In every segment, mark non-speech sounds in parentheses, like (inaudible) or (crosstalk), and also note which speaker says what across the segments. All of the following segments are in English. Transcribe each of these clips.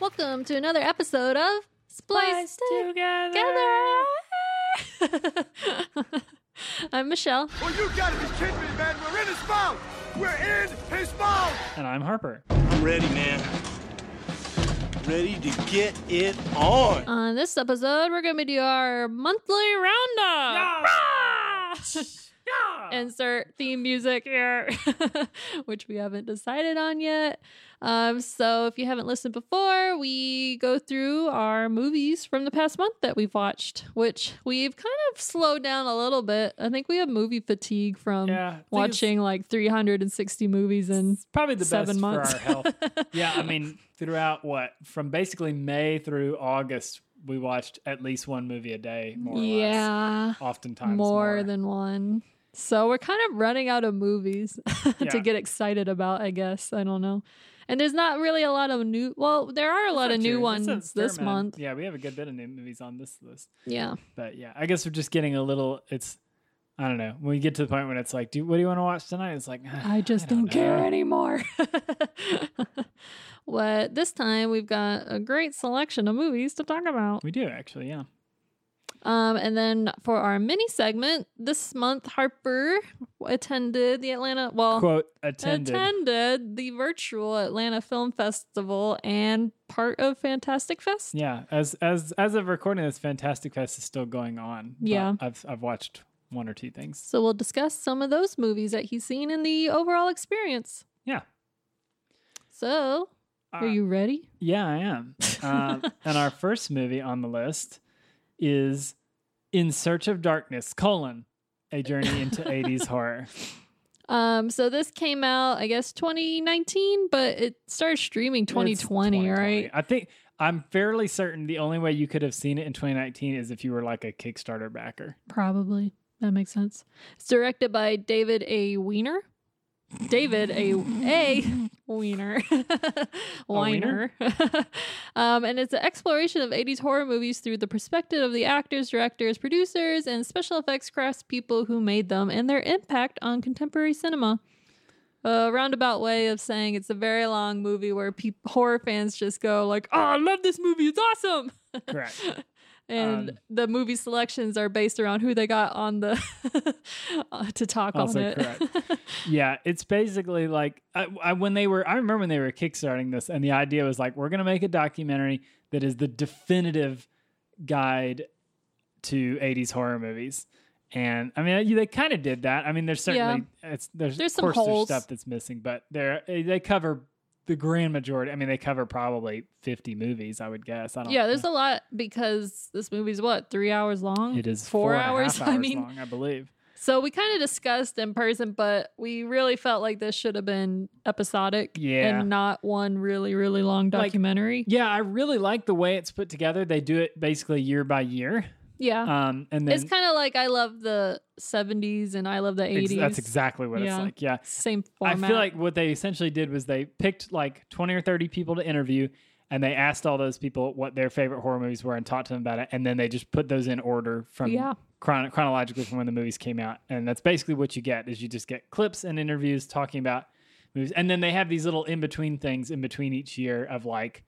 Speaker 1: Welcome to another episode of Spliced
Speaker 2: together.
Speaker 1: Together. (laughs) I'm Michelle.
Speaker 3: Well, you gotta be kidding me, man. We're in his mouth. We're in his mouth.
Speaker 2: And I'm Harper.
Speaker 4: I'm ready, man. Ready to get it on.
Speaker 1: On this episode, we're going to do our monthly roundup (laughs) insert theme music here, (laughs) which we haven't decided on yet. Um, so if you haven't listened before, we go through our movies from the past month that we've watched, which we've kind of slowed down a little bit. I think we have movie fatigue from
Speaker 2: Yeah, I think it's-
Speaker 1: watching like 360 movies in
Speaker 2: It's probably the
Speaker 1: seven
Speaker 2: best
Speaker 1: months.
Speaker 2: for our
Speaker 1: (laughs)
Speaker 2: health. yeah, I mean, throughout what? From basically May through August, we watched at least one movie a day, more or less.
Speaker 1: yeah,
Speaker 2: Oftentimes
Speaker 1: more, than one. So we're kind of running out of movies (laughs)
Speaker 2: Yeah.
Speaker 1: to get excited about, I guess. I don't know. And there's not really a lot of new. Well, there are a lot of
Speaker 2: That's
Speaker 1: new
Speaker 2: true. That's a
Speaker 1: ones
Speaker 2: fair
Speaker 1: this
Speaker 2: amount.
Speaker 1: month.
Speaker 2: Yeah, we have a good bit of new movies on this list.
Speaker 1: Yeah.
Speaker 2: But yeah, I guess we're just getting a little. It's I don't know. When we get to the point when it's like, do what do you want to watch tonight? It's like ah,
Speaker 1: I just don't,
Speaker 2: know.
Speaker 1: care anymore. (laughs) but this time we've got a great selection of movies to talk about.
Speaker 2: We do actually, yeah.
Speaker 1: Um, and then for our mini segment this month, Harper attended the Atlanta, well,
Speaker 2: Quote attended.
Speaker 1: attended the virtual Atlanta Film Festival and part of Fantastic Fest.
Speaker 2: Yeah, as as as of recording this, Fantastic Fest is still going on. but
Speaker 1: Yeah.
Speaker 2: I've I've watched one or two things.
Speaker 1: So we'll discuss some of those movies that he's seen in the overall experience.
Speaker 2: Yeah,
Speaker 1: So, are
Speaker 2: Uh,
Speaker 1: you ready?
Speaker 2: yeah, I am. um,
Speaker 1: (laughs)
Speaker 2: and our first movie on the list is In Search of Darkness: colon A Journey into
Speaker 1: (laughs)
Speaker 2: '80s Horror.
Speaker 1: Um, so this came out, I guess, 2019, but it started streaming
Speaker 2: It's
Speaker 1: 2020, right?
Speaker 2: I think I'm fairly certain the only way you could have seen it in 2019 is if you were like a
Speaker 1: (laughs)
Speaker 2: Kickstarter backer.
Speaker 1: Probably. That makes sense. It's directed by David A. Weiner. David A. A. Weiner. (laughs) Weiner. (laughs) um, and it's an exploration of 80s horror movies through the perspective of the actors, directors, producers, and special effects craftspeople who made them and their impact on contemporary cinema. A roundabout way of saying it's a very long movie where peop horror fans just go like, "Oh, I love this movie! It's awesome!"
Speaker 2: Correct.
Speaker 1: and
Speaker 2: Um,
Speaker 1: the movie selections are based around who they got on the (laughs) uh, to talk on
Speaker 2: Also
Speaker 1: it. (laughs)
Speaker 2: correct. yeah, it's basically like I, I, when they were. I remember when they were kickstarting this, and the idea was like, we're going to make a documentary that is the definitive guide to '80s horror movies. And I mean, you- they kind of did that. I mean, there's certainly it's there's,
Speaker 1: There's
Speaker 2: of
Speaker 1: some
Speaker 2: course,
Speaker 1: holes.
Speaker 2: there's stuff that's missing, but they're they cover the grand majority. I mean, they cover probably 50 movies, I would guess. I don't.
Speaker 1: yeah, there's a lot because this movie's what three hours long.
Speaker 2: It is
Speaker 1: four,
Speaker 2: four, and a
Speaker 1: hours. (laughs)
Speaker 2: half
Speaker 1: I mean,
Speaker 2: long, I believe.
Speaker 1: so we kind of discussed in person, but we really felt like this should have been episodic
Speaker 2: Yeah.
Speaker 1: and not one really really long
Speaker 2: Like-
Speaker 1: documentary.
Speaker 2: Yeah, I really like the way it's put together. They do it basically year by year.
Speaker 1: yeah,
Speaker 2: Um, and then
Speaker 1: Uh-huh. it's kind of like I love the '70s and I love the
Speaker 2: ex-
Speaker 1: '80s.
Speaker 2: that's exactly what
Speaker 1: Yeah.
Speaker 2: it's like. Yeah.
Speaker 1: same format.
Speaker 2: I feel like what they essentially did was they picked like 20 or 30 people to interview and they asked all those people what their favorite horror movies were and talked to them about it. And then they just put those in order from
Speaker 1: Yeah.
Speaker 2: chron- chronologically from when the movies came out. And that's basically what you get is you just get clips and interviews talking about movies. And then they have these little in-between things in between each year of like,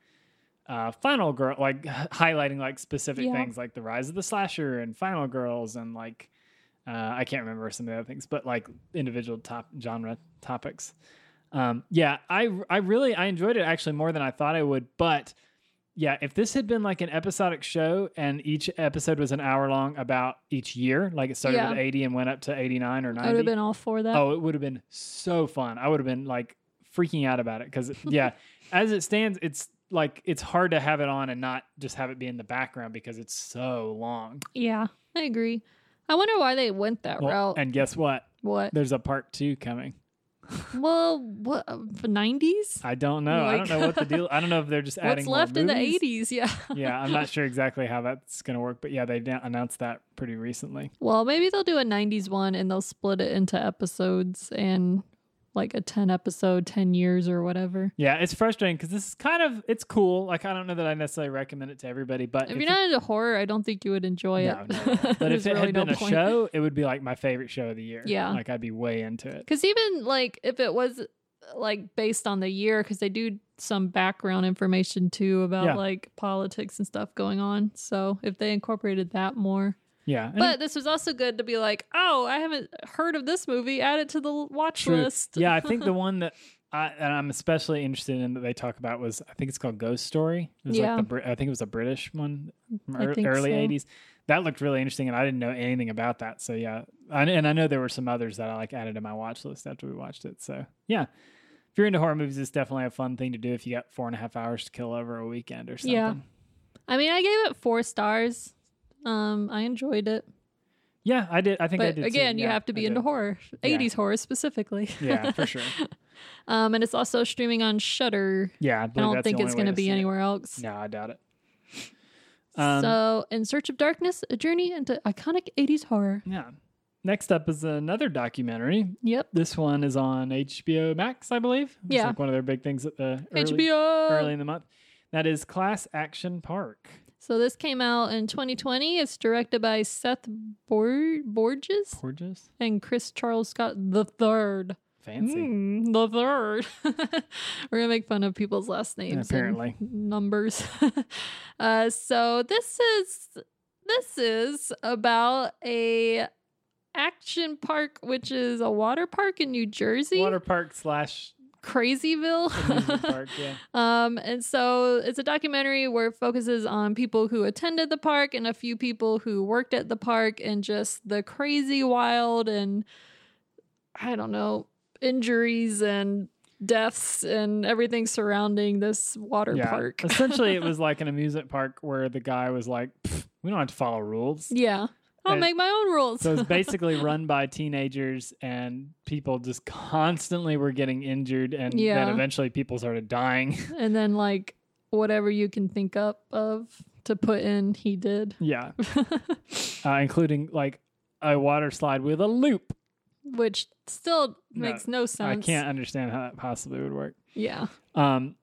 Speaker 2: uh, Final Girl, like (laughs) highlighting like specific
Speaker 1: Yeah.
Speaker 2: things like the rise of the slasher and Final Girls and like uh, I can't remember some of the other things, but like individual top genre topics. Um, yeah, I I really I enjoyed it actually more than I thought I would. But yeah, if this had been like an episodic show and each episode was an hour long about each year, like it started
Speaker 1: Yeah.
Speaker 2: at eighty and went up to eighty nine
Speaker 1: I
Speaker 2: or
Speaker 1: would
Speaker 2: ninety.
Speaker 1: have been all for that.
Speaker 2: Oh, it would have been so fun. I would have been like freaking out about it because yeah, (laughs) as it stands, it's like it's hard to have it on and not just have it be in the background because it's so long.
Speaker 1: Yeah, I agree. I wonder why they went that
Speaker 2: Well,
Speaker 1: route.
Speaker 2: And guess what?
Speaker 1: what?
Speaker 2: There's a part two coming.
Speaker 1: Well, what? uh, Nineties?
Speaker 2: I don't know. I
Speaker 1: Like-
Speaker 2: don't know what the deal. I don't know if
Speaker 1: (laughs)
Speaker 2: they're just adding
Speaker 1: What's
Speaker 2: more
Speaker 1: left in the
Speaker 2: movies.
Speaker 1: eighties? Yeah. (laughs)
Speaker 2: yeah, I'm not sure exactly how that's going to work, but yeah, they da- announced that pretty recently.
Speaker 1: Well, maybe they'll do a nineties one and they'll split it into episodes and like a ten episode, ten years or whatever.
Speaker 2: Yeah, it's frustrating because this is kind of it's cool. Like I don't know that I necessarily recommend it to everybody, but
Speaker 1: If
Speaker 2: if
Speaker 1: you're
Speaker 2: you-
Speaker 1: not into horror, I don't think you would enjoy (laughs) it.
Speaker 2: (laughs) No, no, but if
Speaker 1: There's
Speaker 2: it
Speaker 1: really
Speaker 2: had
Speaker 1: no
Speaker 2: been a
Speaker 1: point.
Speaker 2: show, it would be like my favorite show of the year.
Speaker 1: Yeah.
Speaker 2: like I'd be way into it.
Speaker 1: Because even like if it was like based on the year, because they do some background information too about
Speaker 2: Yeah.
Speaker 1: like politics and stuff going on. So if they incorporated that more,
Speaker 2: Yeah, and
Speaker 1: but this was also good to be like, oh, I haven't heard of this movie. Add it to the l- watch
Speaker 2: True.
Speaker 1: list. (laughs)
Speaker 2: Yeah, I think the one that I and I'm especially interested in that they talk about was I think it's called Ghost Story. It was
Speaker 1: Yeah.
Speaker 2: like the Brit- I think it was a British one, from
Speaker 1: I
Speaker 2: ear-
Speaker 1: think
Speaker 2: early
Speaker 1: so.
Speaker 2: '80s. That looked really interesting, and I didn't know anything about that. So yeah, I, and I know there were some others that I like added to my watch list after we watched it. So yeah, if you're into horror movies, it's definitely a fun thing to do if you got four and a half hours to kill over a weekend or something.
Speaker 1: Yeah. I mean, I gave it four stars. Um, I enjoyed it,
Speaker 2: Yeah, I did. I think I
Speaker 1: but
Speaker 2: did. too.
Speaker 1: again, you
Speaker 2: Yeah,
Speaker 1: have to
Speaker 2: I
Speaker 1: be
Speaker 2: did.
Speaker 1: into horror,
Speaker 2: Yeah.
Speaker 1: '80s horror specifically.
Speaker 2: (laughs) Yeah,
Speaker 1: (laughs)
Speaker 2: for sure.
Speaker 1: um, and it's also streaming on Shutter.
Speaker 2: Yeah, I,
Speaker 1: I
Speaker 2: believe
Speaker 1: don't
Speaker 2: that's the
Speaker 1: think it's
Speaker 2: only way
Speaker 1: going to
Speaker 2: to
Speaker 1: be
Speaker 2: see it.
Speaker 1: anywhere else.
Speaker 2: No, I doubt it. Um,
Speaker 1: so, In Search of Darkness, a journey into iconic 80s horror.
Speaker 2: Yeah. Next up is another documentary.
Speaker 1: Yep.
Speaker 2: This one is on HBO Max, I believe. It's
Speaker 1: Yeah.
Speaker 2: like one of their big things at the early,
Speaker 1: HBO.
Speaker 2: early in the month. That is Class Action Park.
Speaker 1: So, this came out in 2020. It's directed by Seth Bor- Borges
Speaker 2: Gorgeous.
Speaker 1: and Chris Charles Scott the third.
Speaker 2: Fancy.
Speaker 1: Mm, the third. (laughs) We're gonna make fun of people's last names, and
Speaker 2: Apparently.
Speaker 1: (laughs) numbers. uh, so this is this is about a action park, which is a water park in New Jersey,
Speaker 2: Water park slash
Speaker 1: (laughs)
Speaker 2: amusement
Speaker 1: Crazyville.
Speaker 2: park. Yeah.
Speaker 1: Um, and so it's a documentary where it focuses on people who attended the park and a few people who worked at the park and just the crazy, wild, and I don't know, injuries and deaths and everything surrounding this water
Speaker 2: yeah.
Speaker 1: park.
Speaker 2: (laughs) Essentially, it was like an amusement park where the guy was like, "Pfft, we don't have to follow
Speaker 1: (laughs)
Speaker 2: rules.
Speaker 1: yeah. I'll
Speaker 2: And-
Speaker 1: make my own rules.
Speaker 2: So it's basically run by teenagers, and people just constantly were getting injured, and
Speaker 1: Yeah.
Speaker 2: then eventually people started dying.
Speaker 1: (laughs) and then, like, whatever you can think up of to put in, he did. (laughs)
Speaker 2: yeah. uh, including like a water slide with a loop.
Speaker 1: Which still
Speaker 2: No,
Speaker 1: makes no sense.
Speaker 2: I can't understand how that possibly would work.
Speaker 1: Yeah.
Speaker 2: Um,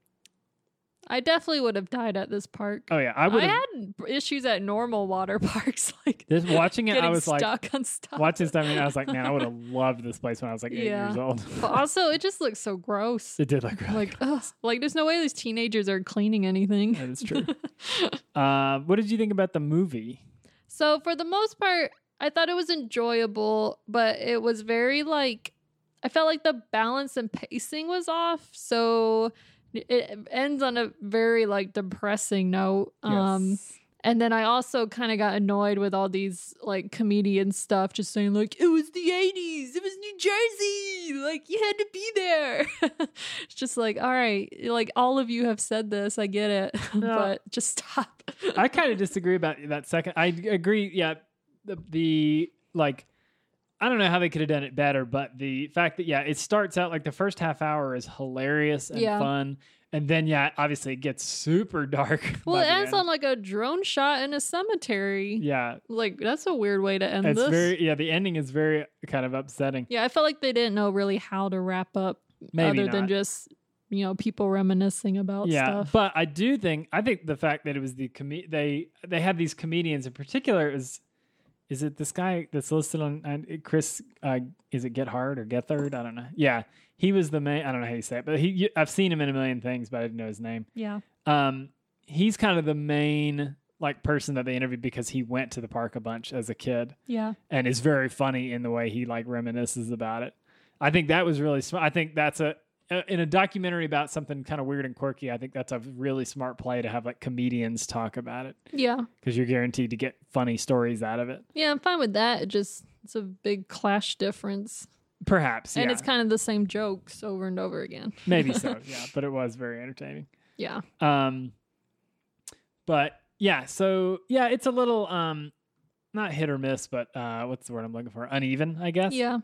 Speaker 1: I definitely would have died at this park.
Speaker 2: oh yeah, I would.
Speaker 1: I
Speaker 2: have
Speaker 1: had issues at normal water (laughs) parks, like
Speaker 2: This watching it,
Speaker 1: getting
Speaker 2: I was
Speaker 1: stuck
Speaker 2: like
Speaker 1: on stuff.
Speaker 2: watching stuff, and I was like, man, I
Speaker 1: (laughs)
Speaker 2: would have loved this place when I was like eight
Speaker 1: Yeah.
Speaker 2: years old. (laughs)
Speaker 1: But also, it just looks so gross.
Speaker 2: it did look really
Speaker 1: like, ugh, like there's no way these teenagers are cleaning anything.
Speaker 2: That is
Speaker 1: (laughs)
Speaker 2: true. uh, what did you think about the movie?
Speaker 1: So for the most part, I thought it was enjoyable, but it was very like I felt like the balance and pacing was off. So it ends on a very like depressing note. Um
Speaker 2: Yes.
Speaker 1: And then I also kind of got annoyed with all these like comedian stuff, just saying like it was the '80s, it was New Jersey, like you had to be there. (laughs) it's just like, all right, like all of you have said this, I get it, (laughs) but just stop. (laughs)
Speaker 2: I kind of disagree about that second. I agree. Yeah, the, the like, I don't know how they could have done it better, but the fact that yeah, it starts out like the first half hour is hilarious and
Speaker 1: Yeah.
Speaker 2: fun, and then yeah, obviously it gets super (laughs) dark.
Speaker 1: well,
Speaker 2: by
Speaker 1: it
Speaker 2: the
Speaker 1: ends
Speaker 2: end.
Speaker 1: on like a drone shot in a cemetery.
Speaker 2: yeah,
Speaker 1: Like that's a weird way to end
Speaker 2: it's
Speaker 1: this.
Speaker 2: very yeah. The ending is very kind of upsetting.
Speaker 1: yeah, I felt like they didn't know really how to wrap up
Speaker 2: Maybe
Speaker 1: other than
Speaker 2: not.
Speaker 1: just you know people reminiscing about
Speaker 2: yeah,
Speaker 1: stuff.
Speaker 2: but I do think I think the fact that it was the com- they they had these comedians in particular is is it this guy that's listed on on- Chris uh, is it Get Hard or Get Third I don't know yeah he was the main I don't know how you say it but he you, I've seen him in a million things but I didn't know his name
Speaker 1: yeah,
Speaker 2: um he's kind of the main like person that they interviewed because he went to the park a bunch as a kid
Speaker 1: yeah.
Speaker 2: and is very funny in the way he like reminisces about it. I think that was really smart. I think that's a uh, in a documentary about something kind of weird and quirky. I think that's a really smart play to have like comedians talk about it
Speaker 1: Yeah.
Speaker 2: because you're guaranteed to get funny stories out of it.
Speaker 1: Yeah, I'm fine with that. It just it's a big clash difference,
Speaker 2: Perhaps,
Speaker 1: and
Speaker 2: yeah,
Speaker 1: it's kind of the same jokes over and over again. (laughs)
Speaker 2: maybe so, yeah. But it was very entertaining.
Speaker 1: Yeah,
Speaker 2: Um, but yeah, so yeah, it's a little um, not hit or miss, but uh, what's the word I'm looking for? Uneven, I guess.
Speaker 1: Yeah.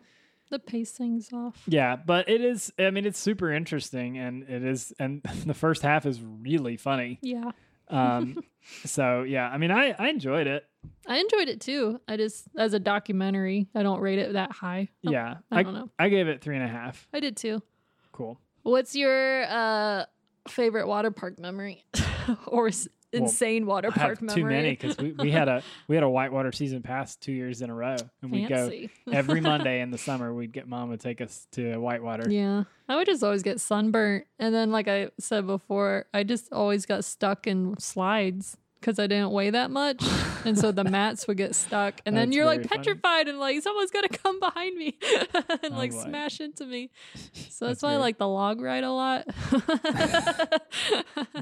Speaker 1: The pacing's off.
Speaker 2: Yeah, but it is. I mean, it's super interesting, and it is. And (laughs) the first half is really funny.
Speaker 1: Yeah. (laughs)
Speaker 2: Um, so yeah, I mean, I I enjoyed it.
Speaker 1: I enjoyed it too. I just, as a documentary, I don't rate it that high. Oh,
Speaker 2: yeah,
Speaker 1: I don't know.
Speaker 2: I gave it three and a half.
Speaker 1: I did too.
Speaker 2: Cool.
Speaker 1: What's your uh, favorite water park memory (laughs) or s-
Speaker 2: Well,
Speaker 1: insane water
Speaker 2: I have
Speaker 1: park memory?
Speaker 2: too many because we, we
Speaker 1: (laughs)
Speaker 2: had a we had a whitewater season pass two years in a row, and we go
Speaker 1: Fancy. (laughs)
Speaker 2: every Monday in the summer. We'd get mom would take us to whitewater.
Speaker 1: Yeah. I would just always get sunburnt. And then, like I said before, I just always got stuck in slides because I didn't weigh that much. And so
Speaker 2: (laughs)
Speaker 1: the mats would get stuck. And then
Speaker 2: That's
Speaker 1: you're like
Speaker 2: very funny.
Speaker 1: petrified and like someone's going to come behind me (laughs) and like
Speaker 2: boy.
Speaker 1: smash into me. So that's,
Speaker 2: That's
Speaker 1: why I
Speaker 2: weird.
Speaker 1: like the log ride a
Speaker 2: (laughs)
Speaker 1: lot. (laughs)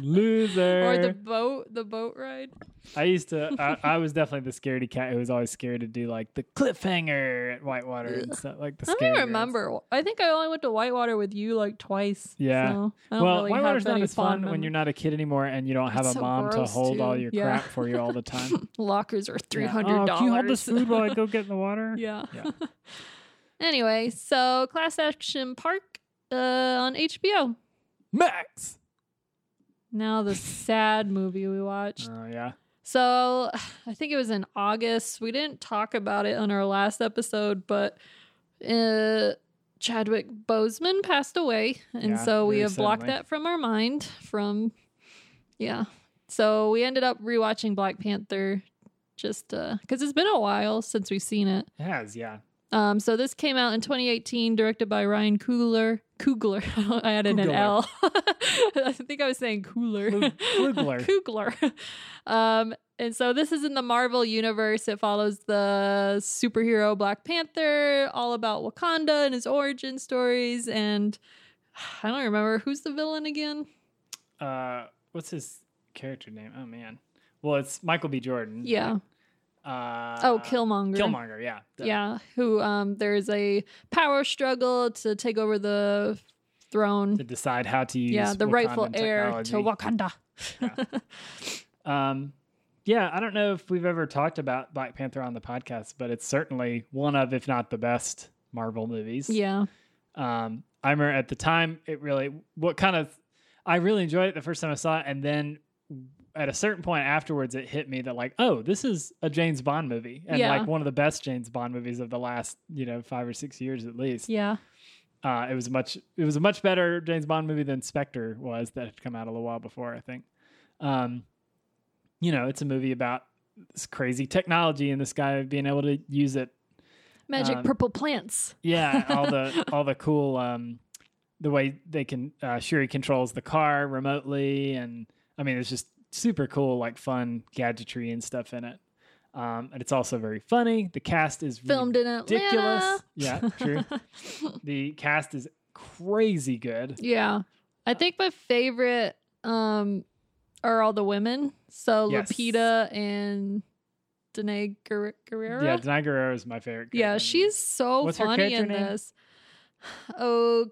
Speaker 2: Loser.
Speaker 1: or the boat, the boat ride.
Speaker 2: I used to. I, I was definitely the scaredy cat who was always scared to do like the cliffhanger at Whitewater and
Speaker 1: (laughs)
Speaker 2: stuff like the.
Speaker 1: I don't
Speaker 2: scary
Speaker 1: even
Speaker 2: rides.
Speaker 1: remember. I think I only went to Whitewater with you like twice.
Speaker 2: Yeah.
Speaker 1: So I don't
Speaker 2: Well,
Speaker 1: really have
Speaker 2: Whitewater's not
Speaker 1: any
Speaker 2: as fun
Speaker 1: fond
Speaker 2: when you're
Speaker 1: mem-
Speaker 2: not a kid anymore and you don't have
Speaker 1: It's
Speaker 2: a
Speaker 1: so
Speaker 2: mom to
Speaker 1: gross,
Speaker 2: hold all
Speaker 1: too.
Speaker 2: your
Speaker 1: Yeah.
Speaker 2: crap for you
Speaker 1: (laughs)
Speaker 2: all the time. Yeah.
Speaker 1: Lockers are three hundred
Speaker 2: Oh,
Speaker 1: dollars.
Speaker 2: can you hold this food while
Speaker 1: (laughs)
Speaker 2: I go get in the water?
Speaker 1: Yeah.
Speaker 2: Yeah.
Speaker 1: (laughs) anyway, so Class Action Park uh, on HBO.
Speaker 2: Max.
Speaker 1: Now the sad movie we watched.
Speaker 2: Oh yeah.
Speaker 1: So (sighs) I think it was in August. We didn't talk about it on our last episode, but uh, Chadwick Boseman passed away, and
Speaker 2: Yeah,
Speaker 1: so we
Speaker 2: very
Speaker 1: have blocked
Speaker 2: suddenly.
Speaker 1: that from our mind. From yeah, so we ended up rewatching Black Panther just because it's been a while since we've seen it.
Speaker 2: It has. Yeah.
Speaker 1: Um, so this came out in 2018, directed by Ryan Coogler. Coogler. (laughs) I added an
Speaker 2: Coogler.
Speaker 1: L. (laughs) I think I was saying cooler.
Speaker 2: Coog- Coogler.
Speaker 1: (laughs) Coogler. Um, and so this is in the Marvel universe. It follows the superhero Black Panther, all about Wakanda and his origin stories. And (sighs) I don't remember who's the villain again.
Speaker 2: Uh, what's his character name? Oh man. Well, it's Michael B. Jordan.
Speaker 1: Yeah.
Speaker 2: Uh,
Speaker 1: Oh, Killmonger.
Speaker 2: Killmonger. Yeah. Duh.
Speaker 1: Yeah. Who um, there's a power struggle to take over the throne.
Speaker 2: To decide how to use
Speaker 1: yeah, the rightful
Speaker 2: Wakandan
Speaker 1: heir to
Speaker 2: technology.
Speaker 1: Wakanda.
Speaker 2: Um, yeah, I don't know if we've ever talked about Black Panther on the podcast, but it's certainly one of, if not the best, Marvel
Speaker 1: (laughs)
Speaker 2: movies.
Speaker 1: Yeah,
Speaker 2: Um, I remember at the time, it really, what kind of, I really enjoyed it the first time I saw it. And then at a certain point afterwards, it hit me that, like, oh, this is a James Bond movie and
Speaker 1: Yeah.
Speaker 2: like one of the best James Bond movies of the last, you know, five or six years at least.
Speaker 1: yeah,
Speaker 2: Uh, it was much, it was a much better James Bond movie than Spectre was that had come out a little while before, I think. Um, you know, it's a movie about this crazy technology and this guy being able to use it
Speaker 1: magic
Speaker 2: Um,
Speaker 1: purple plants.
Speaker 2: yeah, all the (laughs) all the cool um the way they can uh Shuri controls the car remotely and I mean it's just super cool like fun gadgetry and stuff in it. Um and it's also very funny. The cast is
Speaker 1: Filmed in Atlanta.
Speaker 2: ridiculous. Yeah, true. the cast is crazy good.
Speaker 1: (laughs) Yeah, I think my favorite um are all the women. So
Speaker 2: Yes.
Speaker 1: Lupita and Danae Guer- Guerrero.
Speaker 2: Yeah, Denai Guerrero is my favorite.
Speaker 1: Yeah,
Speaker 2: character.
Speaker 1: she's so
Speaker 2: What's her
Speaker 1: funny in
Speaker 2: character name?
Speaker 1: this. Oh,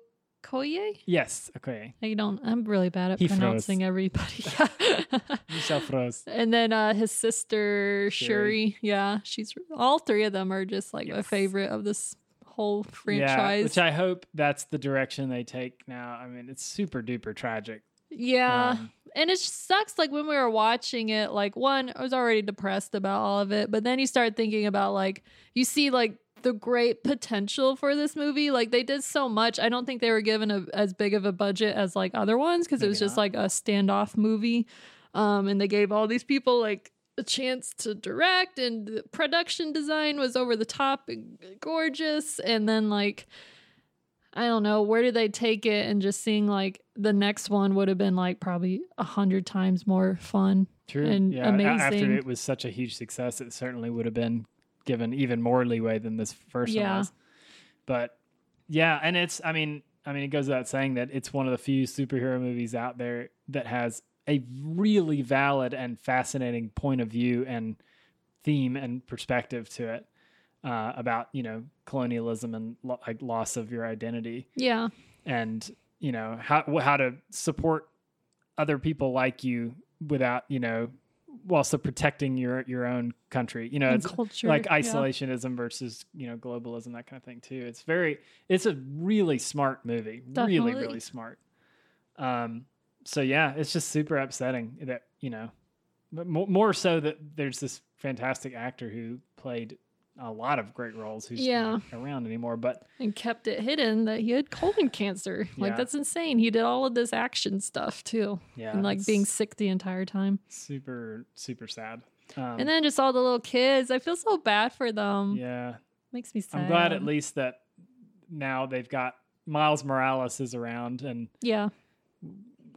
Speaker 1: Koye.
Speaker 2: Yes, okay.
Speaker 1: I don't. I'm really bad at
Speaker 2: He froze.
Speaker 1: pronouncing everybody. (laughs)
Speaker 2: Michelle Froze.
Speaker 1: And then uh, his sister Shuri.
Speaker 2: Shuri.
Speaker 1: yeah, she's all three of them are just like my
Speaker 2: Yes.
Speaker 1: favorite of this whole
Speaker 2: Yeah,
Speaker 1: (laughs) franchise.
Speaker 2: which I hope that's the direction they take now. I mean, it's super duper tragic.
Speaker 1: yeah,
Speaker 2: Um,
Speaker 1: and it just sucks. Like when we were watching it, like one, I was already depressed about all of it, but then you start thinking about like you see like the great potential for this movie. Like they did so much. I don't think they were given a, as big of a budget as like other ones because it was
Speaker 2: Maybe
Speaker 1: just like a standoff movie, um, and they gave all these people like a chance to direct and the production design was over the top and gorgeous and then like i don't know where did they take it and just seeing like the next one would have been like probably a hundred times more fun
Speaker 2: True.
Speaker 1: and
Speaker 2: yeah, a-
Speaker 1: amazing.
Speaker 2: After it was such a huge success, it certainly would have been given even more leeway than this first
Speaker 1: Yeah.
Speaker 2: one was. But yeah, and it's I mean I mean it goes without saying that it's one of the few superhero movies out there that has a really valid and fascinating point of view and theme and perspective to it uh, about you know colonialism and lo- like loss of your identity
Speaker 1: yeah
Speaker 2: and you know how wh- how to support other people like you without you know while still protecting your your own country. You know,
Speaker 1: And
Speaker 2: it's
Speaker 1: culture,
Speaker 2: like
Speaker 1: yeah.
Speaker 2: isolationism versus you know globalism, that kind of thing too. It's very, it's a really smart movie, really
Speaker 1: Definitely.
Speaker 2: really smart. Um, so yeah, it's just super upsetting that you know, but more, more so that there's this fantastic actor who played a lot of great roles who's
Speaker 1: Yeah.
Speaker 2: not around anymore, but
Speaker 1: and kept it hidden that he had colon cancer. Like
Speaker 2: Yeah.
Speaker 1: that's insane. He did all of this action stuff too,
Speaker 2: yeah,
Speaker 1: and like
Speaker 2: it's
Speaker 1: being sick the entire time.
Speaker 2: super super sad. Um,
Speaker 1: and then just all the little kids. I feel so bad for them.
Speaker 2: yeah,
Speaker 1: Makes me sad.
Speaker 2: I'm glad at least that now they've got Miles Morales is around and
Speaker 1: Yeah,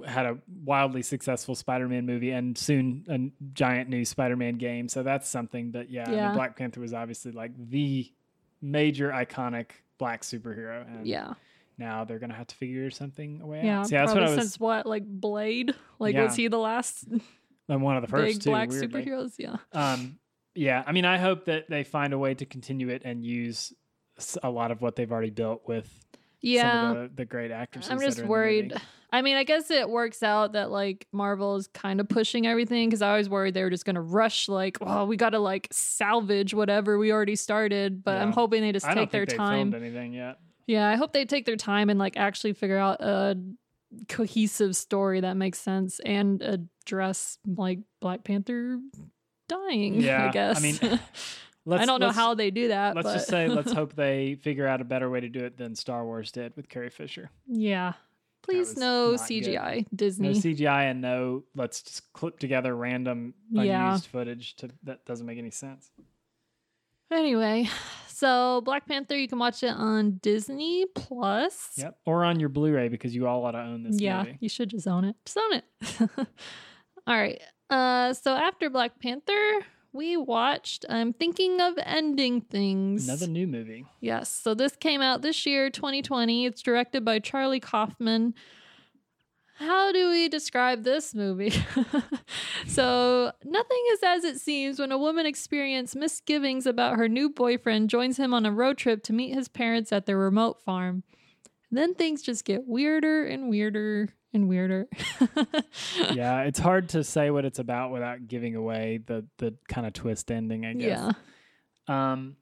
Speaker 2: had a wildly successful Spider-Man movie and soon a n- giant new Spider-Man game. So that's something. But yeah, I mean,
Speaker 1: Yeah.
Speaker 2: Black Panther was obviously like the major iconic black superhero, and
Speaker 1: yeah,
Speaker 2: now they're gonna have to figure something way
Speaker 1: yeah.
Speaker 2: out. So, yeah, that's what I
Speaker 1: Probably
Speaker 2: was.
Speaker 1: since what, like Blade? Like
Speaker 2: Yeah.
Speaker 1: was he the last
Speaker 2: and one of the first
Speaker 1: big
Speaker 2: two,
Speaker 1: black
Speaker 2: weirdly.
Speaker 1: superheroes? Yeah,
Speaker 2: Um, yeah, I mean, I hope that they find a way to continue it and use s- a lot of what they've already built with
Speaker 1: yeah.
Speaker 2: some of the, the great actresses.
Speaker 1: I'm
Speaker 2: that
Speaker 1: just
Speaker 2: are in the
Speaker 1: worried.
Speaker 2: movie.
Speaker 1: I mean, I guess it works out that like Marvel is kind of pushing everything because I was worried they were just going to rush, like, oh, we got to like salvage whatever we already started. But I'm
Speaker 2: Yeah.
Speaker 1: hoping they just
Speaker 2: I don't
Speaker 1: take
Speaker 2: think
Speaker 1: their
Speaker 2: they
Speaker 1: time.
Speaker 2: filmed anything yet.
Speaker 1: Yeah, I hope they take their time and like actually figure out a cohesive story that makes sense and address like Black Panther dying.
Speaker 2: Yeah,
Speaker 1: (laughs) I guess.
Speaker 2: I mean, Let's,
Speaker 1: I don't know
Speaker 2: let's-
Speaker 1: how they do that.
Speaker 2: Let's
Speaker 1: but
Speaker 2: just
Speaker 1: (laughs)
Speaker 2: say, let's hope they figure out a better way to do it than Star Wars did with Carrie Fisher.
Speaker 1: yeah. Please,
Speaker 2: was
Speaker 1: no
Speaker 2: not good.
Speaker 1: CGI,
Speaker 2: No
Speaker 1: Disney.
Speaker 2: CGI and no let's just clip together random unused
Speaker 1: Yeah.
Speaker 2: footage to that doesn't make any sense.
Speaker 1: Anyway, so Black Panther, you can watch it on Disney Plus.
Speaker 2: Yep. Or on your Blu-ray because you all ought to own this
Speaker 1: yeah,
Speaker 2: movie.
Speaker 1: you should just own it. Just own it. (laughs) All right. Uh, so after Black Panther, we watched I'm Thinking of Ending Things.
Speaker 2: Another new movie.
Speaker 1: Yes. So this came out this year, 2020. It's directed by Charlie Kaufman. How do we describe this movie? (laughs) so, nothing is as it seems when a woman experiences misgivings about her new boyfriend joins him on a road trip to meet his parents at their remote farm. Then things just get weirder and weirder and weirder. (laughs)
Speaker 2: yeah, it's hard to say what it's about without giving away the the kind of twist ending, I guess.
Speaker 1: yeah.
Speaker 2: Um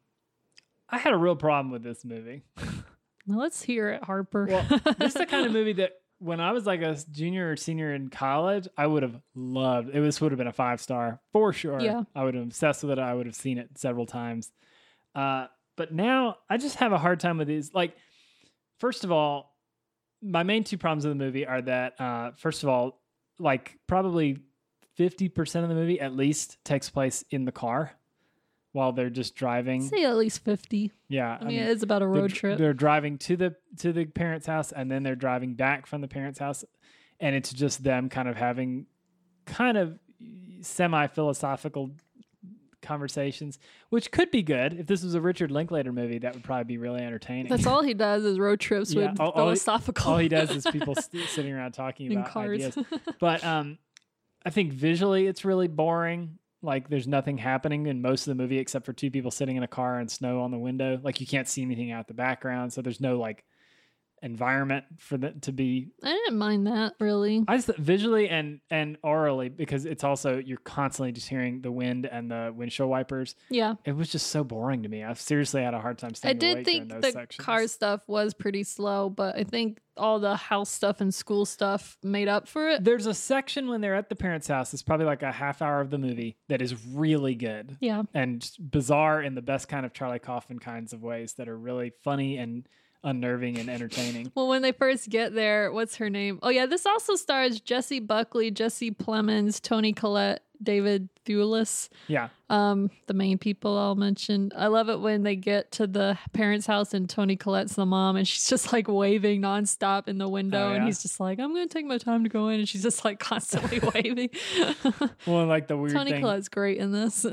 Speaker 2: I had a real problem with this movie.
Speaker 1: Now let's hear it, Harper.
Speaker 2: Well,
Speaker 1: (laughs)
Speaker 2: this is the kind of movie that when I was like a junior or senior in college, I would have loved. It was would have been a five star for sure.
Speaker 1: Yeah.
Speaker 2: I would have been obsessed with it. I would have seen it several times. Uh, but now I just have a hard time with these. Like, first of all, my main two problems with the movie are that uh, first of all, like probably fifty percent of the movie at least takes place in the car while they're just driving.
Speaker 1: Say at least 50.
Speaker 2: yeah,
Speaker 1: I mean, it is about a
Speaker 2: they're
Speaker 1: road
Speaker 2: dr-
Speaker 1: trip.
Speaker 2: They're driving to the to the parents' house and then they're driving back from the parents' house, and it's just them kind of having kind of semi philosophical conversations, which could be good if this was a Richard Linklater movie. That would probably be really entertaining.
Speaker 1: That's all he does is road trips
Speaker 2: Yeah,
Speaker 1: with
Speaker 2: all- all he-
Speaker 1: philosophical.
Speaker 2: (laughs) All he does is
Speaker 1: (laughs)
Speaker 2: people st- sitting around talking
Speaker 1: in
Speaker 2: about
Speaker 1: cars.
Speaker 2: ideas. But um, I think visually it's really boring. Like there's nothing happening in most of the movie except for two people sitting in a car and snow on the window. Like you can't see anything out the background, so there's no like environment for that to be.
Speaker 1: (laughs) I didn't mind that really.
Speaker 2: I just visually and and orally because it's also you're constantly just hearing the wind and the windshield wipers.
Speaker 1: Yeah.
Speaker 2: It was just so boring to me. I seriously had a hard time
Speaker 1: I
Speaker 2: staying
Speaker 1: did
Speaker 2: awake
Speaker 1: think
Speaker 2: during
Speaker 1: the
Speaker 2: those sections.
Speaker 1: car stuff was pretty slow, but I think all the house stuff and school stuff made up for it.
Speaker 2: There's a section when they're at the parents' house. It's probably like a half hour of the movie that is really good
Speaker 1: Yeah.
Speaker 2: and bizarre in the best kind of Charlie Kaufman kinds of ways that are really funny and unnerving and entertaining.
Speaker 1: (laughs) Well, when they first get there, what's her name? Oh, yeah. This also stars Jesse Buckley, Jesse Plemons, Tony Collette, David Thewlis,
Speaker 2: Yeah,
Speaker 1: um, the main people I'll mention. I love it when they get to the parents' house and Tony Collette's the mom and she's just like waving nonstop in the window.
Speaker 2: Oh,
Speaker 1: And
Speaker 2: yeah.
Speaker 1: he's just like, I'm going to take my time to go in. And she's just like (laughs)
Speaker 2: (laughs)
Speaker 1: constantly waving.
Speaker 2: well, and, like the weird
Speaker 1: Tony (laughs)
Speaker 2: thing.
Speaker 1: Collette's great in this.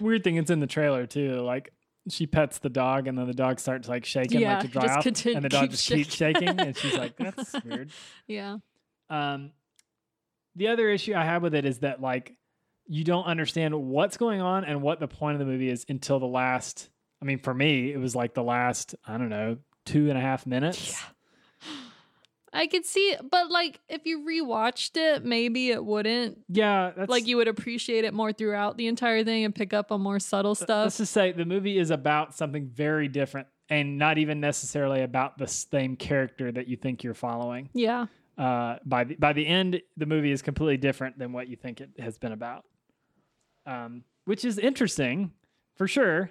Speaker 2: Weird thing. It's in the trailer too. Like she pets the dog, and then the dog starts like shaking
Speaker 1: Yeah,
Speaker 2: like to dry
Speaker 1: just
Speaker 2: off,
Speaker 1: continue-
Speaker 2: and the dog
Speaker 1: keep
Speaker 2: just keeps
Speaker 1: shaking.
Speaker 2: shaking, and
Speaker 1: (laughs)
Speaker 2: she's like, "That's weird."
Speaker 1: yeah.
Speaker 2: Um, the other issue I have with it is that like you don't understand what's going on and what the point of the movie is until the last. I mean, for me, it was like the last I don't know two and a half minutes.
Speaker 1: I could see it, but like if you rewatched it, maybe it wouldn't.
Speaker 2: Yeah, that's
Speaker 1: Like you would appreciate it more throughout the entire thing and pick up on more subtle
Speaker 2: Let's
Speaker 1: stuff.
Speaker 2: just say the movie is about something very different, and not even necessarily about the same character that you think you're following.
Speaker 1: Yeah.
Speaker 2: Uh, by the by the end, the movie is completely different than what you think it has been about, um, which is interesting for sure.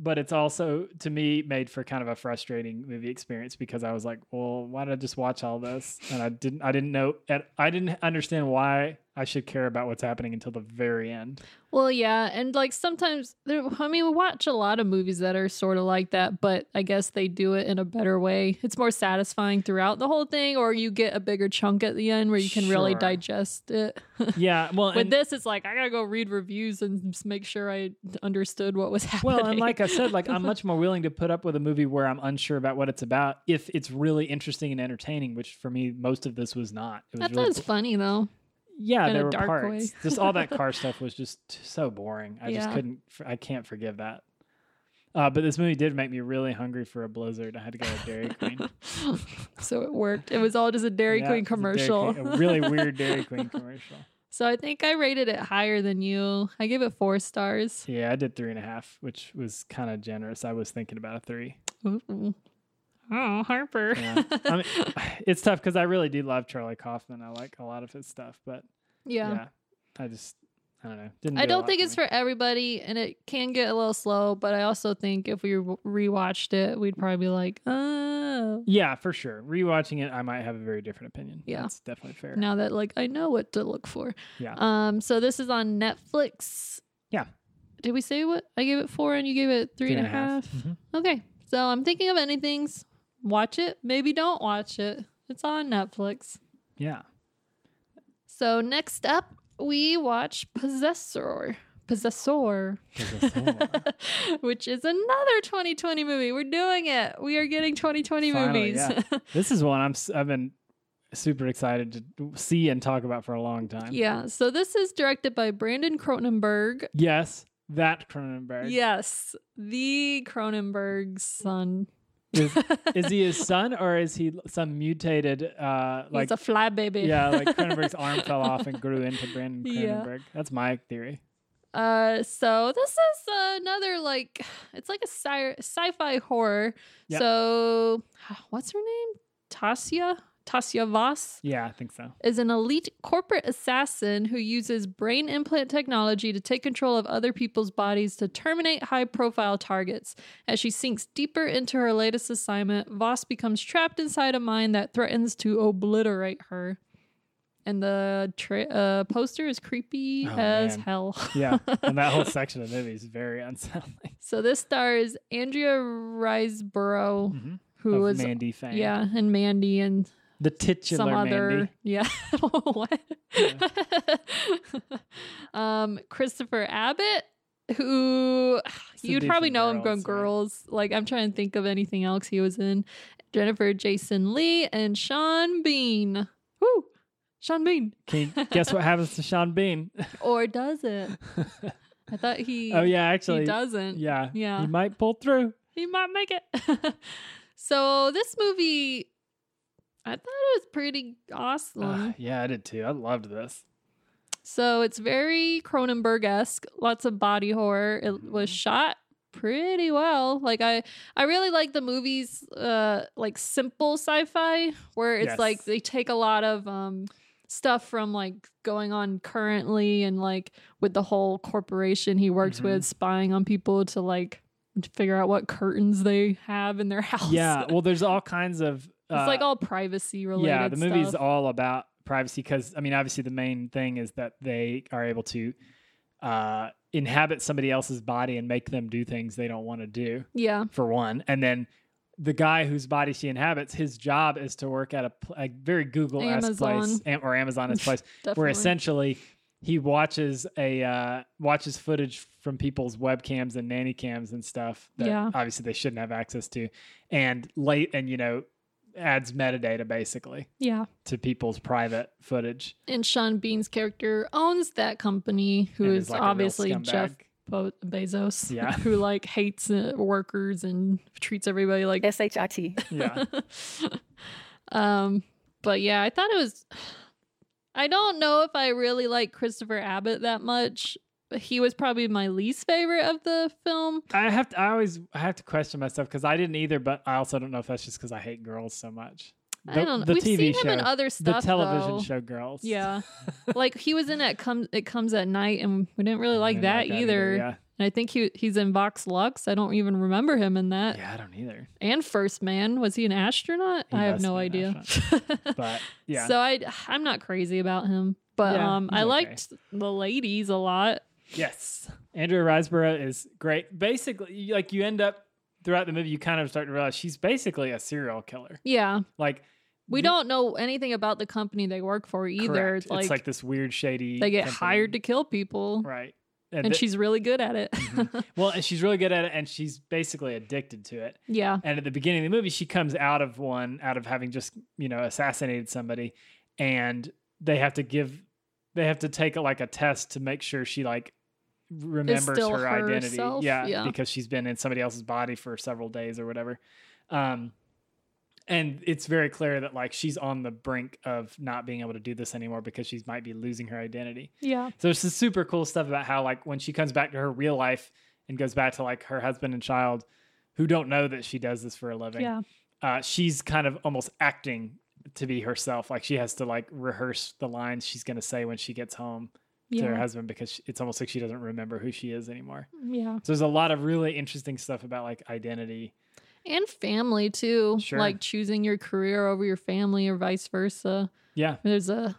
Speaker 2: But it's also to me made for kind of a frustrating movie experience because I was like, well, why did I just watch all this? And I didn't, I didn't know, at, I didn't understand why I should care about what's happening until the very end.
Speaker 1: Well, yeah, and like sometimes there, I mean, we watch a lot of movies that are sort of like that, but I guess they do it in a better way. It's more satisfying throughout the whole thing, or you get a bigger chunk at the end where you can really
Speaker 2: Sure.
Speaker 1: digest it. (laughs)
Speaker 2: (laughs) Yeah, well,
Speaker 1: With
Speaker 2: and-
Speaker 1: this, it's like I gotta go read reviews and just make sure I understood what was happening.
Speaker 2: Well, and
Speaker 1: (laughs)
Speaker 2: like I said, like I'm much more willing to put up with a movie where I'm unsure about what it's about if it's really interesting and entertaining, which for me most of this was not. It was
Speaker 1: that
Speaker 2: really
Speaker 1: was funny though.
Speaker 2: yeah,
Speaker 1: in
Speaker 2: there
Speaker 1: a
Speaker 2: were
Speaker 1: dark
Speaker 2: parts.
Speaker 1: way.
Speaker 2: just all
Speaker 1: (laughs)
Speaker 2: that car stuff was just t- so boring. I just
Speaker 1: Yeah.
Speaker 2: couldn't. f- I can't forgive that. Uh, but this movie did make me really hungry for a blizzard. I had to go
Speaker 1: (laughs)
Speaker 2: to Dairy Queen.
Speaker 1: So it worked. It was all just a Dairy
Speaker 2: Yeah,
Speaker 1: Queen
Speaker 2: it was a Dairy
Speaker 1: commercial.
Speaker 2: Queen- a really weird Dairy Queen commercial.
Speaker 1: (laughs) so I think I rated it higher than you. I gave it four stars.
Speaker 2: Yeah, I did three and a half, which was kind of generous. I was thinking about a three.
Speaker 1: Ooh. Oh, Harper.
Speaker 2: Yeah.
Speaker 1: (laughs)
Speaker 2: I mean, (sighs) it's tough because I really do love Charlie Kaufman. I like a lot of his stuff, but yeah,
Speaker 1: yeah.
Speaker 2: I just I don't know. Didn't do
Speaker 1: I
Speaker 2: a
Speaker 1: don't
Speaker 2: lot
Speaker 1: think it's
Speaker 2: me.
Speaker 1: for everybody, and it can get a little slow. But I also think if we w- rewatched it, we'd probably be like, "Oh,
Speaker 2: Yeah, for sure. Rewatching it, I might have a very different opinion.
Speaker 1: Yeah.
Speaker 2: that's definitely fair.
Speaker 1: now that like I know what to look for."
Speaker 2: Yeah.
Speaker 1: Um. So this is on Netflix.
Speaker 2: Yeah.
Speaker 1: Did we say what I gave it four and you gave it three and a half?
Speaker 2: Mhm.
Speaker 1: Okay. So I'm thinking of anything's watch it. Maybe don't watch it. It's on Netflix.
Speaker 2: Yeah.
Speaker 1: So next up, we watch Possessor. Possessor. (laughs) which is another 2020 movie. We're doing it. We are getting 2020
Speaker 2: Finally,
Speaker 1: movies. (laughs)
Speaker 2: yeah.
Speaker 1: Yeah.
Speaker 2: (laughs) this is one I'm s- I've been super excited to see and talk about for a long time.
Speaker 1: So this is directed by Brandon Cronenberg.
Speaker 2: Yes, that Cronenberg.
Speaker 1: Yes, the Cronenberg son.
Speaker 2: Is, is
Speaker 1: (laughs)
Speaker 2: he his son or is he some mutated uh like
Speaker 1: He's a fly baby. (laughs)
Speaker 2: yeah, like Cronenberg's arm fell off and grew into Brandon
Speaker 1: Yeah.
Speaker 2: Cronenberg. That's my theory.
Speaker 1: Uh, so this is another like it's like a sci- sci-fi horror.
Speaker 2: Yep.
Speaker 1: So (sighs) what's her name? Tasia Tasia Voss
Speaker 2: Yeah, I think so.
Speaker 1: is an elite corporate assassin who uses brain implant technology to take control of other people's bodies to terminate high-profile targets. As she sinks deeper into her latest assignment, Voss becomes trapped inside a mind that threatens to obliterate her. And the tra- uh, poster is creepy
Speaker 2: Oh,
Speaker 1: as
Speaker 2: man.
Speaker 1: hell. (laughs)
Speaker 2: Yeah, and that whole section of the movie is very (laughs) unsettling.
Speaker 1: So this stars Andrea Riseborough,
Speaker 2: Mhm.
Speaker 1: who
Speaker 2: Of
Speaker 1: was
Speaker 2: Mandy Fang?
Speaker 1: yeah, and Mandy and
Speaker 2: the titular
Speaker 1: some
Speaker 2: Mandy.
Speaker 1: other (laughs) yeah. what? (laughs) um, Christopher Abbott, who you'd
Speaker 2: dude
Speaker 1: probably
Speaker 2: from
Speaker 1: know him from
Speaker 2: Girls, right?
Speaker 1: Girls. Like I'm trying to think of anything else he was in. Jennifer Jason Lee and Sean Bean. Woo! Sean Bean,
Speaker 2: (laughs) Can you guess what happens to Sean Bean? (laughs)
Speaker 1: or does it? I thought he.
Speaker 2: oh yeah, actually,
Speaker 1: he doesn't.
Speaker 2: yeah,
Speaker 1: Yeah.
Speaker 2: he might pull through.
Speaker 1: he might make it. (laughs) so this movie, I thought it was pretty awesome.
Speaker 2: Ah, yeah, I did too. I loved
Speaker 1: (laughs)
Speaker 2: this.
Speaker 1: so it's very Cronenberg esque, lots of body horror. It
Speaker 2: Mm-hmm.
Speaker 1: was shot pretty well. Like I, I really like the movies, uh, like simple sci fi where it's
Speaker 2: Yes.
Speaker 1: like they take a lot of um stuff from like going on currently and like with the whole corporation he works
Speaker 2: Mhm.
Speaker 1: with spying on people to like figure out what curtains they have in their (laughs) house.
Speaker 2: Yeah, well, there's all kinds of.
Speaker 1: It's
Speaker 2: uh,
Speaker 1: like all privacy related.
Speaker 2: yeah, the movie's
Speaker 1: stuff.
Speaker 2: all about privacy because I mean, obviously, the main thing is that they are able to uh, inhabit somebody else's body and make them do things they don't want to do.
Speaker 1: yeah,
Speaker 2: for one, and then the guy whose body she inhabits, his job is to work at a, pl- a very Google esque place
Speaker 1: Amazon.
Speaker 2: am- or Amazon
Speaker 1: (laughs)
Speaker 2: esque place,
Speaker 1: definitely.
Speaker 2: where essentially he watches a uh, watches footage from people's webcams and nanny cams and stuff that
Speaker 1: Yeah.
Speaker 2: obviously they shouldn't have access to, and late and you know adds metadata basically
Speaker 1: yeah,
Speaker 2: to people's private footage.
Speaker 1: and Sean Bean's character owns that company, who
Speaker 2: and
Speaker 1: is
Speaker 2: like a real
Speaker 1: obviously Jeff
Speaker 2: scumbag.
Speaker 1: Bo- Bezos, (laughs)
Speaker 2: Yeah.
Speaker 1: who like hates uh, (laughs) workers and treats everybody like
Speaker 5: S H I T.
Speaker 2: Yeah,
Speaker 1: um, But yeah, I thought it was. I don't know if I really like Christopher Abbott that much. He was probably my least favorite of the film.
Speaker 2: I have to. I always I have to question myself because I didn't either. But I also don't know if that's just because I hate girls so much. The,
Speaker 1: I don't know.
Speaker 2: the
Speaker 1: We've
Speaker 2: TV
Speaker 1: seen
Speaker 2: show,
Speaker 1: him in other
Speaker 2: the
Speaker 1: stuff.
Speaker 2: television
Speaker 1: though.
Speaker 2: show Girls. (laughs)
Speaker 1: Yeah. like he was in it comes it comes at night and we didn't really like
Speaker 2: I didn't
Speaker 1: that either.
Speaker 2: Yeah.
Speaker 1: And I think he he's in Vox Lux. I don't even remember him in that.
Speaker 2: yeah, I don't either.
Speaker 1: And First Man, was he an astronaut?
Speaker 2: He
Speaker 1: I have
Speaker 2: must
Speaker 1: no
Speaker 2: have been an
Speaker 1: idea. (laughs)
Speaker 2: But yeah,
Speaker 1: So I I'm not crazy about him, but
Speaker 2: Yeah,
Speaker 1: um
Speaker 2: he's
Speaker 1: I
Speaker 2: okay.
Speaker 1: liked the ladies a lot.
Speaker 2: yes, Andrea Riseborough is great. Basically, you- like you end up throughout the movie, you kind of start to realize she's basically a serial killer.
Speaker 1: Yeah.
Speaker 2: Like
Speaker 1: We
Speaker 2: You-
Speaker 1: don't know anything about the company they work for either.
Speaker 2: correct.
Speaker 1: Like,
Speaker 2: it's like this weird shady.
Speaker 1: they get
Speaker 2: company.
Speaker 1: hired to kill people
Speaker 2: right,
Speaker 1: and
Speaker 2: th-
Speaker 1: she's really good at it.
Speaker 2: Mhm. well, and she's really good at it, and she's basically addicted to it.
Speaker 1: (laughs) yeah.
Speaker 2: And at the beginning of the movie, she comes out of one, out of having just, you know, assassinated somebody. And they have to give, they have to take like a test to make sure she like remembers
Speaker 1: still
Speaker 2: her identity.
Speaker 1: herself?
Speaker 2: Yeah,
Speaker 1: Yeah.
Speaker 2: Because she's been in somebody else's body for several days or whatever. Um, and it's very clear that like she's on the brink of not being able to do this anymore because she might be losing her identity.
Speaker 1: Yeah.
Speaker 2: So it's this super cool stuff about how like when she comes back to her real life and goes back to like her husband and child who don't know that she does this for a living.
Speaker 1: Yeah.
Speaker 2: Uh, she's kind of almost acting to be herself. Like she has to like rehearse the lines she's going to say when she gets home to her
Speaker 1: Yeah.
Speaker 2: husband because she- it's almost like she doesn't remember who she is anymore.
Speaker 1: Yeah.
Speaker 2: So there's a lot of really interesting stuff about like identity.
Speaker 1: and family too
Speaker 2: Sure.
Speaker 1: like choosing your career over your family or vice versa
Speaker 2: Yeah.
Speaker 1: there's a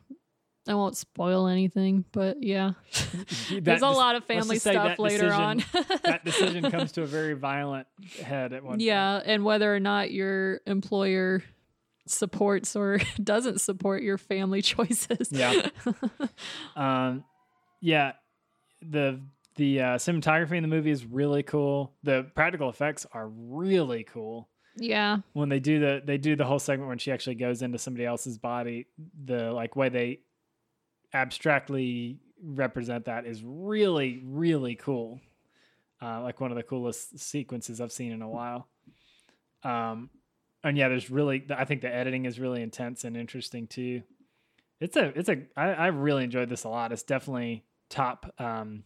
Speaker 1: i won't spoil anything but yeah (laughs) there's
Speaker 2: That
Speaker 1: a
Speaker 2: dec-
Speaker 1: lot of
Speaker 2: let's
Speaker 1: family
Speaker 2: just say
Speaker 1: stuff
Speaker 2: that
Speaker 1: later
Speaker 2: decision-
Speaker 1: on
Speaker 2: (laughs) that decision comes to a very violent head
Speaker 1: (laughs)
Speaker 2: at one point.
Speaker 1: yeah and whether or not your employer supports or (laughs) doesn't support your family (laughs) choices
Speaker 2: Yeah. Um, yeah, the the uh, cinematography in the movie is really cool. The practical effects are really cool.
Speaker 1: (laughs) yeah
Speaker 2: When they do the they do the whole segment when she actually goes into somebody else's body, the like way they abstractly represent that is really really cool. Uh, like one of the coolest sequences I've seen in a while. Um, and yeah, there's really I think the editing is really intense and interesting too. It's a it's a I, I really enjoyed this a lot. It's definitely top um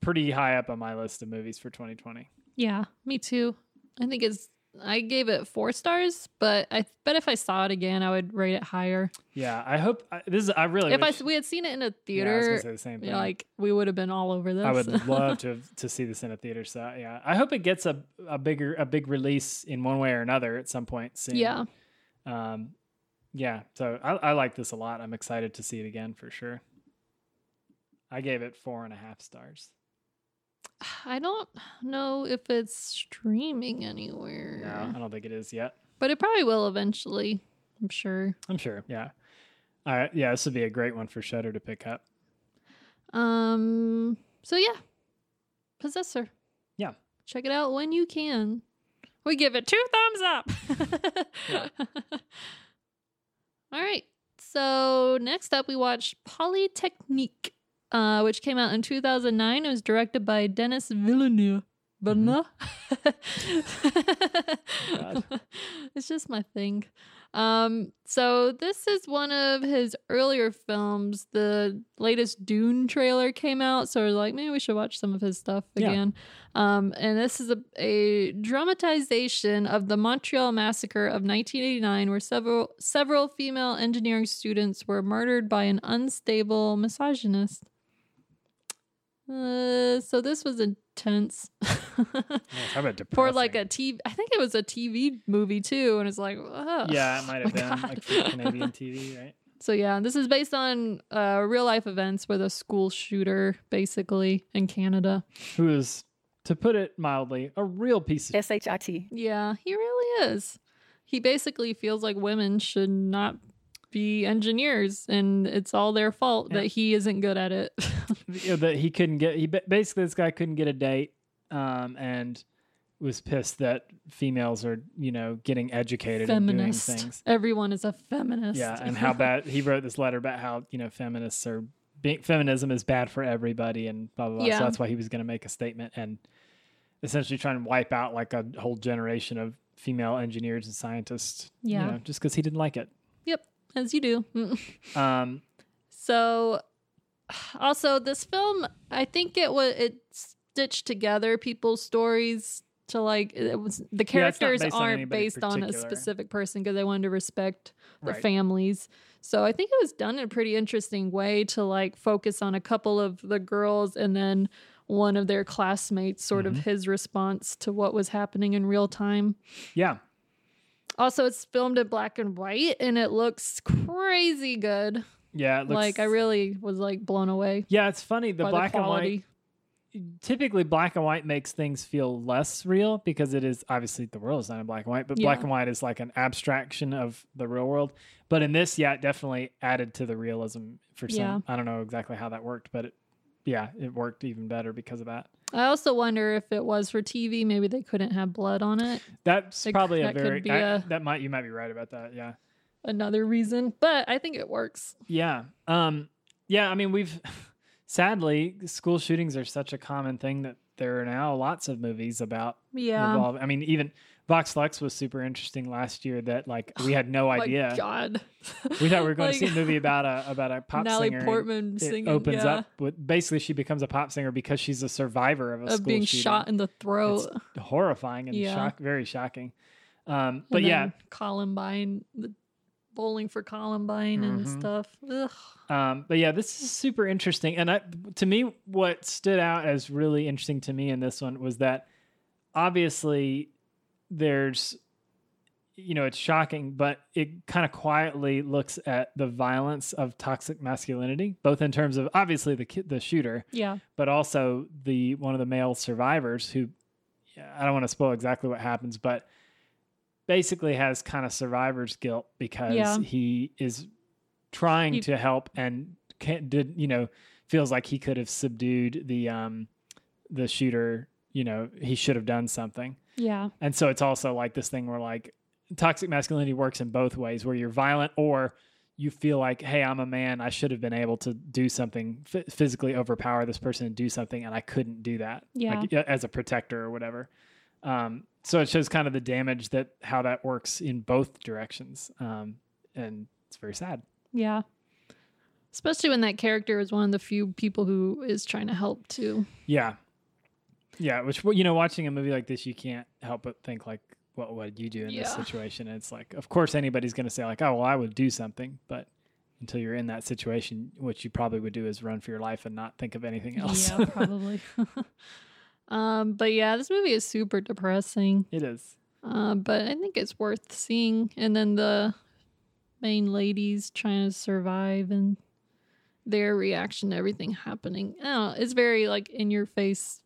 Speaker 2: pretty high up on my list of movies for 2020.
Speaker 1: yeah me too i think it's i gave it four stars but i bet if i saw it again i would rate it higher
Speaker 2: Yeah, I hope I, this is I really
Speaker 1: if i
Speaker 2: wish-
Speaker 1: we had seen it in a
Speaker 2: yeah, I was
Speaker 1: theater
Speaker 2: gonna say the same
Speaker 1: Yeah,
Speaker 2: thing.
Speaker 1: like we would have been all over this.
Speaker 2: I would love
Speaker 1: (laughs)
Speaker 2: to have- to see this in a theater. So yeah, I hope it gets a a bigger a big release in one way or another at some
Speaker 1: (laughs)
Speaker 2: point soon.
Speaker 1: yeah,
Speaker 2: Um, yeah. So I, I like this a lot. I'm excited to see it again for sure. I gave it four and a half stars.
Speaker 1: I don't know if it's streaming anywhere,
Speaker 2: No, I don't think it is yet.
Speaker 1: but it probably will eventually. I'm sure.
Speaker 2: I'm sure. Yeah. All right. Yeah, this would be a great one for Shutter to
Speaker 1: (sighs)
Speaker 2: pick up.
Speaker 1: Um. So yeah, Possessor.
Speaker 2: Yeah.
Speaker 1: Check it out when you can. We give it two thumbs up. (laughs)
Speaker 2: Yeah.
Speaker 1: All right. So next up, we watched Polytechnique, uh, which came out in 2009. It was directed by Dennis
Speaker 2: Mm-hmm.
Speaker 1: Villeneuve. Villeneuve.
Speaker 2: Oh, God.
Speaker 1: (laughs) it's just my thing. Um, so this is one of his earlier films. The latest Dune trailer came out, so we're like, maybe we should watch some of his stuff
Speaker 2: Yeah.
Speaker 1: again. Um, and this is a, a dramatization of the Montreal Massacre of 1989, where several several female engineering students were murdered by an unstable misogynist. Uh, so this was intense. (laughs)
Speaker 2: Yeah, how about depressing?
Speaker 1: For like a TV, I think it was a TV movie too, and it's like, oh, (laughs)
Speaker 2: yeah, it might have
Speaker 1: my
Speaker 2: been
Speaker 1: God.
Speaker 2: like for Canadian TV, right?
Speaker 1: So yeah, this is based on uh, real life events with a school shooter, basically in Canada.
Speaker 2: Who is, to put it mildly, a real piece of
Speaker 5: S H I T.
Speaker 1: Yeah, he really is. He basically feels like women should not be engineers, and it's all their fault
Speaker 2: Yeah.
Speaker 1: that he isn't good at it. (laughs)
Speaker 2: you know, that he couldn't get. He ba- basically this guy couldn't get a date, um, and was pissed that females are you know getting educated and doing
Speaker 1: feminist.
Speaker 2: things.
Speaker 1: Everyone is a feminist.
Speaker 2: Yeah, and how bad he wrote this letter about how you know feminists are being feminism is bad for everybody and blah blah. blah.
Speaker 1: Yeah.
Speaker 2: So that's why he was going to make a statement and essentially try and wipe out like a whole generation of female engineers and scientists. you
Speaker 1: Yeah.
Speaker 2: know, just because he didn't like it.
Speaker 1: (laughs) Yep, as you do. Mm.
Speaker 2: Um,
Speaker 1: So, also this film, I think it was it stitched together people's stories to like it was the
Speaker 2: not
Speaker 1: characters
Speaker 2: based on
Speaker 1: aren't
Speaker 2: anybody
Speaker 1: based on a
Speaker 2: particular.
Speaker 1: specific person because they wanted to respect the
Speaker 2: Right.
Speaker 1: families. So I think it was done in a pretty interesting way to like focus on a couple of the girls and then one of their classmates sort of
Speaker 2: Mm-hmm.
Speaker 1: his response to what was happening in real time.
Speaker 2: yeah.
Speaker 1: Also it's filmed in black and white and it looks crazy good.
Speaker 2: Yeah. It looks,
Speaker 1: Like I really was like blown away
Speaker 2: Yeah, it's funny. The
Speaker 1: by
Speaker 2: black
Speaker 1: the
Speaker 2: and
Speaker 1: quality.
Speaker 2: white. Typically, black and white makes things feel less real because it is obviously the world is not in black and white, but black
Speaker 1: Yeah.
Speaker 2: and white is like an abstraction of the real world. But in this, yeah, it definitely added to the realism for some.
Speaker 1: Yeah.
Speaker 2: I don't know exactly how that worked, but it, yeah, it worked even better because of that.
Speaker 1: I also wonder if it was for TV, maybe they couldn't have blood on it.
Speaker 2: That's
Speaker 1: It c-
Speaker 2: probably
Speaker 1: that
Speaker 2: a
Speaker 1: could
Speaker 2: very
Speaker 1: be
Speaker 2: I-
Speaker 1: a-
Speaker 2: that might you might be right about that. Yeah.
Speaker 1: Another reason, but I think it works.
Speaker 2: Yeah. Um yeah, I mean we've (laughs) sadly school shootings are such a common thing that there are now lots of movies about
Speaker 1: Yeah.
Speaker 2: revolve. I mean even Vox Lux was super interesting last year that like we had
Speaker 1: (sighs)
Speaker 2: no
Speaker 1: Oh My
Speaker 2: idea.
Speaker 1: God. (laughs)
Speaker 2: We thought we were going
Speaker 1: Like,
Speaker 2: to see a movie about a
Speaker 1: (laughs)
Speaker 2: about a pop
Speaker 1: Natalie
Speaker 2: singer. and
Speaker 1: Portman
Speaker 2: it
Speaker 1: singing.
Speaker 2: opens
Speaker 1: yeah,
Speaker 2: up with basically she becomes a pop singer because she's a survivor of a
Speaker 1: of
Speaker 2: school
Speaker 1: being
Speaker 2: shooting.
Speaker 1: shot in the throat.
Speaker 2: It's horrifying and
Speaker 1: Yeah.
Speaker 2: shock, very shocking. Um, but
Speaker 1: And
Speaker 2: yeah,
Speaker 1: then Columbine, the bowling for Columbine and
Speaker 2: Mhm.
Speaker 1: stuff. Ugh.
Speaker 2: Um, but yeah, this is super interesting. And I, to me, what stood out as really interesting to me in this one was that obviously there's, you know, it's shocking, but it kind of quietly looks at the violence of toxic masculinity, both in terms of obviously the kid, the shooter,
Speaker 1: Yeah.
Speaker 2: but also the one of the male survivors who I don't want to spoil exactly what happens, but basically has kind of survivor's guilt because
Speaker 1: Yeah.
Speaker 2: he is trying
Speaker 1: He-
Speaker 2: to help and can't did you know feels like he could have subdued the um the shooter you know he should have done something
Speaker 1: Yeah.
Speaker 2: and so it's also like this thing where like toxic masculinity works in both ways where you're violent or you feel like, hey, I'm a man. I should have been able to do something, f- physically overpower this person and do something, and I couldn't do that.
Speaker 1: Yeah.
Speaker 2: Like, as a protector or whatever. Um, so it shows kind of the damage that how that works in both directions. Um, and it's very sad.
Speaker 1: Yeah. Especially when that character is one of the few people who is trying to help too.
Speaker 2: Yeah. Yeah. Which, well, you know, watching a movie like this, you can't help but think, like, what would you do in this
Speaker 1: Yeah.
Speaker 2: situation? And it's like, of course, anybody's going to say, like, oh, well, I would do something. But until you're in that situation, what you probably would do is run for your life and not think of anything (laughs) else.
Speaker 1: Yeah, probably. (laughs) um, but yeah, this movie is super depressing.
Speaker 2: it is.
Speaker 1: Uh, but I think it's worth seeing. And then the main ladies trying to survive and their reaction to everything happening. I don't know, it's very like in your face.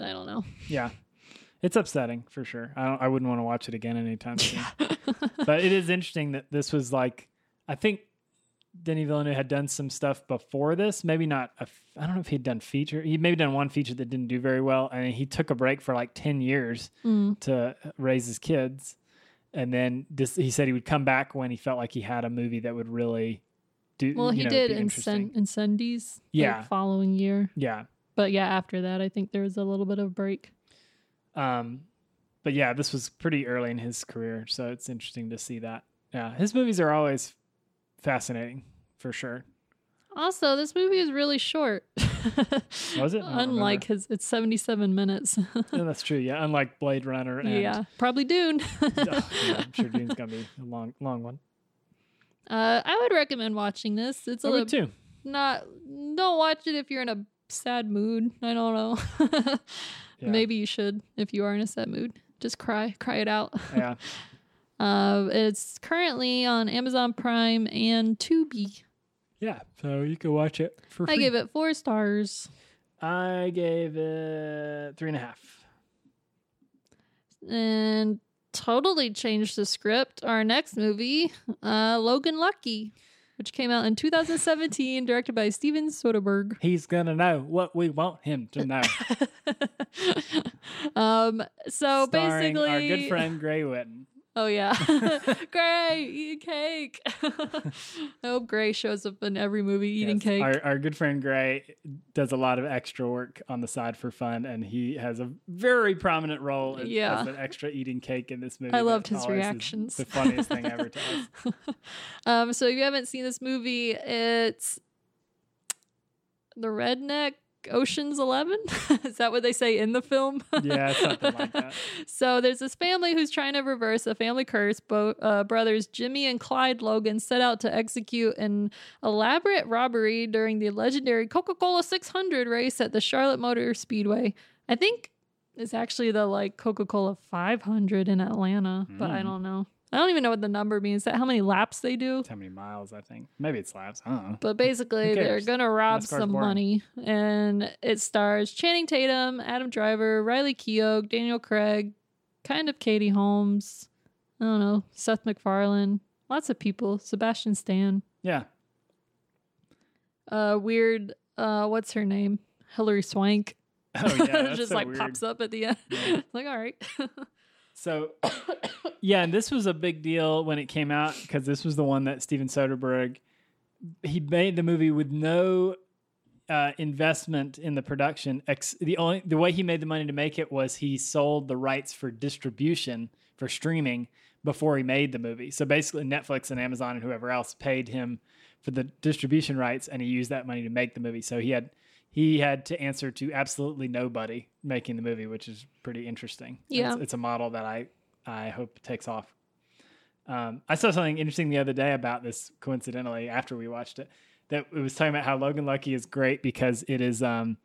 Speaker 1: I don't know.
Speaker 2: Yeah. It's upsetting for sure. I, don't, I wouldn't want to watch it
Speaker 1: (laughs)
Speaker 2: again anytime soon. but it is interesting that this was like, I think Denny Villeneuve had done some stuff before this. Maybe not. A, f- I don't know if he'd done feature. He maybe done one feature that didn't do very well, and he took a break for like ten years
Speaker 1: Mm.
Speaker 2: to raise his kids, and then dis he said he would come back when he felt like he had a movie that would really do.
Speaker 1: Well,
Speaker 2: you
Speaker 1: he
Speaker 2: know,
Speaker 1: did
Speaker 2: be
Speaker 1: Incen-
Speaker 2: interesting.
Speaker 1: Incendies the
Speaker 2: Yeah.
Speaker 1: following year.
Speaker 2: Yeah.
Speaker 1: But yeah, after that, I think there was a little bit of break.
Speaker 2: Um, but yeah, this was pretty early in his career, so it's interesting to see that. Yeah, his movies are always fascinating for sure.
Speaker 1: Also, this movie is really short. (laughs)
Speaker 2: Was it? I don't
Speaker 1: Unlike his, it's 77 minutes. (laughs)
Speaker 2: Yeah, that's true. Yeah, unlike Blade Runner and
Speaker 1: yeah, probably
Speaker 2: (laughs)
Speaker 1: Dune. (laughs)
Speaker 2: Oh, yeah, I'm sure Dune's gonna be a long, long one.
Speaker 1: Uh, I would recommend watching this. It's a
Speaker 2: I
Speaker 1: little
Speaker 2: would too.
Speaker 1: not. Don't watch it if you're in a sad mood. I don't know. (laughs)
Speaker 2: Yeah.
Speaker 1: Maybe you should if you are in a sad mood. Just cry, cry it out.
Speaker 2: Yeah,
Speaker 1: Uh, it's currently on Amazon Prime and Tubi.
Speaker 2: yeah. So you can watch it for free.
Speaker 1: I gave it four stars.
Speaker 2: I gave it three and a half.
Speaker 1: and totally changed the script. Our next movie, uh, Logan Lucky, which came out in 2017, directed by Steven Soderbergh. (laughs)
Speaker 2: He's gonna know what we want him to know.
Speaker 1: um, so
Speaker 2: Starring
Speaker 1: basically,
Speaker 2: our good friend Gray Witten.
Speaker 1: Oh yeah, (laughs) Gray eating cake. (laughs) oh, Gray shows up in every movie eating
Speaker 2: Yes.
Speaker 1: cake.
Speaker 2: Our, our good friend Gray does a lot of extra work on the side for fun, and he has a very prominent role as,
Speaker 1: Yeah.
Speaker 2: as an extra eating cake in this movie.
Speaker 1: I
Speaker 2: that
Speaker 1: loved his
Speaker 2: always is
Speaker 1: reactions.
Speaker 2: The funniest thing ever
Speaker 1: (laughs)
Speaker 2: to us.
Speaker 1: Um, so if you haven't seen this movie, it's the Redneck Ocean's Eleven. (laughs) Is that what they say in the film?
Speaker 2: Yeah, something like that.
Speaker 1: So there's this family who's trying to reverse a family curse. Bo- uh, brothers Jimmy and Clyde Logan set out to execute an elaborate robbery during the legendary Coca-Cola 600 race at the Charlotte Motor Speedway. I think it's actually the like Coca-Cola 500 in Atlanta, but I
Speaker 2: Mm.
Speaker 1: don't know. I don't even know what the number means. How many laps they do?
Speaker 2: It's how many miles? I think maybe it's laps. I don't know.
Speaker 1: But basically,
Speaker 2: Who
Speaker 1: they're
Speaker 2: cares?
Speaker 1: gonna rob
Speaker 2: NASCAR's
Speaker 1: some
Speaker 2: boring.
Speaker 1: money, and it stars Channing Tatum, Adam Driver, Riley Keogh, Daniel Craig, kind of Katie Holmes. I don't know Seth MacFarlane, lots of people. Sebastian Stan, (laughs)
Speaker 2: Yeah,
Speaker 1: uh, weird. Uh, what's her name? Hillary Swank. (laughs)
Speaker 2: Oh yeah, that's
Speaker 1: just
Speaker 2: so
Speaker 1: like
Speaker 2: weird.
Speaker 1: pops up at the end. (laughs)
Speaker 2: Yeah.
Speaker 1: like, all right.
Speaker 2: So yeah, and this was a big deal when it came out because this was the one that Steven Soderbergh he made the movie with no uh, investment in the production. Ex- the only the way he made the money to make it was he sold the rights for distribution for streaming before he made the movie. So basically, Netflix and Amazon and whoever else paid him for the distribution rights, and he used that money to make the movie. So he had he had to answer to absolutely nobody making the movie, which is pretty interesting. And
Speaker 1: Yeah.
Speaker 2: it's, it's a model that I I hope takes off. Um, I saw something interesting the other day about this. Coincidentally, after we watched it, that it was talking about how Logan Lucky is great because it is um,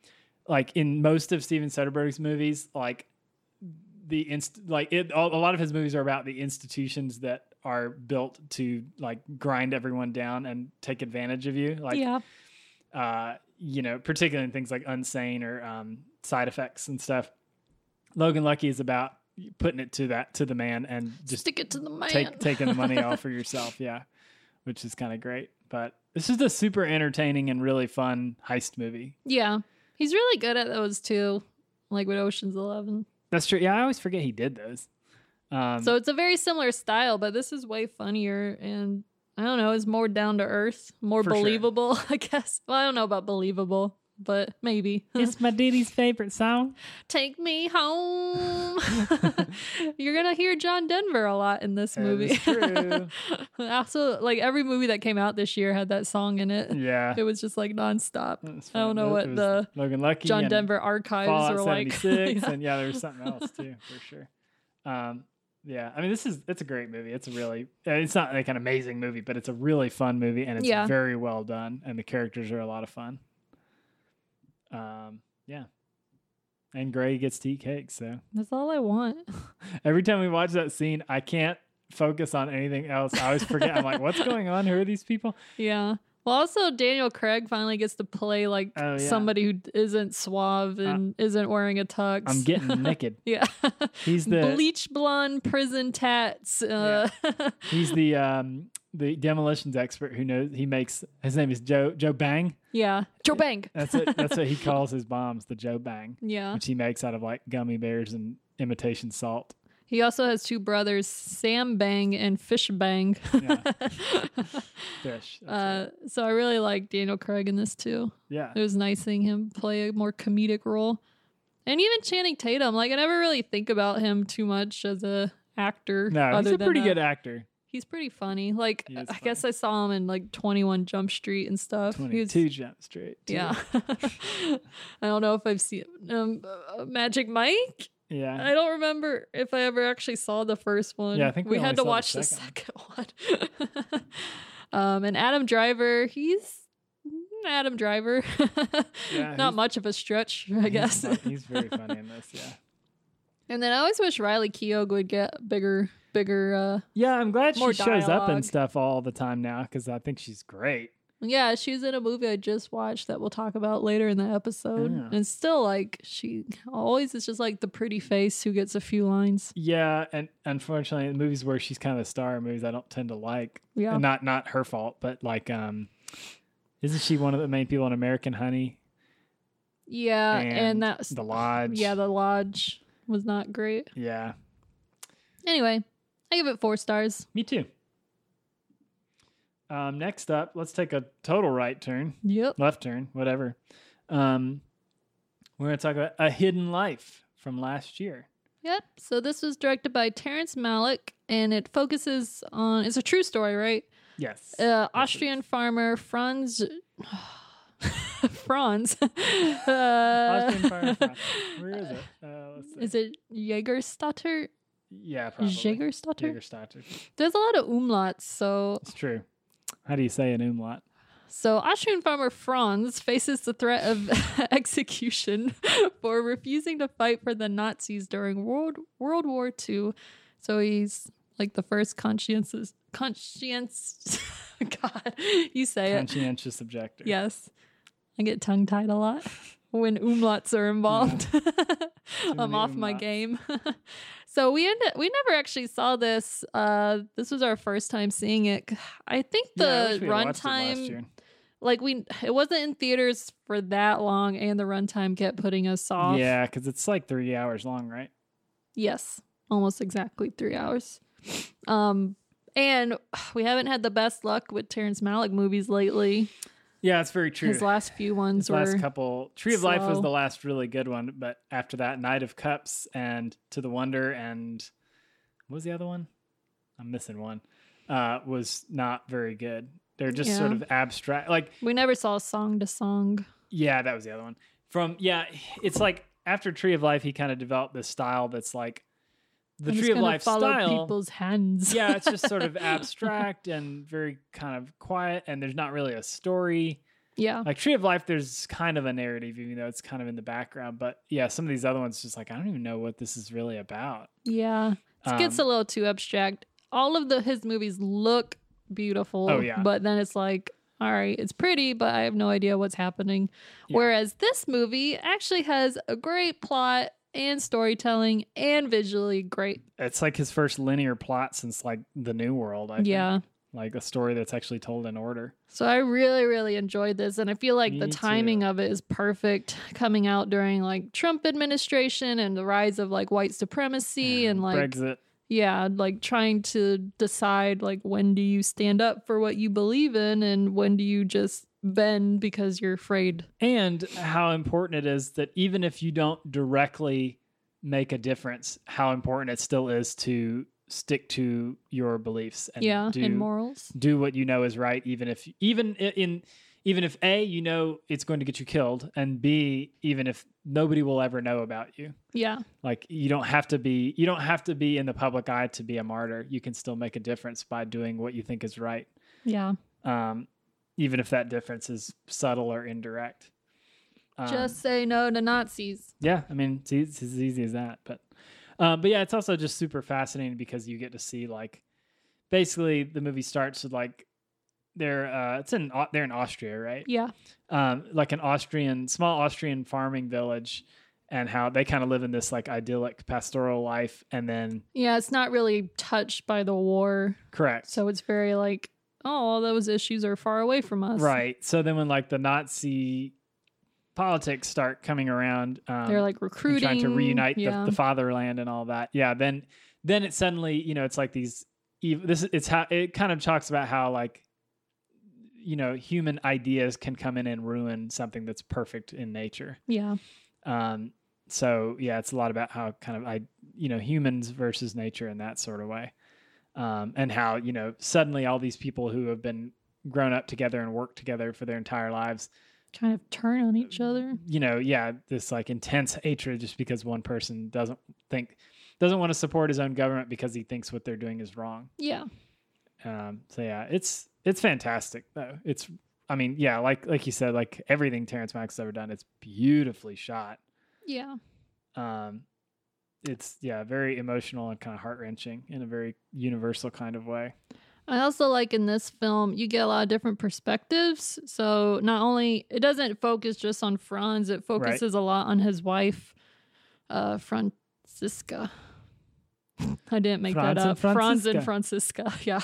Speaker 2: like in most of Steven Soderbergh's movies, like the inst like it all, a lot of his movies are about the institutions that are built to like grind everyone down and take advantage of you like
Speaker 1: yeah,
Speaker 2: uh you know particularly in things like unsane or um side effects and stuff logan lucky is about putting it to that to the man and just
Speaker 1: stick it to the man.
Speaker 2: take taking
Speaker 1: (laughs)
Speaker 2: the money all for yourself yeah which is kind of great but this is a super entertaining and really fun heist movie
Speaker 1: yeah, he's really good at those too. Like with Ocean's Eleven.
Speaker 2: that's true yeah i always forget he did those um
Speaker 1: So it's a very similar style, but this is way funnier and I don't know, it's more down to earth, more
Speaker 2: For sure.
Speaker 1: believable, (laughs) I guess. Well, I don't know about believable, but maybe.
Speaker 2: it's my diddy's favorite song
Speaker 1: (laughs) Take me
Speaker 2: (laughs)
Speaker 1: home. (laughs) You're gonna hear John Denver a lot in this
Speaker 2: That
Speaker 1: movie. (laughs)
Speaker 2: is true.
Speaker 1: also, like every movie that came out this year had that song in it.
Speaker 2: yeah
Speaker 1: It was just like nonstop.
Speaker 2: That's
Speaker 1: I don't
Speaker 2: fun.
Speaker 1: know what
Speaker 2: It was
Speaker 1: the
Speaker 2: Logan Lucky
Speaker 1: John
Speaker 2: and
Speaker 1: Denver archives
Speaker 2: Fallout
Speaker 1: were like. (laughs)
Speaker 2: 76
Speaker 1: Yeah.
Speaker 2: and yeah there was something else too for sure um yeah I mean this is it's a great movie it's a really uh, it's not like an amazing movie but it's a really fun movie and it's
Speaker 1: Yeah.
Speaker 2: very well done and the characters are a lot of fun um yeah and Gray gets to eat cake so
Speaker 1: That's all I want.
Speaker 2: every time we watch that scene I can't focus on anything else I always forget I'm like what's going on who are these people
Speaker 1: Yeah. Well, also Daniel Craig finally gets to play like
Speaker 2: Oh, yeah. Uh,
Speaker 1: somebody who isn't suave and isn't wearing a tux. (laughs)
Speaker 2: I'm getting naked
Speaker 1: yeah.
Speaker 2: he's (laughs) the
Speaker 1: Bleach blonde prison tats. Uh,
Speaker 2: He's the um the demolitions expert who knows he makes his name is Joe Joe Bang.
Speaker 1: (laughs) yeah. Joe Bank.
Speaker 2: That's it. That's (laughs) what he calls his bombs, the Joe Bang,
Speaker 1: Yeah.
Speaker 2: which he makes out of like gummy bears and imitation salt.
Speaker 1: He also has two brothers, Sam Bang and Fish Bang. (laughs)
Speaker 2: Yeah. Fish. That's
Speaker 1: uh,
Speaker 2: right.
Speaker 1: so I really like Daniel Craig in this too.
Speaker 2: Yeah.
Speaker 1: It was nice seeing him play a more comedic role. And even Channing Tatum, like I never really think about him too much as a actor.
Speaker 2: No, he's
Speaker 1: other
Speaker 2: a
Speaker 1: than
Speaker 2: pretty
Speaker 1: a-
Speaker 2: good actor.
Speaker 1: He's pretty funny. Like
Speaker 2: He
Speaker 1: I
Speaker 2: is
Speaker 1: guess I saw him in like Twenty One Jump Street and stuff. He was-
Speaker 2: Twenty two jump straight. too. (laughs)
Speaker 1: yeah. (laughs) I don't know if I've seen um, uh, Magic Mike.
Speaker 2: Yeah.
Speaker 1: I don't remember if I ever actually saw the first one.
Speaker 2: Yeah, I think we
Speaker 1: had to
Speaker 2: only saw the
Speaker 1: watch the second,
Speaker 2: second
Speaker 1: (laughs) one. um, and Adam Driver, he's mm, Adam Driver. (laughs)
Speaker 2: Yeah,
Speaker 1: Not
Speaker 2: he's-
Speaker 1: much of a stretch, I
Speaker 2: He's
Speaker 1: guess.
Speaker 2: fu- he's (laughs) very funny in this, yeah.
Speaker 1: (laughs) and then I always wish Riley Keough would get bigger, bigger. uh
Speaker 2: Yeah, I'm glad she
Speaker 1: More
Speaker 2: shows up
Speaker 1: dialogue.
Speaker 2: and stuff all the time now because I think she's great.
Speaker 1: Yeah, she was in a movie I just watched that we'll talk about later in the episode.
Speaker 2: Yeah.
Speaker 1: And still, like, she always is just like the pretty face who gets a few lines.
Speaker 2: Yeah, and unfortunately, the movies where she's kind of the star are movies I don't tend to like.
Speaker 1: Yeah.
Speaker 2: And not not her fault, but like, um, isn't she one of the main people in American Honey Uh,
Speaker 1: Yeah, and, that's
Speaker 2: the Lodge?
Speaker 1: yeah, the lodge was not great.
Speaker 2: yeah.
Speaker 1: Anyway, I give it four stars.
Speaker 2: Me too. Um, next up, let's take a total right turn,
Speaker 1: Yep.
Speaker 2: left turn, whatever. Um, we're going to talk about A Hidden Life from last year.
Speaker 1: Yep. So this was directed by Terrence Malick, and it focuses on it's a true story, right?
Speaker 2: Yes.
Speaker 1: Uh, Austrian farmer Franz. (sighs) Franz. (laughs) uh,
Speaker 2: Austrian Fire Festival. Where is it? Uh, let's
Speaker 1: (laughs)
Speaker 2: see.
Speaker 1: Is it Jägerstatter?
Speaker 2: yeah, probably.
Speaker 1: Jägerstatter?
Speaker 2: Jägerstatter.
Speaker 1: There's a lot of umlauts, so
Speaker 2: It's true. How do you say an umlaut?
Speaker 1: So Austrian farmer Franz faces the threat of (laughs) execution (laughs) for refusing to fight for the Nazis during World World War II. So he's like the first conscientious conscience. (laughs) God, you say it.
Speaker 2: Conscientious objector.
Speaker 1: Yes, I get tongue tied a
Speaker 2: (laughs)
Speaker 1: lot when umlauts are involved. (laughs) I'm
Speaker 2: many
Speaker 1: off my
Speaker 2: umlauts.
Speaker 1: game. (laughs) so we end we never actually saw this. Uh, this was our first time seeing it. I think
Speaker 2: Yeah, I wish
Speaker 1: the
Speaker 2: we had watched it last
Speaker 1: runtime
Speaker 2: year.
Speaker 1: like we it wasn't in theaters for that long and the runtime kept putting us off
Speaker 2: Yeah, because it's like three hours long, right?
Speaker 1: yes almost exactly three hours um and we haven't had the best luck with terrence malick movies lately
Speaker 2: Yeah, it's very true.
Speaker 1: his last few ones
Speaker 2: His
Speaker 1: were
Speaker 2: last couple. Tree of Life was
Speaker 1: slow.
Speaker 2: the last really good one, but after that, Knight of Cups and To the Wonder and what was the other one? I'm missing one. Uh, was not very good. They're just sort
Speaker 1: Yeah.
Speaker 2: of abstract. Like
Speaker 1: we never saw song to song
Speaker 2: Yeah, that was the other one. From yeah, it's like after Tree of Life, he kind of developed this style that's like the
Speaker 1: I'm just
Speaker 2: Tree of
Speaker 1: gonna
Speaker 2: Life
Speaker 1: follow
Speaker 2: style.
Speaker 1: people's hands
Speaker 2: (laughs) yeah, it's just sort of abstract and very kind of quiet, and there's not really a story.
Speaker 1: (laughs) yeah
Speaker 2: Like Tree of Life, there's kind of a narrative, even though it's kind of in the background. But yeah, some of these other ones, just like I don't even know what this is really about.
Speaker 1: yeah it gets a
Speaker 2: Um,
Speaker 1: little too abstract all of the his movies look beautiful
Speaker 2: Oh, yeah.
Speaker 1: but then it's like all right it's pretty but i have no idea what's happening
Speaker 2: Yeah.
Speaker 1: whereas this movie actually has a great plot and storytelling and visually great
Speaker 2: It's like his first linear plot since like the New World. I think.
Speaker 1: yeah
Speaker 2: like a story that's actually told in order.
Speaker 1: so i really really enjoyed this and i feel like the
Speaker 2: Me
Speaker 1: timing
Speaker 2: too.
Speaker 1: of it is perfect coming out during like trump administration and the rise of like white supremacy and like
Speaker 2: Brexit.
Speaker 1: yeah like trying to decide like when do you stand up for what you believe in and when do you just bend because you're afraid
Speaker 2: and how important it is that even if you don't directly make a difference, how important it still is to stick to your beliefs and
Speaker 1: yeah
Speaker 2: do,
Speaker 1: and morals
Speaker 2: do what you know is right, even if even i- in even if a you know it's going to get you killed, and b even if nobody will ever know about you.
Speaker 1: yeah
Speaker 2: Like you don't have to be you don't have to be in the public eye to be a martyr. You can still make a difference by doing what you think is right,
Speaker 1: yeah
Speaker 2: um, even if that difference is subtle or indirect. Um,
Speaker 1: just say no to nazis
Speaker 2: yeah, I mean, it's, eas- it's as easy as that. But, um, but yeah, it's also just super fascinating because you get to see like, basically, the movie starts with like, they're uh, it's in Au- they're in Austria, right?
Speaker 1: yeah
Speaker 2: Um, like an Austrian small Austrian farming village, and how they kind of live in this like idyllic pastoral life, and then
Speaker 1: yeah it's not really touched by the war
Speaker 2: correct.
Speaker 1: so it's very like oh all those issues are far away from us
Speaker 2: Right. So then when like the Nazi politics start coming around, um,
Speaker 1: they're like
Speaker 2: and
Speaker 1: recruiting
Speaker 2: trying to reunite
Speaker 1: yeah.
Speaker 2: the, the fatherland and all that. Yeah, then then it suddenly you know it's like these. ev- This it's how it kind of talks about how like you know human ideas can come in and ruin something that's perfect in nature.
Speaker 1: yeah
Speaker 2: Um, so yeah, it's a lot about how kind of I you know humans versus nature in that sort of way, um, and how you know suddenly all these people who have been grown up together and worked together for their entire lives
Speaker 1: kind of turn on each other
Speaker 2: you know, yeah, this like intense hatred just because one person doesn't think doesn't want to support his own government because he thinks what they're doing is wrong.
Speaker 1: yeah
Speaker 2: Um, so yeah, it's it's fantastic though. It's I mean, yeah, like like you said, like everything Terrence Mack's ever done, it's beautifully shot.
Speaker 1: yeah
Speaker 2: Um, it's yeah, very emotional and kind of heart wrenching in a very universal kind of way.
Speaker 1: I also like in this film, you get a lot of different perspectives. So, not only it doesn't focus just on Franz, it focuses a lot on his wife, uh, Francisca. (laughs) I didn't make
Speaker 2: Franz
Speaker 1: that
Speaker 2: and
Speaker 1: up. Franz and Francisca, yeah.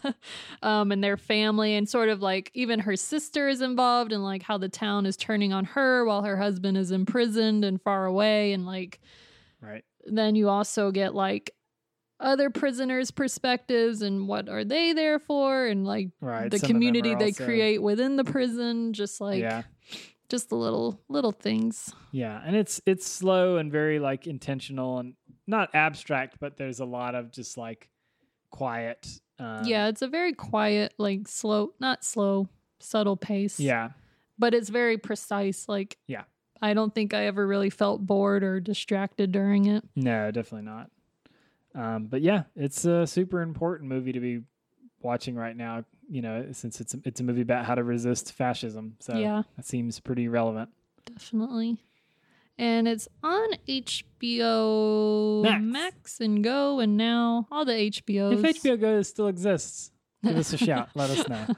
Speaker 1: (laughs) um, and their family, and sort of like even her sister is involved, and like how the town is turning on her while her husband is imprisoned and far away, and like
Speaker 2: Right.
Speaker 1: then you also get like other prisoners' perspectives and what are they there for, and like
Speaker 2: Right,
Speaker 1: the
Speaker 2: some of them
Speaker 1: community
Speaker 2: are
Speaker 1: they
Speaker 2: also-
Speaker 1: create within the prison. Just like
Speaker 2: yeah,
Speaker 1: just the little little things.
Speaker 2: yeah, and it's it's slow and very like intentional and not abstract, but there's a lot of just like quiet. Um,
Speaker 1: yeah, it's a very quiet, like slow, not slow, subtle pace.
Speaker 2: yeah,
Speaker 1: but it's very precise. Like
Speaker 2: Yeah.
Speaker 1: I don't think I ever really felt bored or distracted during it.
Speaker 2: No, definitely not. Um, but yeah, it's a super important movie to be watching right now. You know, since it's it's a movie about how to resist fascism, so
Speaker 1: Yeah.
Speaker 2: that seems pretty relevant.
Speaker 1: Definitely. And it's on HBO
Speaker 2: Max.
Speaker 1: Max, and Go and now all the HBOs.
Speaker 2: If HBO Go still exists, give us a shout. Let
Speaker 1: (laughs)
Speaker 2: us know.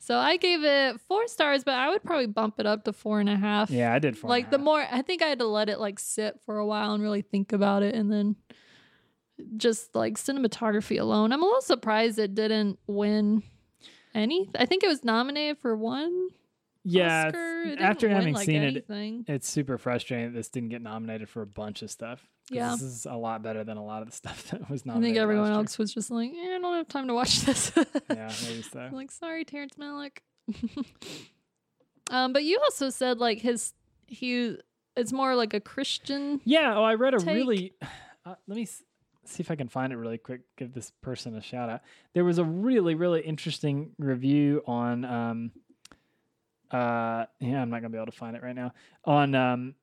Speaker 1: So I gave it four stars, but I would probably bump it up to four and a half.
Speaker 2: Yeah, I did. Four and a
Speaker 1: like the
Speaker 2: half.
Speaker 1: more I think I had to let it like sit for a while and really think about it and then just like cinematography alone. I'm a little surprised it didn't win any. I think it was nominated for one
Speaker 2: yeah. it's-
Speaker 1: Oscar. It didn't
Speaker 2: after
Speaker 1: win,
Speaker 2: having
Speaker 1: like,
Speaker 2: seen it,
Speaker 1: anything.
Speaker 2: it's super frustrating that this didn't get nominated for a bunch of stuff. 'cause
Speaker 1: Yeah.
Speaker 2: this is a lot better than a lot of the (laughs) stuff that was
Speaker 1: I think
Speaker 2: nominated.
Speaker 1: everyone
Speaker 2: last
Speaker 1: else was just like, eh, I don't have time to watch
Speaker 2: (laughs)
Speaker 1: this.
Speaker 2: year. Yeah, maybe so.
Speaker 1: I'm like, sorry, Terrence Malick. (laughs) um, but you also said like his he it's more like a Christian.
Speaker 2: Yeah. Oh, I read a
Speaker 1: take.
Speaker 2: really. (sighs) Uh, let me s- see if I can find it really quick. Give this person a shout out. There was a really, really interesting review on. Um, uh, yeah, I'm not gonna be able to find it right now. On um,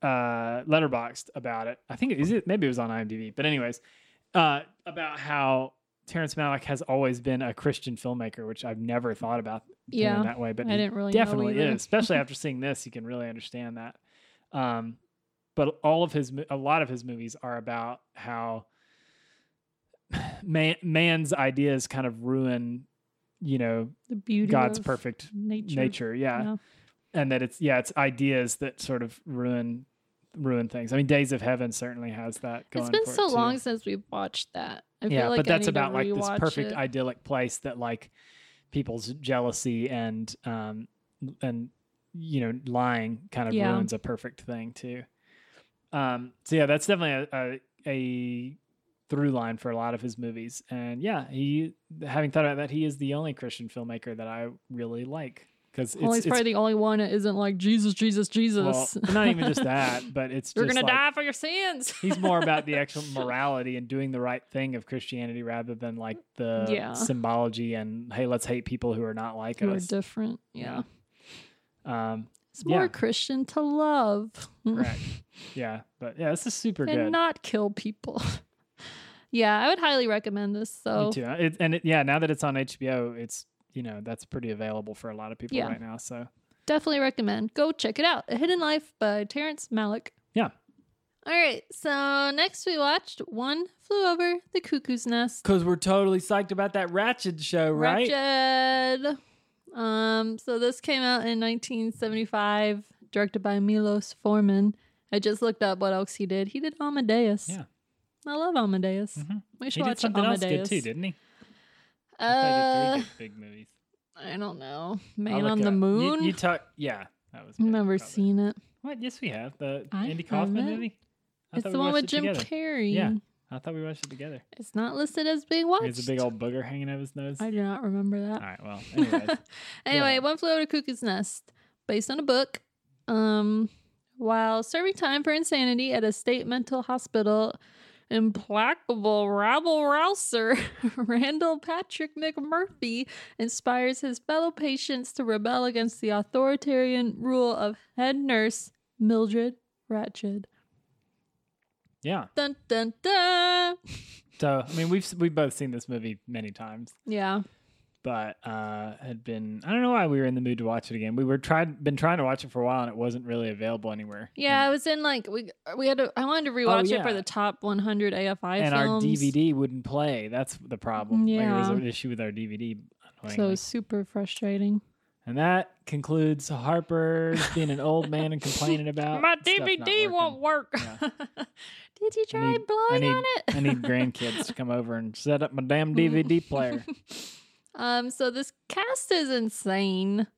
Speaker 2: uh, Letterboxd about it. I think it is it. Maybe it was on IMDb. But anyways, uh, about how Terrence Malick has always been a Christian filmmaker, which I've never thought about it
Speaker 1: Yeah,
Speaker 2: in that way. But
Speaker 1: I
Speaker 2: he
Speaker 1: didn't really know (laughs)
Speaker 2: definitely
Speaker 1: either.
Speaker 2: is. Especially after seeing this, you can really understand that. Um, but all of his, mo- a lot of his movies are about how man, man's ideas kind of ruin, you know,
Speaker 1: The beauty
Speaker 2: God's
Speaker 1: of
Speaker 2: perfect
Speaker 1: nature.
Speaker 2: nature. Yeah.
Speaker 1: Yeah.
Speaker 2: and that it's yeah, it's ideas that sort of ruin ruin things. I mean, Days of Heaven certainly has that. Going
Speaker 1: It's been
Speaker 2: for it,
Speaker 1: so
Speaker 2: too.
Speaker 1: long since we've watched that. I
Speaker 2: yeah,
Speaker 1: feel like
Speaker 2: but
Speaker 1: I
Speaker 2: that's
Speaker 1: need to
Speaker 2: about like this
Speaker 1: rewatch
Speaker 2: perfect
Speaker 1: it.
Speaker 2: idyllic place that like people's jealousy and um and you know lying kind of
Speaker 1: Yeah.
Speaker 2: ruins a perfect thing too. Um. So yeah, that's definitely a, a a through line for a lot of his movies, and yeah, he having thought about that, he is the only Christian filmmaker that I really like because
Speaker 1: well,
Speaker 2: it's,
Speaker 1: he's
Speaker 2: it's
Speaker 1: probably the only one that isn't like Jesus, Jesus,
Speaker 2: well,
Speaker 1: Jesus.
Speaker 2: not even just that, but it's
Speaker 1: (laughs) You're
Speaker 2: just
Speaker 1: gonna
Speaker 2: like-
Speaker 1: die for your
Speaker 2: (laughs)
Speaker 1: sins.
Speaker 2: He's more about
Speaker 1: (laughs)
Speaker 2: the actual morality and doing the right thing of Christianity rather than like the
Speaker 1: Yeah.
Speaker 2: symbology and hey, let's hate people who are not like
Speaker 1: Who are
Speaker 2: us.
Speaker 1: different. Yeah.
Speaker 2: um,
Speaker 1: It's more
Speaker 2: Yeah.
Speaker 1: Christian to love (laughs)
Speaker 2: correct. yeah, but yeah, this is super
Speaker 1: and
Speaker 2: good.
Speaker 1: not kill people. (laughs) yeah, I would highly recommend this. So
Speaker 2: Me too. Uh, It, and it, yeah, now that it's on HBO, it's you know that's pretty available for a lot of people
Speaker 1: Yeah.
Speaker 2: right now. So
Speaker 1: definitely recommend. Go check it out. A Hidden Life by Terrence Malick.
Speaker 2: yeah,
Speaker 1: All right. So next we watched One Flew Over the Cuckoo's Nest.
Speaker 2: because we're totally psyched about that Ratchet show,
Speaker 1: Wretched. Um, so this came out in 1975, directed by Milos Forman. I just looked up what else he did. He did Amadeus.
Speaker 2: Yeah. Mm-hmm.
Speaker 1: I love Amadeus. We should
Speaker 2: He did
Speaker 1: watch
Speaker 2: something
Speaker 1: Amadeus.
Speaker 2: else good too, didn't he?
Speaker 1: Uh,
Speaker 2: they did three big movies.
Speaker 1: I don't know.
Speaker 2: I'll
Speaker 1: Man
Speaker 2: look
Speaker 1: on
Speaker 2: it
Speaker 1: the
Speaker 2: up. You-
Speaker 1: Moon.
Speaker 2: You, talk. Yeah, that was.
Speaker 1: I've
Speaker 2: good,
Speaker 1: never
Speaker 2: probably.
Speaker 1: seen it.
Speaker 2: What? Yes, we have the
Speaker 1: I
Speaker 2: Andy Kaufman
Speaker 1: haven't.
Speaker 2: movie. I
Speaker 1: It's
Speaker 2: thought
Speaker 1: the
Speaker 2: we
Speaker 1: one with
Speaker 2: watched it
Speaker 1: Jim
Speaker 2: together.
Speaker 1: Carrey.
Speaker 2: Yeah. I thought we watched it together.
Speaker 1: It's not listed as being watched.
Speaker 2: He has a big old booger hanging out of his nose.
Speaker 1: I do not remember
Speaker 2: All
Speaker 1: that.
Speaker 2: right. Well,
Speaker 1: (laughs)
Speaker 2: anyways,
Speaker 1: anyway,
Speaker 2: ahead.
Speaker 1: One Flew Over the Cuckoo's Nest, based on a book. Um, while serving time for insanity at a state mental hospital, implacable rabble rouser (laughs) Randall Patrick McMurphy inspires his fellow patients to rebel against the authoritarian rule of head nurse Mildred Ratched.
Speaker 2: yeah.
Speaker 1: Dun dun dun.
Speaker 2: So I mean, we've s- we've both seen this movie many times,
Speaker 1: Yeah,
Speaker 2: but uh, had been I don't know why we were in the mood to watch it again. We were tried been trying to watch it for a while, and it wasn't really available anywhere.
Speaker 1: yeah. I was in like we we had to. I wanted to rewatch it
Speaker 2: Oh, yeah.
Speaker 1: for the top 100 AFI films.
Speaker 2: And our DVD wouldn't play. That's the problem. Like, there was
Speaker 1: Yeah.
Speaker 2: an issue with our DVD.
Speaker 1: So
Speaker 2: annoyingly.
Speaker 1: it's super frustrating.
Speaker 2: and that concludes Harper being an old man and complaining
Speaker 1: (laughs)
Speaker 2: about Oh, stuff not working.
Speaker 1: work. (laughs) Did you try blowing
Speaker 2: need,
Speaker 1: on it? (laughs)
Speaker 2: I need grandkids to come over and set up my damn DVD player.
Speaker 1: um, so this cast is insane.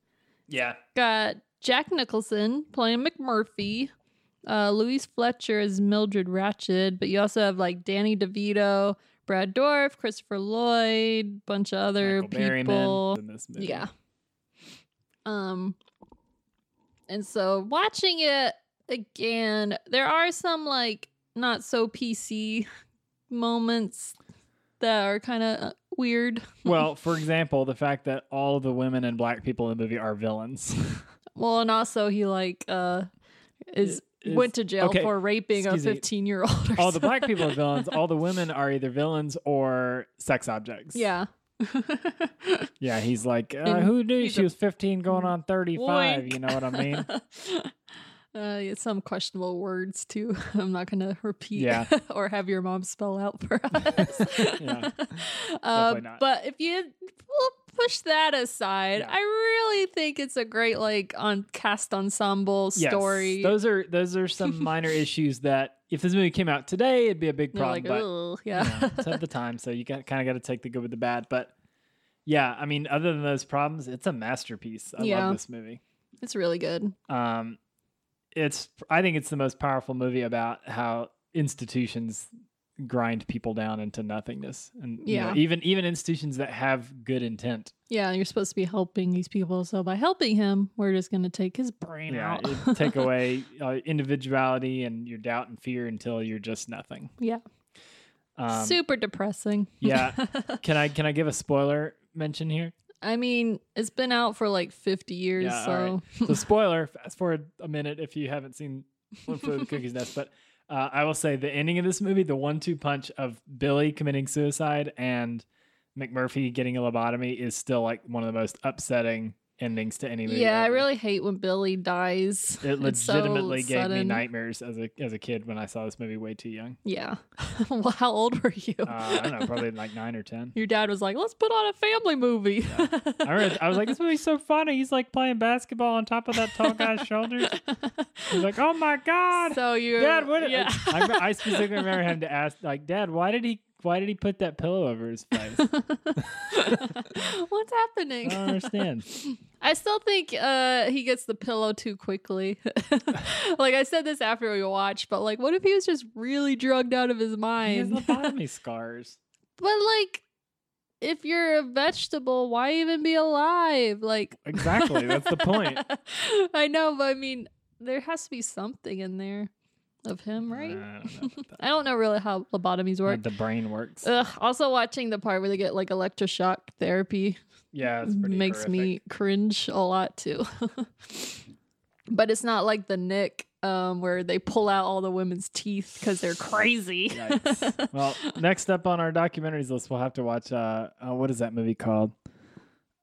Speaker 2: Yeah.
Speaker 1: Got Jack Nicholson playing McMurphy, Uh, Louise Fletcher is Mildred Ratched, but you also have like Danny DeVito, Brad Dorff, Christopher Lloyd, bunch of other
Speaker 2: Michael Berryman
Speaker 1: people.
Speaker 2: in this movie.
Speaker 1: Yeah. Um and so watching it again, there are some like not so PC moments that are kind of weird.
Speaker 2: well, for example, the fact that all the women and black people in the movie are villains.
Speaker 1: Well, and also he like uh is
Speaker 2: Is-
Speaker 1: went to jail
Speaker 2: okay,
Speaker 1: for raping a
Speaker 2: excuse me.
Speaker 1: 15-year-old.
Speaker 2: all the black people are villains. All the women are either villains or sex objects.
Speaker 1: Yeah. (laughs)
Speaker 2: Yeah, he's like, uh,
Speaker 1: And
Speaker 2: who knew
Speaker 1: he's
Speaker 2: she was 15 going on 35?
Speaker 1: Boink.
Speaker 2: You know what
Speaker 1: (laughs)
Speaker 2: I mean?
Speaker 1: Uh, yeah, some questionable words too. (laughs) I'm not going to repeat
Speaker 2: Yeah.
Speaker 1: (laughs) or have your mom spell out
Speaker 2: (laughs)
Speaker 1: for us.
Speaker 2: Yeah,
Speaker 1: Uh,
Speaker 2: definitely not.
Speaker 1: But if you we'll push that aside,
Speaker 2: Yeah.
Speaker 1: I really think it's a great like on cast ensemble
Speaker 2: Yes.
Speaker 1: story.
Speaker 2: Those are those
Speaker 1: (laughs)
Speaker 2: are some minor issues that if this movie came out today, it'd be a big
Speaker 1: They're
Speaker 2: problem.
Speaker 1: like,
Speaker 2: but
Speaker 1: "Ugh,"
Speaker 2: you
Speaker 1: yeah. (laughs)
Speaker 2: know, it's at the time, so you kind of got to take the good with the bad. But yeah, I mean, other than those problems, it's a masterpiece. I
Speaker 1: Yeah.
Speaker 2: love this movie.
Speaker 1: it's really good.
Speaker 2: um it's i think it's the most powerful movie about how institutions grind people down into nothingness and you know,
Speaker 1: Yeah.
Speaker 2: even even institutions that have good intent
Speaker 1: Yeah, you're supposed to be helping these people, so by helping him, we're just going to take his brain
Speaker 2: yeah
Speaker 1: out. (laughs)
Speaker 2: it take away uh, individuality and your doubt and fear until you're just nothing
Speaker 1: yeah,
Speaker 2: um
Speaker 1: super depressing.
Speaker 2: yeah can i can i give a spoiler mention here
Speaker 1: (laughs) I mean, it's been out for like 50 years,
Speaker 2: Yeah,
Speaker 1: so (laughs)
Speaker 2: all so spoiler fast forward a minute if you haven't seen one flew Over the cookie's nest but uh, i will say the ending of this movie the one-two punch of billy committing suicide and mcmurphy getting a lobotomy is still like one of the most upsetting endings to any movie
Speaker 1: yeah, I
Speaker 2: ever.
Speaker 1: really hate when Billy dies. (laughs)
Speaker 2: it
Speaker 1: It's so
Speaker 2: legitimately gave me
Speaker 1: sudden.
Speaker 2: nightmares as a as a kid when i saw this movie way
Speaker 1: (laughs)
Speaker 2: too young
Speaker 1: Yeah. well, how old were you?
Speaker 2: uh, i don't know probably like nine or ten
Speaker 1: (laughs) Your dad was like, "Let's put on a family movie."
Speaker 2: I,
Speaker 1: (laughs)
Speaker 2: remember, I was like, this movie's so funny. He's like playing basketball on top of that tall guy's shoulders. He's like, oh my God.
Speaker 1: so you,
Speaker 2: Dad, what?
Speaker 1: Yeah,
Speaker 2: (laughs) I, I,
Speaker 1: (laughs)
Speaker 2: I specifically remember having to ask, like, Dad, why did he, why did he put that pillow over his
Speaker 1: (laughs)
Speaker 2: face? I
Speaker 1: what's happening?
Speaker 2: don't understand.
Speaker 1: (laughs) I still think uh, he gets the pillow too quickly. (laughs) like I said this after we watched, but like, what if he was just really drugged out of his
Speaker 2: He has
Speaker 1: mind? (laughs)
Speaker 2: lobotomy scars.
Speaker 1: but like, if you're a vegetable, why even be alive? Like,
Speaker 2: Exactly. That's the point.
Speaker 1: (laughs) I know, but I mean, there has to be something in there of him, right?
Speaker 2: I don't know
Speaker 1: (laughs)
Speaker 2: about that.
Speaker 1: I don't know really how lobotomies
Speaker 2: How
Speaker 1: work.
Speaker 2: the brain works.
Speaker 1: Ugh, also watching the part where they get like electroshock therapy
Speaker 2: yeah, it's pretty
Speaker 1: makes me cringe a lot too. (laughs) but it's not like the Nick um, where they pull out all the women's teeth because they're crazy.
Speaker 2: horrific. Yikes. well, next up on our documentaries list, we'll have to watch. Uh, uh what is that movie called?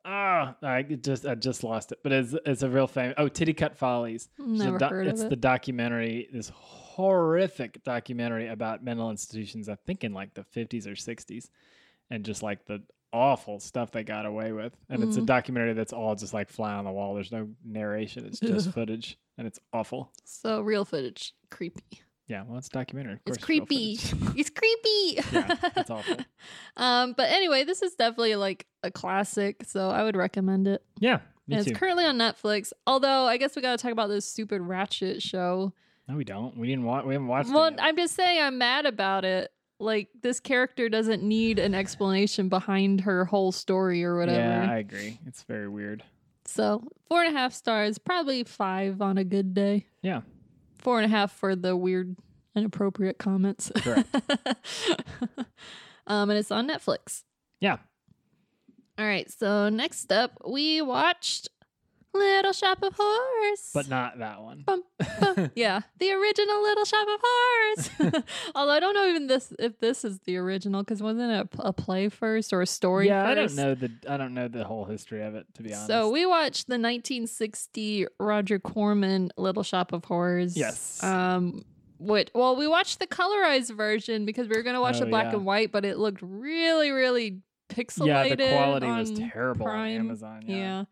Speaker 2: Ah, I just I just lost it, but it's it's a real famous. Oh, Titty Cut Follies. It's a
Speaker 1: (laughs) Never
Speaker 2: doc-
Speaker 1: heard
Speaker 2: it's
Speaker 1: of
Speaker 2: the
Speaker 1: it.
Speaker 2: documentary, this horrific documentary about mental institutions, I think in like the 50s or 60s, and just like the awful stuff they got away with. And it's a
Speaker 1: Mhm.
Speaker 2: documentary that's all just like fly on the wall. There's no narration, it's
Speaker 1: (laughs)
Speaker 2: just
Speaker 1: Ugh.
Speaker 2: footage, and it's awful.
Speaker 1: so real footage, creepy.
Speaker 2: Yeah, well, it's a documentary. Of
Speaker 1: It's
Speaker 2: course real
Speaker 1: creepy.
Speaker 2: footage.
Speaker 1: (laughs) It's creepy.
Speaker 2: yeah, it's awful.
Speaker 1: (laughs) um, but anyway, this is definitely like a classic, so I would recommend it.
Speaker 2: Yeah,
Speaker 1: And
Speaker 2: me
Speaker 1: it's
Speaker 2: too.
Speaker 1: currently on Netflix. Although I guess we got to talk about this stupid Ratchet show.
Speaker 2: no, we don't. We didn't watch. We haven't watched.
Speaker 1: Well,
Speaker 2: it yet.
Speaker 1: I'm just saying I'm mad about it. Like this character doesn't need an explanation behind her whole story or whatever.
Speaker 2: Yeah, I agree. It's very weird.
Speaker 1: so four and a half stars, probably five on a good day.
Speaker 2: Yeah,
Speaker 1: Four and a half for the weird, inappropriate comments. (laughs)
Speaker 2: Correct.
Speaker 1: um, and it's on Netflix.
Speaker 2: yeah.
Speaker 1: All right. So next up, we watched Little Shop of Horrors.
Speaker 2: But (laughs) not that one.
Speaker 1: Bum, bum. (laughs) yeah, the original Little Shop of
Speaker 2: (laughs)
Speaker 1: Horrors. (laughs) Although I don't know even this if this is the original because wasn't it a, a play first or a story?
Speaker 2: Yeah,
Speaker 1: first?
Speaker 2: I don't know the I don't know the whole history of it to be honest.
Speaker 1: So we watched the 1960 Roger Corman Little Shop of Horrors.
Speaker 2: Yes.
Speaker 1: Um, which well, we watched the colorized version because we were gonna watch
Speaker 2: Oh,
Speaker 1: the black
Speaker 2: yeah.
Speaker 1: and white, but it looked really, really pixelated.
Speaker 2: yeah, the quality was
Speaker 1: on
Speaker 2: terrible
Speaker 1: Prime.
Speaker 2: on Amazon. Yeah.
Speaker 1: Yeah.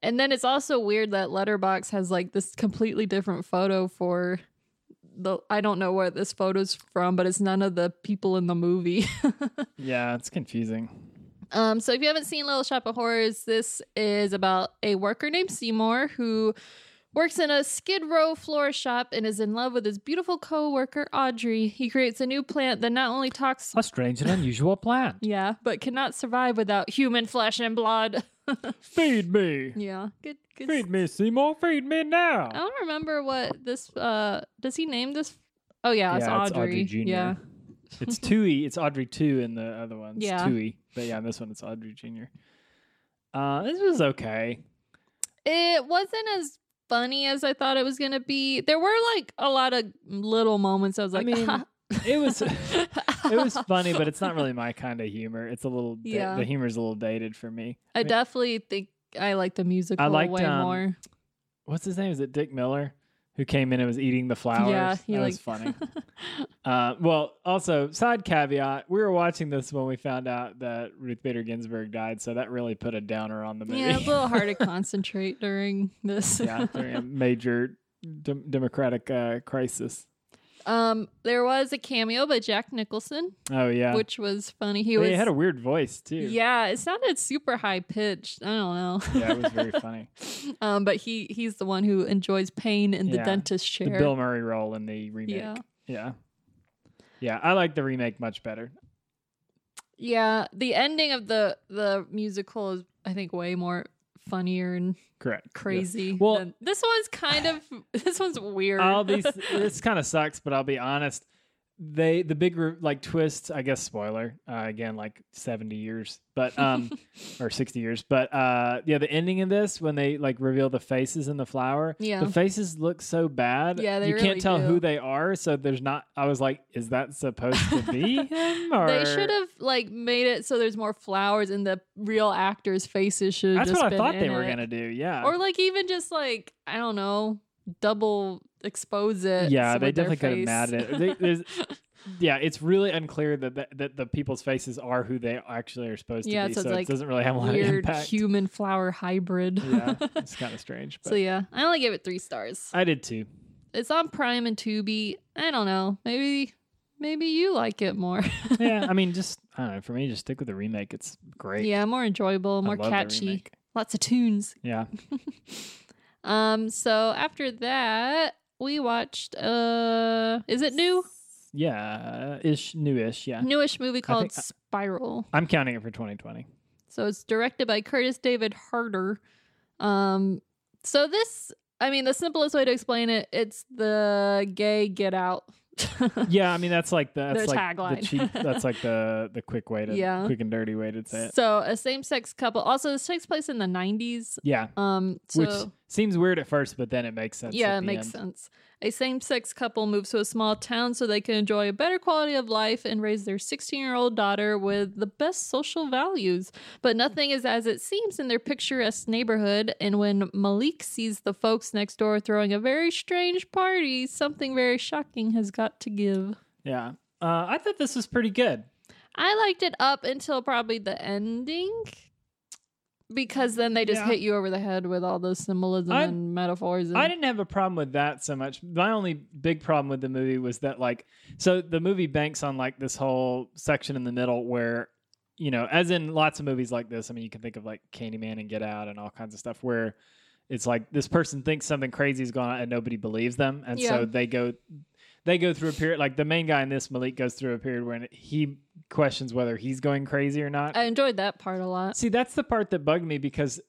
Speaker 1: And then it's also weird that Letterbox has like this completely different photo for the I don't know where this photo's from, but it's none of the people in the movie. (laughs)
Speaker 2: Yeah, it's confusing.
Speaker 1: um so if you haven't seen Little Shop of Horrors, this is about a worker named Seymour who Works in a Skid Row florist shop and is in love with his beautiful coworker Audrey. He creates a new plant that not only talks,
Speaker 2: A strange and unusual plant.
Speaker 1: (laughs) yeah, but cannot survive without human flesh and blood. (laughs)
Speaker 2: Feed me.
Speaker 1: yeah, Oh, good, good.
Speaker 2: Feed me, Seymour. Feed me now.
Speaker 1: I don't remember what this. uh Does he name this? Oh yeah, it's
Speaker 2: Yeah,
Speaker 1: Audrey.
Speaker 2: it's Audrey Jr..
Speaker 1: Yeah,
Speaker 2: It's Tui. It's Audrey two in the other one. It's
Speaker 1: Yeah.
Speaker 2: Tui. But yeah, this one it's Audrey Junior. Uh, this was okay.
Speaker 1: it wasn't as funny as I thought it was gonna be. There were like a lot of little moments. I was
Speaker 2: I
Speaker 1: like, (laughs)
Speaker 2: mean, it was (laughs) it was funny, but it's not really my kind of humor. It's a little da-
Speaker 1: Yeah.
Speaker 2: the humor's a little dated for me.
Speaker 1: I definitely think I like the musical
Speaker 2: liked,
Speaker 1: way
Speaker 2: um,
Speaker 1: more.
Speaker 2: What's his name? Is it Dick Miller? Who came in and was eating the flowers?
Speaker 1: Yeah, he
Speaker 2: that
Speaker 1: like (laughs)
Speaker 2: was funny. Uh, well, also side caveat: we were watching this when we found out that Ruth Bader Ginsburg died, so that really put a downer on the movie.
Speaker 1: yeah, it's (laughs) a little hard
Speaker 2: (laughs)
Speaker 1: to concentrate during this.
Speaker 2: yeah,
Speaker 1: (laughs)
Speaker 2: during a major dem democratic uh, crisis.
Speaker 1: um, there was a cameo by Jack Nicholson,
Speaker 2: Oh yeah,
Speaker 1: which was funny. He
Speaker 2: He
Speaker 1: was
Speaker 2: had a weird voice too.
Speaker 1: yeah, it sounded super high pitched. I don't know.
Speaker 2: yeah, it was very
Speaker 1: (laughs)
Speaker 2: funny.
Speaker 1: um, but he he's the one who enjoys pain in the
Speaker 2: Yeah.
Speaker 1: dentist chair.
Speaker 2: The Bill Murray role in the remake.
Speaker 1: Yeah.
Speaker 2: Yeah. yeah, I like the remake much better.
Speaker 1: yeah, the ending of the the musical is I think way more funnier and
Speaker 2: Correct. Yes.
Speaker 1: crazy.
Speaker 2: Well-
Speaker 1: than- this one's kind of (laughs) this one's weird.
Speaker 2: All
Speaker 1: (laughs)
Speaker 2: these this kind of sucks, but I'll be honest. They the big re- like twist, I guess spoiler. Uh, again, like 70 years,
Speaker 1: (laughs)
Speaker 2: but um or 60 years, but uh yeah, the ending of this when they like reveal the faces in the flower,
Speaker 1: Yeah.
Speaker 2: the faces look so bad.
Speaker 1: Yeah, they
Speaker 2: you
Speaker 1: really
Speaker 2: can't tell
Speaker 1: do.
Speaker 2: who they are, so there's not I was like, is that supposed to be him
Speaker 1: (laughs)
Speaker 2: or
Speaker 1: They should have like made it so there's more flowers and the real actors' faces should.
Speaker 2: That's
Speaker 1: just
Speaker 2: what I
Speaker 1: been
Speaker 2: thought they
Speaker 1: in
Speaker 2: were
Speaker 1: it.
Speaker 2: going to do. Yeah.
Speaker 1: Or like even just like I don't know, double expose it.
Speaker 2: yeah,
Speaker 1: so
Speaker 2: they
Speaker 1: with their
Speaker 2: definitely could have mad
Speaker 1: face.
Speaker 2: at it. They-
Speaker 1: (laughs)
Speaker 2: (laughs) there's- yeah, it's really unclear that, that that the people's faces are who they actually are supposed
Speaker 1: Yeah,
Speaker 2: to be.
Speaker 1: so
Speaker 2: So,
Speaker 1: it's like
Speaker 2: it doesn't really have a lot of
Speaker 1: Weird (laughs)
Speaker 2: impact.
Speaker 1: human flower hybrid. (laughs)
Speaker 2: yeah, it's kind of strange. But
Speaker 1: so yeah, I only gave it three stars.
Speaker 2: I did too.
Speaker 1: It's on Prime and Tubi. I don't know. Maybe maybe you like it more. (laughs)
Speaker 2: Yeah, I mean, just I don't know. For me, just stick with the remake. It's great.
Speaker 1: yeah, more enjoyable,
Speaker 2: I
Speaker 1: more
Speaker 2: love the
Speaker 1: catchy.
Speaker 2: remake.
Speaker 1: Lots of tunes. (laughs)
Speaker 2: Yeah,
Speaker 1: Um, so after that, we watched uh is it new?
Speaker 2: yeah, ish, newish. Yeah,
Speaker 1: Newish movie called
Speaker 2: think- uh,
Speaker 1: Spiral.
Speaker 2: I'm counting it for 2020.
Speaker 1: So it's directed by Curtis David Harder. Um so this I mean the simplest way to explain it, it's the gay get out. (laughs)
Speaker 2: Yeah, I mean that's like the
Speaker 1: Their
Speaker 2: that's like
Speaker 1: tagline. (laughs)
Speaker 2: the cheap. That's like the the quick way to
Speaker 1: Yeah.
Speaker 2: quick and dirty way to say it.
Speaker 1: so a same sex couple. Also this takes place in the nineties.
Speaker 2: Yeah,
Speaker 1: Um so
Speaker 2: which seems weird at first, but then it makes sense.
Speaker 1: Yeah,
Speaker 2: at
Speaker 1: it
Speaker 2: the
Speaker 1: makes
Speaker 2: end.
Speaker 1: sense. A same sex couple moves to a small town so they can enjoy a better quality of life and raise their 16 year old daughter with the best social values. But nothing is as it seems in their picturesque neighborhood. And when Malik sees the folks next door throwing a very strange party, something very shocking has got to give.
Speaker 2: Yeah. Uh, I thought this was pretty good.
Speaker 1: I liked it up until probably the ending. Because then they just
Speaker 2: Yeah.
Speaker 1: hit you over the head with all those symbolism
Speaker 2: I-
Speaker 1: and metaphors. And,
Speaker 2: I didn't have a problem with that so much. My only big problem with the movie was that, like, so the movie banks on like this whole section in the middle where, you know, as in lots of movies like this. I mean, you can think of like Candyman and Get Out and all kinds of stuff where it's like this person thinks something crazy is going on and nobody believes them, and
Speaker 1: Yeah.
Speaker 2: so they go. They go through a period like the main guy in this Malik goes through a period when he questions whether he's going crazy or not.
Speaker 1: I enjoyed that part a lot.
Speaker 2: See, that's the part that bugged me because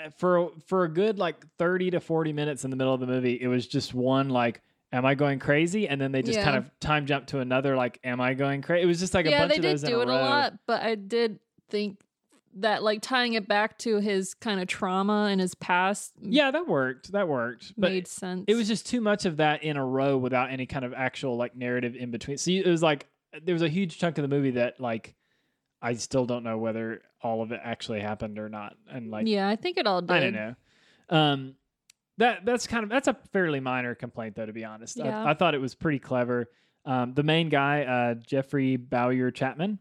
Speaker 2: eh, for for a good like 30 to 40 minutes in the middle of the movie, it was just one like am I going crazy? And then they just
Speaker 1: Yeah.
Speaker 2: kind of time jump to another like am I going crazy? It was just like a
Speaker 1: yeah,
Speaker 2: bunch
Speaker 1: they
Speaker 2: of
Speaker 1: did
Speaker 2: those in
Speaker 1: do
Speaker 2: a
Speaker 1: it a
Speaker 2: row.
Speaker 1: lot, but I did think that like tying it back to his kind of trauma and his past m-
Speaker 2: Yeah, that worked. That worked. But
Speaker 1: made sense.
Speaker 2: it was just too much of that in a row without any kind of actual like narrative in between. So you, it was like there was a huge chunk of the movie that like I still don't know whether all of it actually happened or not. And like
Speaker 1: yeah, I think it all did.
Speaker 2: I don't know. Um, that that's kind of that's a fairly minor complaint though, to be honest.
Speaker 1: Yeah.
Speaker 2: I, I thought it was pretty clever. Um, the main guy, uh, Jeffrey Bowyer Chapman,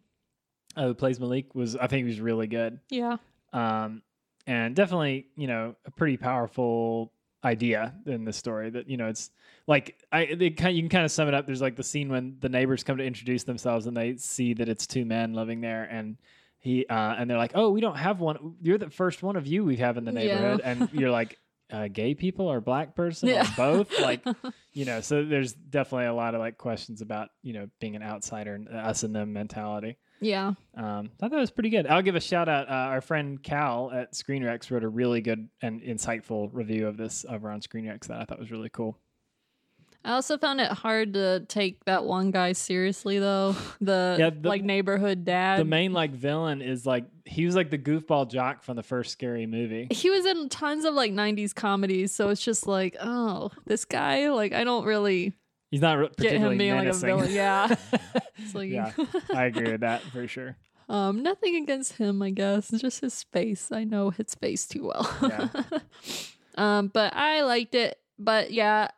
Speaker 2: uh, who plays Malik, was I think he was really good.
Speaker 1: Yeah,
Speaker 2: Um, and definitely, you know, a pretty powerful idea in the story that you know it's like I they kind you can kind of sum it up. There's like the scene when the neighbors come to introduce themselves and they see that it's two men living there and. He uh, and they're like, oh, we don't have one. You're the first one of you we have in the
Speaker 1: Yeah.
Speaker 2: neighborhood, and you're like, a gay people or a black person
Speaker 1: Yeah.
Speaker 2: or both? Like,
Speaker 1: (laughs)
Speaker 2: you know, so there's definitely a lot of like questions about, you know, being an outsider and the us and them mentality.
Speaker 1: yeah.
Speaker 2: Um, I thought that was pretty good. I'll give a shout out. Uh, our friend Cal at ScreenRex wrote a really good and insightful review of this over on ScreenRex that I thought was really cool.
Speaker 1: I also found it hard to take that one guy seriously, though. (laughs) The,
Speaker 2: Yeah, the-
Speaker 1: like neighborhood dad.
Speaker 2: The main like villain is like he was like the goofball jock from the first
Speaker 1: (laughs)
Speaker 2: scary movie.
Speaker 1: he was in tons of like 90s comedies, so it's just like, oh, this guy, like, I don't really
Speaker 2: He's not re-
Speaker 1: get him
Speaker 2: particularly
Speaker 1: being
Speaker 2: menacing.
Speaker 1: like a villain.
Speaker 2: (laughs)
Speaker 1: Yeah. It's like,
Speaker 2: yeah, I agree with that for sure.
Speaker 1: (laughs) um, nothing against him, I guess. It's just his face. I know his face too well.
Speaker 2: Yeah.
Speaker 1: (laughs) um, but I liked it. But yeah,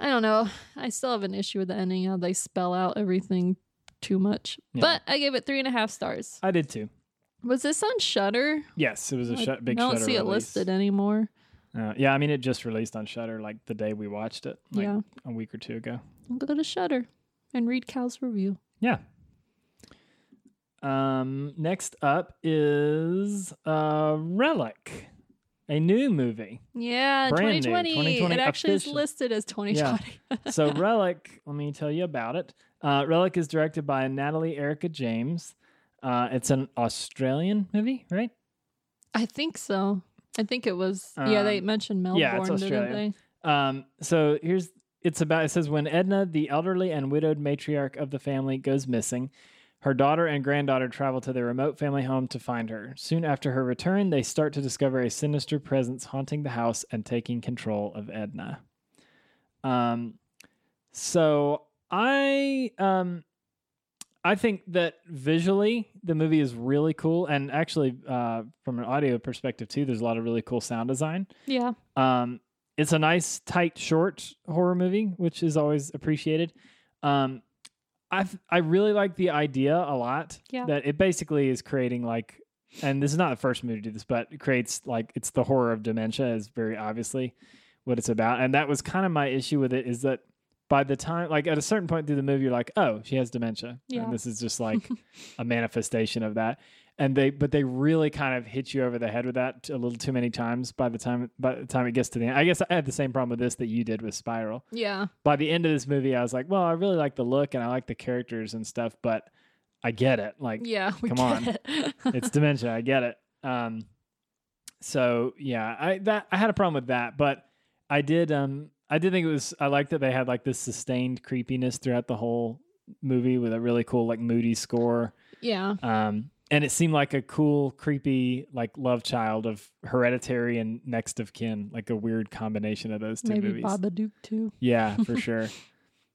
Speaker 1: I don't know. I still have an issue with the ending, how they spell out everything too much.
Speaker 2: Yeah.
Speaker 1: But I gave it three and a half stars.
Speaker 2: I did too.
Speaker 1: Was this on Shutter?
Speaker 2: Yes, it was a
Speaker 1: I
Speaker 2: shut big.
Speaker 1: don't
Speaker 2: Shudder
Speaker 1: see it
Speaker 2: release.
Speaker 1: listed anymore.
Speaker 2: Uh, yeah, I mean it just released on Shutter like the day we watched it, like
Speaker 1: Yeah.
Speaker 2: a week or two ago.
Speaker 1: I'll go to Shutter and read Cal's review.
Speaker 2: Yeah. Um, next up is uh, Relic, a new movie.
Speaker 1: Yeah,
Speaker 2: Brand new,
Speaker 1: 2020.
Speaker 2: 2020
Speaker 1: It actually
Speaker 2: official.
Speaker 1: is listed as 2020. (laughs)
Speaker 2: So Relic, let me tell you about it. Uh, Relic is directed by Natalie Erica James. Uh, it's an Australian movie, right?
Speaker 1: I think so. I think it was. yeah, they
Speaker 2: Um,
Speaker 1: mentioned Melbourne,
Speaker 2: yeah, it's
Speaker 1: didn't
Speaker 2: Australia.
Speaker 1: they?
Speaker 2: Um, so here's it's about it says when Edna, the elderly and widowed matriarch of the family, goes missing, her daughter and granddaughter travel to their remote family home to find her. Soon after her return, they start to discover a sinister presence haunting the house and taking control of Edna. Um, so I um I think that visually the movie is really cool and actually uh from an audio perspective too, there's a lot of really cool sound design.
Speaker 1: Yeah.
Speaker 2: Um, it's a nice, tight, short horror movie, which is always appreciated. Um, I I really like the idea a lot.
Speaker 1: Yeah.
Speaker 2: That it basically is creating like, and this is not the first movie to do this, but it creates like it's the horror of dementia is very obviously what it's about, and that was kind of my issue with it is that by the time like at a certain point through the movie you're like oh she has dementia
Speaker 1: Yeah.
Speaker 2: and this is
Speaker 1: (laughs)
Speaker 2: just like a manifestation of that and they but they really kind of hit you over the head with that a little too many times by the time by the time it gets to the end i guess i had the same problem with this that you did with spiral
Speaker 1: Yeah.
Speaker 2: by the end of this movie i was like well i really like the look and i like the characters and stuff but i get it like
Speaker 1: Yeah. (laughs) We
Speaker 2: Come
Speaker 1: get
Speaker 2: on.
Speaker 1: it.
Speaker 2: (laughs) it's dementia. I get it. Um, so yeah, I that I had a problem with that, but I did. Um, I did think it was. I liked that they had like this sustained creepiness throughout the whole movie with a really cool like moody score.
Speaker 1: (laughs) yeah.
Speaker 2: Um, and it seemed like a cool, creepy like love child of Hereditary and Next of Kin, like a weird combination of those two
Speaker 1: Maybe
Speaker 2: movies.
Speaker 1: Baba Duke too.
Speaker 2: Yeah,
Speaker 1: (laughs)
Speaker 2: for sure.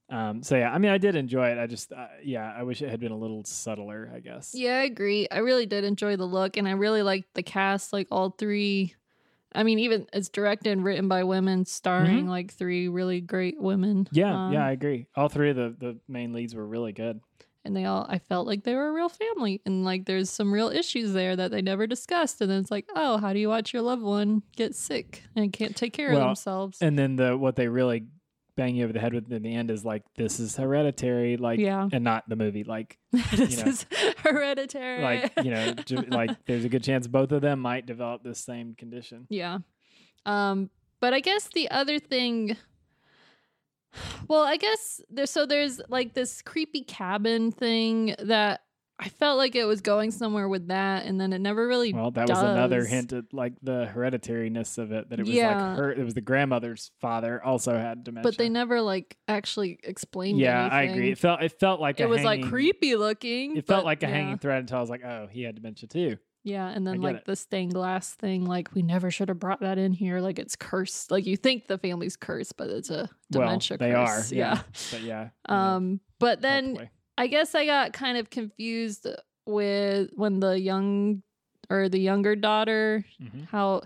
Speaker 2: Um, so yeah, I mean, I did enjoy it. I just, uh, yeah, I wish it had been a little subtler, I guess.
Speaker 1: Yeah, I agree. I really did enjoy the look, and I really liked the cast. Like all three, I mean, even it's directed and written by women, starring like three really great women.
Speaker 2: Mm-hmm. Yeah,
Speaker 1: Um,
Speaker 2: yeah, I agree. All three of the, the main leads were really good.
Speaker 1: and they all I felt like they were a real family, and like there's some real issues there that they never discussed. And then it's like, oh, how do you watch your loved one get sick and can't take care
Speaker 2: Well,
Speaker 1: of themselves?
Speaker 2: And then the what they really bang you over the head with in the end is like this is hereditary, like
Speaker 1: Yeah.
Speaker 2: and not the
Speaker 1: (laughs)
Speaker 2: movie. Like
Speaker 1: (laughs) this
Speaker 2: you know,
Speaker 1: is hereditary.
Speaker 2: like you
Speaker 1: (laughs)
Speaker 2: know, ju- like there's a good chance both of them might develop this same condition.
Speaker 1: Yeah. Um, but I guess the other thing well, I guess there's so there's like this creepy cabin thing that I felt like it was going somewhere with that and then it never really
Speaker 2: Well, that was another
Speaker 1: does.
Speaker 2: hint at like the hereditariness of it that it was
Speaker 1: Yeah.
Speaker 2: like her it was the grandmother's father also had dementia.
Speaker 1: But they never like actually explained
Speaker 2: Yeah, I
Speaker 1: anything.
Speaker 2: agree. It felt it felt like
Speaker 1: It
Speaker 2: a
Speaker 1: was like
Speaker 2: hanging-
Speaker 1: creepy looking.
Speaker 2: It felt
Speaker 1: but
Speaker 2: like a
Speaker 1: yeah.
Speaker 2: hanging thread until I was like, oh, he had dementia too.
Speaker 1: Yeah, and
Speaker 2: I
Speaker 1: then
Speaker 2: get
Speaker 1: like
Speaker 2: it.
Speaker 1: the stained glass thing, like we never should have brought that in here. Like it's cursed. Like you think the family's cursed, but it's a dementia
Speaker 2: well, they
Speaker 1: curse.
Speaker 2: are, yeah.
Speaker 1: (laughs)
Speaker 2: But yeah,
Speaker 1: yeah. Um, but then
Speaker 2: hopefully.
Speaker 1: I guess I got kind of confused with when the young or the younger daughter,
Speaker 2: Mhm.
Speaker 1: how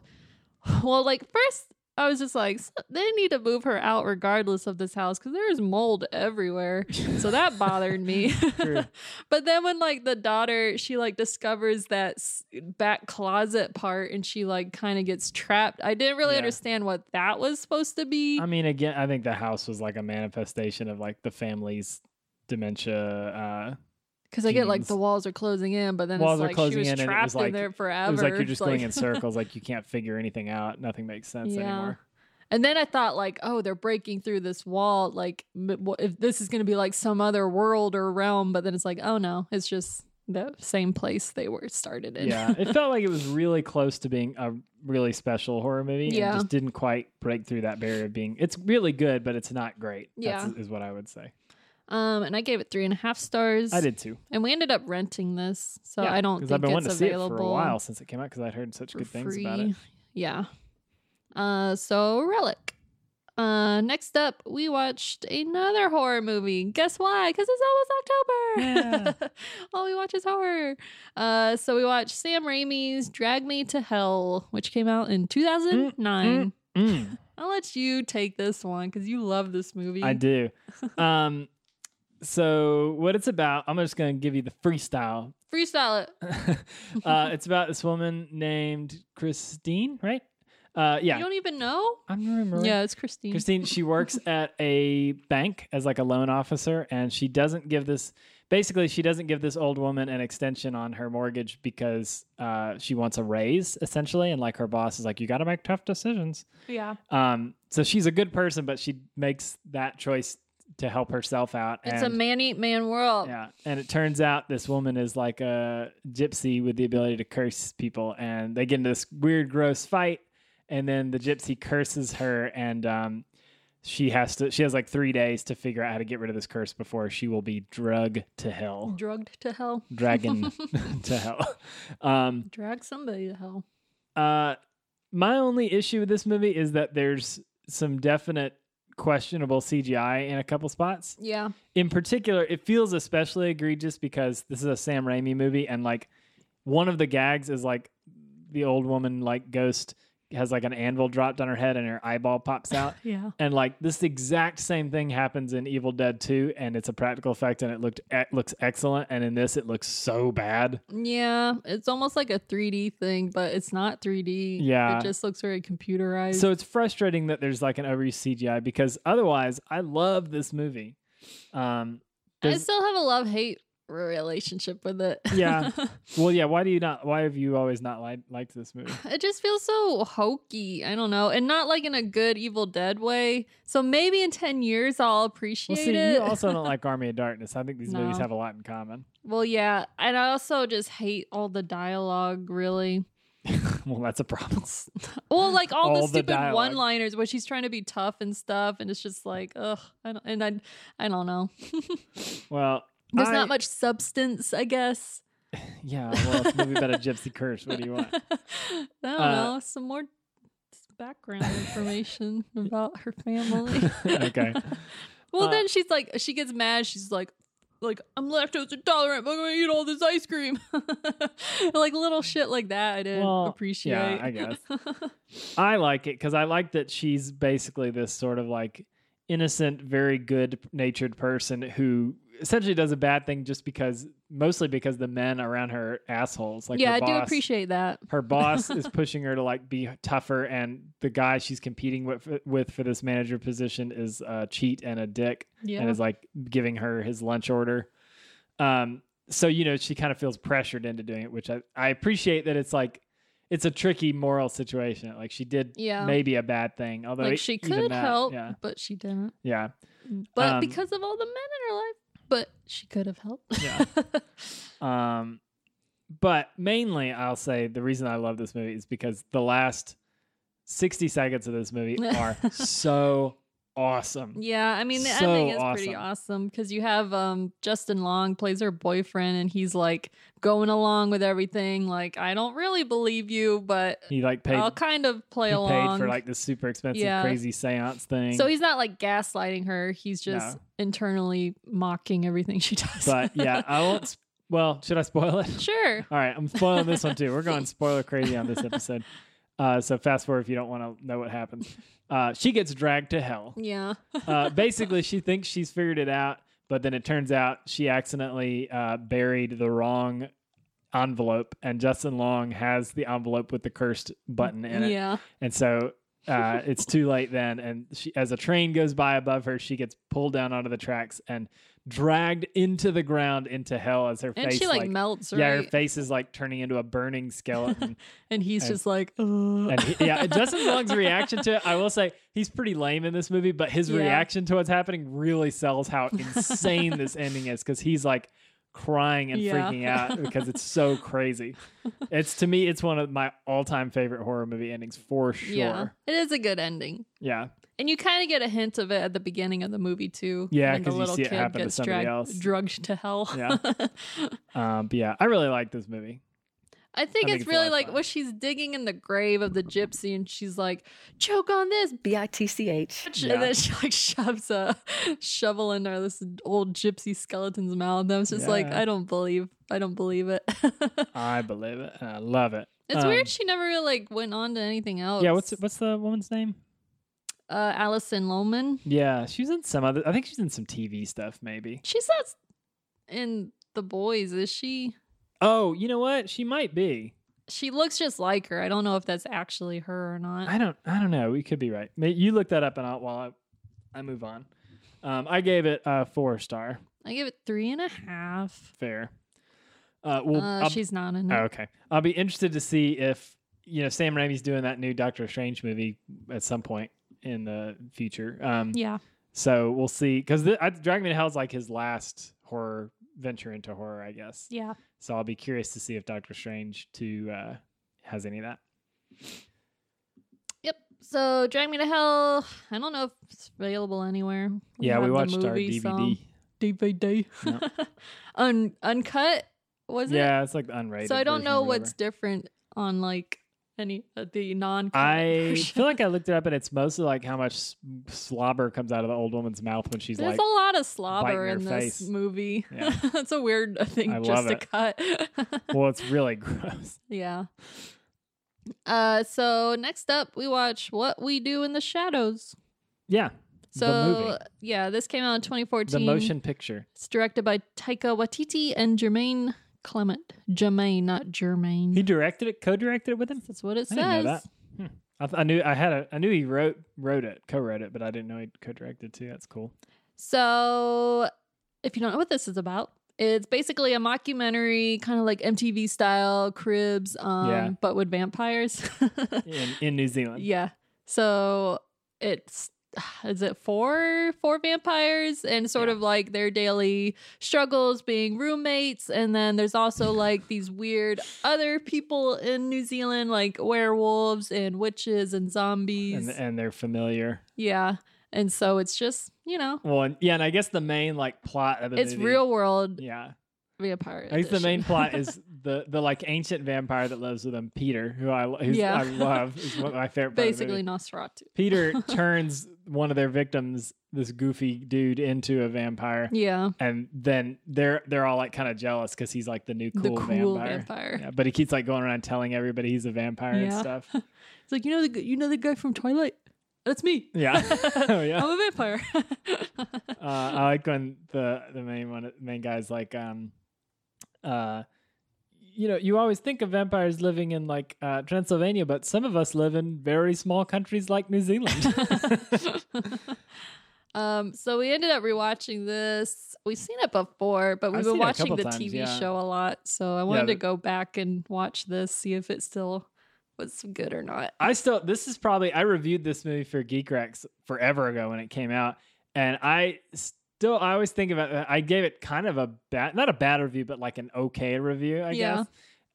Speaker 1: well, like first I was just like "S- they need to move her out regardless of this house because there's mold everywhere, (laughs) so that bothered me. (laughs)
Speaker 2: Mm-hmm. (laughs) True.
Speaker 1: but then when like the daughter, she like discovers that s- back closet part and she like kind of gets trapped. I didn't really
Speaker 2: Yeah.
Speaker 1: understand what that was supposed to be.
Speaker 2: I mean, again, I think the house was like a manifestation of like the family's dementia, uh,
Speaker 1: Because I get like
Speaker 2: Jeans.
Speaker 1: the walls are closing in, but then
Speaker 2: Walls
Speaker 1: it's
Speaker 2: are
Speaker 1: like she
Speaker 2: closing
Speaker 1: was
Speaker 2: in, and it was
Speaker 1: trapped
Speaker 2: like-
Speaker 1: in there forever.
Speaker 2: It was like you're
Speaker 1: It's
Speaker 2: just going
Speaker 1: (laughs)
Speaker 2: in circles, like you can't figure anything out. Nothing makes sense
Speaker 1: Yeah. (laughs)
Speaker 2: anymore.
Speaker 1: And then I thought, like, oh, they're breaking through this wall. Like, m- wh- if this is going to be like some other world or realm, but then it's like, oh no, it's just the same place they were started in.
Speaker 2: yeah, it felt like it was really close to being a really special horror movie.
Speaker 1: Yeah.
Speaker 2: and just didn't quite break through that barrier of being. It's really good, but it's not great. That's- is what I would say.
Speaker 1: (laughs) um, and I gave it three and a half stars.
Speaker 2: I did too.
Speaker 1: And we ended up renting this, so
Speaker 2: Yeah,
Speaker 1: I don't think
Speaker 2: I've been
Speaker 1: it's
Speaker 2: wanting to see it
Speaker 1: available
Speaker 2: for a while since it came out because I'd heard such
Speaker 1: for
Speaker 2: good things about it.
Speaker 1: free. (laughs) Yeah. Uh, so relic. Uh, next up, we watched another horror movie. Guess why? Because it's almost October. (laughs) All we watch is horror. Uh, so we watched Sam Raimi's Drag Me to Hell, which came out in 2009. (laughs)
Speaker 2: Mm,
Speaker 1: I'll let you take this one because you love this movie. (laughs)
Speaker 2: I do. Um, so what it's about? I'm just going to give you the freestyle.
Speaker 1: Freestyle it. (laughs)
Speaker 2: uh, it's about this woman named Christine, right? Uh,
Speaker 1: You
Speaker 2: yeah,
Speaker 1: don't even know?
Speaker 2: I'm remembering.
Speaker 1: Yeah, it's Christine.
Speaker 2: Christine, she works
Speaker 1: (laughs)
Speaker 2: at a bank as like a loan officer, and she doesn't give this. Basically, she doesn't give this old woman an extension on her mortgage because uh, she wants a raise, essentially. And like her boss is like, "You got to make tough decisions."
Speaker 1: Yeah.
Speaker 2: Um, so she's a good person, but she makes that choice to help herself out.
Speaker 1: It's a
Speaker 2: and,
Speaker 1: man eat man world.
Speaker 2: yeah, and it turns out this woman is like a gypsy with the ability to curse people, and they get into this weird, gross fight, and then the gypsy curses her, and um, she has to. She has like three days to figure out how to get rid of this curse before she will be drug to hell,
Speaker 1: Drugged to hell. (laughs)
Speaker 2: dragon to hell. Um,
Speaker 1: Drag somebody to hell.
Speaker 2: uh, my only issue with this movie is that there's some definite questionable CGI in a couple spots.
Speaker 1: Yeah.
Speaker 2: In particular, it feels especially egregious because this is a Sam Raimi movie, and like one of the gags is like the old woman, like ghost, has like an anvil dropped on her head, and her eyeball pops out.
Speaker 1: Yeah.
Speaker 2: And like this exact same thing happens in Evil Dead 2 and it's a practical effect and it looked it looks excellent and in this it looks so bad.
Speaker 1: Yeah. It's almost like a 3D thing, but it's not 3D.
Speaker 2: Yeah.
Speaker 1: It just looks very computerized.
Speaker 2: So it's frustrating that there's like an overuse CGI because otherwise I love this movie. Um
Speaker 1: I
Speaker 2: there's-
Speaker 1: still have a love hate relationship with it. (laughs)
Speaker 2: Yeah. well yeah, why do you not why have you always not li- liked this movie?
Speaker 1: it just feels so hokey. I don't know. And not like in a good Evil Dead way. So maybe in 10 years I'll appreciate
Speaker 2: Well see,
Speaker 1: it.
Speaker 2: you also
Speaker 1: (laughs)
Speaker 2: don't like Army of Darkness. I think these movies
Speaker 1: No.
Speaker 2: have a lot in common. (laughs)
Speaker 1: well, yeah. And I also just hate all the dialogue, really.
Speaker 2: well, that's a
Speaker 1: (laughs)
Speaker 2: problem.
Speaker 1: Well, like all,
Speaker 2: All the
Speaker 1: the stupid
Speaker 2: dialogue.
Speaker 1: one-liners where she's trying to be tough and stuff, and it's just like, ugh, I don't, and I, I don't know.
Speaker 2: Well,
Speaker 1: There's
Speaker 2: I-
Speaker 1: not much substance, I guess.
Speaker 2: Yeah, well, it's a movie about a gypsy curse. What do you
Speaker 1: (laughs)
Speaker 2: want?
Speaker 1: I don't
Speaker 2: Uh,
Speaker 1: know. Some more background
Speaker 2: (laughs)
Speaker 1: information about her family.
Speaker 2: okay.
Speaker 1: well,
Speaker 2: Uh,
Speaker 1: then she's like, she gets mad. She's like, like I'm lactose intolerant, but I'm gonna eat all this ice cream. (laughs) like little shit like that, I didn't
Speaker 2: Well,
Speaker 1: appreciate.
Speaker 2: yeah, I guess.
Speaker 1: (laughs)
Speaker 2: I like it because I like that she's basically this sort of like innocent, very good natured person who essentially does a bad thing just because, mostly because the men around her are assholes. Like,
Speaker 1: yeah,
Speaker 2: her
Speaker 1: I do
Speaker 2: boss-
Speaker 1: appreciate that.
Speaker 2: Her boss is pushing her to like be tougher, and the guy she's competing with, with for this manager position is a cheat and a dick,
Speaker 1: Yeah.
Speaker 2: and is like giving her his lunch order. Um, so you know she kind of feels pressured into doing it, which I, I appreciate that it's like it's a tricky moral situation. Like she did
Speaker 1: Yeah.
Speaker 2: maybe a bad thing, although e-
Speaker 1: like she
Speaker 2: even
Speaker 1: could
Speaker 2: that-
Speaker 1: help,
Speaker 2: Yeah,
Speaker 1: but she didn't.
Speaker 2: yeah.
Speaker 1: but
Speaker 2: Um,
Speaker 1: because of all the men in her life but she could have helped (laughs)
Speaker 2: Yeah. Um, but mainly, I'll say the reason I love this movie is because the last sixty seconds of this
Speaker 1: (laughs)
Speaker 2: movie are so awesome.
Speaker 1: yeah i mean the
Speaker 2: So
Speaker 1: ending is pretty
Speaker 2: awesome.
Speaker 1: awesome because you have um justin long plays her boyfriend and he's like going along with everything like i don't really believe you but
Speaker 2: He like paid,
Speaker 1: i'll kind of play
Speaker 2: he paid
Speaker 1: along
Speaker 2: for like the super expensive,
Speaker 1: Yeah.
Speaker 2: crazy seance thing.
Speaker 1: so he's not like gaslighting her he's just
Speaker 2: No.
Speaker 1: internally mocking everything she (laughs) does
Speaker 2: but yeah,
Speaker 1: (laughs)
Speaker 2: I won't. s- Well, should I spoil it? (laughs)
Speaker 1: sure
Speaker 2: All right, I'm spoiling this one too. We're going spoiler crazy on this episode. Uh, so fast forward if you don't want to know what happens. Uh, she gets dragged to hell.
Speaker 1: yeah
Speaker 2: Uh, basically, she thinks she's figured it out, but then it turns out she accidentally uh, buried the wrong envelope, and Justin Long has the envelope with the cursed button in it.
Speaker 1: yeah
Speaker 2: And so
Speaker 1: (laughs)
Speaker 2: uh, it's too late then. And she, as a train goes by above her, she gets pulled down onto the tracks and dragged into the ground into hell as her
Speaker 1: And
Speaker 2: face
Speaker 1: she like, melts, right?
Speaker 2: yeah, her face is like turning into a burning skeleton.
Speaker 1: and he's
Speaker 2: and-
Speaker 1: just like, Ugh.
Speaker 2: and he, yeah,
Speaker 1: (laughs)
Speaker 2: Justin Long's reaction to it, I will say, he's pretty lame in this movie, but his
Speaker 1: Yeah.
Speaker 2: reaction to what's happening really sells how insane this ending is because he's like crying and
Speaker 1: Yeah. (laughs)
Speaker 2: freaking out because it's so crazy. It's to me, it's one of my all-time favorite horror movie endings for sure.
Speaker 1: yeah,
Speaker 2: Yeah,
Speaker 1: it is a good ending.
Speaker 2: yeah,
Speaker 1: And you kind of get a hint of it at the beginning of the movie too.
Speaker 2: Yeah,
Speaker 1: when the
Speaker 2: 'cause you
Speaker 1: little
Speaker 2: see it
Speaker 1: kid
Speaker 2: happen to
Speaker 1: gets
Speaker 2: somebody
Speaker 1: dragged,
Speaker 2: else.
Speaker 1: drugged to hell.
Speaker 2: Yeah.
Speaker 1: (laughs)
Speaker 2: um, but yeah, I really like this movie.
Speaker 1: I think
Speaker 2: I think
Speaker 1: it's
Speaker 2: it's a lot
Speaker 1: really
Speaker 2: of
Speaker 1: like
Speaker 2: fun.
Speaker 1: when she's digging in the grave of the gypsy, and she's like, "Choke on this,"
Speaker 5: B I T C H.
Speaker 1: bitch,"
Speaker 2: Yeah.
Speaker 1: and then she like shoves a shovel in there, this old gypsy skeleton's mouth. And I was just like,
Speaker 2: Yeah.
Speaker 1: "I don't believe, I don't believe it." (laughs)
Speaker 2: I believe it. And I love it.
Speaker 1: it's
Speaker 2: Um,
Speaker 1: weird she never really like went on to anything else.
Speaker 2: Yeah, what's what's the woman's name?
Speaker 1: uh, Allison Lohman?
Speaker 2: Yeah, she's in some other. I think she's in some TV stuff, maybe.
Speaker 1: She's not s- in the boys, is she?
Speaker 2: Oh, you know what? She might be.
Speaker 1: She looks just like her. I don't know if that's actually her or not.
Speaker 2: I don't. I don't know. We could be right. May- You look that up, and I'll, while I, I move on, um, I gave it a four star.
Speaker 1: I give it three and a half.
Speaker 2: Fair. Uh, well,
Speaker 1: uh,
Speaker 2: I'll-
Speaker 1: she's not in it.
Speaker 2: oh, okay. I'll be interested to see if you know Sam Raimi's doing that new Doctor Strange movie at some point in the future. Um,
Speaker 1: Yeah.
Speaker 2: So we'll see. Because Dragon Me to Hell is like his last horror venture into horror, I guess.
Speaker 1: Yeah.
Speaker 2: So I'll be curious to see if Doctor Strange two uh, has any of that.
Speaker 1: Yep. So Drag Me to Hell. I don't know if it's available anywhere.
Speaker 2: yeah,
Speaker 1: have
Speaker 2: we
Speaker 1: the
Speaker 2: watched our
Speaker 1: movie,
Speaker 2: DVD.
Speaker 1: some. DVD. (laughs) Un- uncut was it?
Speaker 2: yeah, it's like the unrated.
Speaker 1: So I don't
Speaker 2: version or
Speaker 1: know
Speaker 2: whatever.
Speaker 1: what's different on like any uh, the non. (laughs)
Speaker 2: I feel like I looked it up, and it's mostly like how much s- slobber comes out of the old woman's mouth when she's
Speaker 1: There's
Speaker 2: like,
Speaker 1: a lot of
Speaker 2: biting
Speaker 1: slobber
Speaker 2: her
Speaker 1: in
Speaker 2: face.
Speaker 1: this movie.
Speaker 2: Yeah.
Speaker 1: (laughs) That's a weird thing
Speaker 2: I
Speaker 1: just
Speaker 2: love
Speaker 1: to
Speaker 2: it.
Speaker 1: cut. (laughs)
Speaker 2: "Well, it's really (laughs) gross."
Speaker 1: yeah. Uh, so next up, we watch What We Do in the Shadows.
Speaker 2: Yeah,
Speaker 1: So
Speaker 2: the movie,
Speaker 1: yeah, this came out in 2014.
Speaker 2: the motion picture.
Speaker 1: It's directed by Taika Waititi and Jermaine Clement. Jermaine, not Jermaine.
Speaker 2: He directed it, co-directed it with him.
Speaker 1: That's what it says.
Speaker 2: I didn't know that. Hmm. I, th- I knew I had a. I knew he wrote wrote it, co-wrote it, but I didn't know he co-directed too. That's cool.
Speaker 1: So, if you don't know what this is about, it's basically a mockumentary, kind of like MTV style cribs, um,
Speaker 2: Yeah.
Speaker 1: but with vampires. (laughs)
Speaker 2: In, in New Zealand,
Speaker 1: yeah. So it's (sighs) is it four four vampires and sort
Speaker 2: Yeah.
Speaker 1: of like their daily struggles being roommates and then there's also like these weird other people in New Zealand like werewolves and witches and zombies.
Speaker 2: and and they're familiar.
Speaker 1: yeah. And so it's just, you know,
Speaker 2: Well, and, yeah, and I guess the main like plot of the
Speaker 1: it's
Speaker 2: movie-
Speaker 1: real world
Speaker 2: Yeah,
Speaker 1: vampire.
Speaker 2: I guess the main
Speaker 1: (laughs) edition.
Speaker 2: plot is the the like ancient vampire that lives with him, Peter, who I who's,
Speaker 1: Yeah.
Speaker 2: I love. is one of my favorite. part of the
Speaker 1: basically
Speaker 2: movie.
Speaker 1: Nosferatu.
Speaker 2: Peter
Speaker 1: (laughs)
Speaker 2: turns one of their victims, this goofy dude, into a vampire,
Speaker 1: Yeah,
Speaker 2: and then they're they're all like kind of jealous because he's like the new cool,
Speaker 1: the cool
Speaker 2: vampire.
Speaker 1: vampire.
Speaker 2: Yeah, but he keeps like going around telling everybody he's a vampire and
Speaker 1: Yeah. (laughs)
Speaker 2: stuff.
Speaker 1: It's like you know the g- you know the guy from Twilight. That's
Speaker 2: (laughs)
Speaker 1: me.
Speaker 2: Yeah, oh, yeah.
Speaker 1: I'm a vampire. (laughs)
Speaker 2: Uh, I like when the the main one main guy's like um uh you know you always think of vampires living in like uh, Transylvania, but some of us live in very small countries like New
Speaker 1: (laughs)
Speaker 2: Zealand.
Speaker 1: um, so we ended up rewatching this. We've seen it before, but we've
Speaker 2: I've
Speaker 1: been
Speaker 2: seen it a
Speaker 1: watching
Speaker 2: couple
Speaker 1: the
Speaker 2: times,
Speaker 1: TV
Speaker 2: yeah.
Speaker 1: show a lot. So I wanted to
Speaker 2: but-
Speaker 1: go back and watch this, see if it still was good or not.
Speaker 2: I still this is probably I reviewed this movie for Geek Rex forever ago when it came out, and I still I always think about that. I gave it kind of a bad not a bad review, but like an okay review, I
Speaker 1: Yeah.
Speaker 2: guess.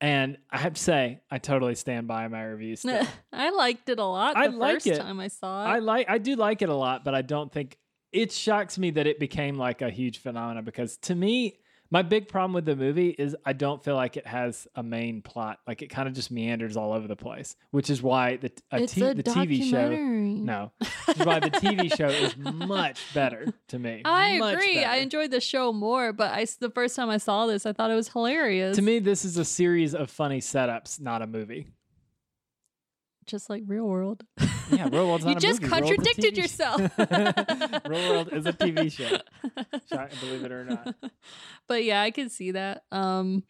Speaker 2: And I have to say, I totally stand by my
Speaker 1: (laughs)
Speaker 2: review still.
Speaker 1: I liked it a lot. The
Speaker 2: I like
Speaker 1: first
Speaker 2: it.
Speaker 1: time I saw
Speaker 2: I
Speaker 1: it.
Speaker 2: like I do like it a lot, but I don't think it shocks me that it became like a huge phenomenon because to me my big problem with the movie is I don't feel like it has a main plot. Like it kind of just meanders all over the place, which is why the a
Speaker 1: it's
Speaker 2: t-
Speaker 1: a
Speaker 2: the TV show
Speaker 1: documentary.
Speaker 2: no, which is why
Speaker 1: (laughs)
Speaker 2: the TV show is much better to me.
Speaker 1: I
Speaker 2: Much
Speaker 1: agree. I
Speaker 2: better.
Speaker 1: enjoyed the show more, but I s- the first time I saw this, I thought it was hilarious.
Speaker 2: To me, this is a series of funny setups, not
Speaker 1: (laughs)
Speaker 2: a movie.
Speaker 1: just like real world.
Speaker 2: Yeah, Real World's
Speaker 1: (laughs) you
Speaker 2: not a
Speaker 1: just
Speaker 2: movie. Real World's a
Speaker 1: contradicted
Speaker 2: TV
Speaker 1: yourself.
Speaker 2: show. (laughs) Real World is a TV
Speaker 1: (laughs)
Speaker 2: show. Shock- believe it or not.
Speaker 1: But yeah, I can see that. Um,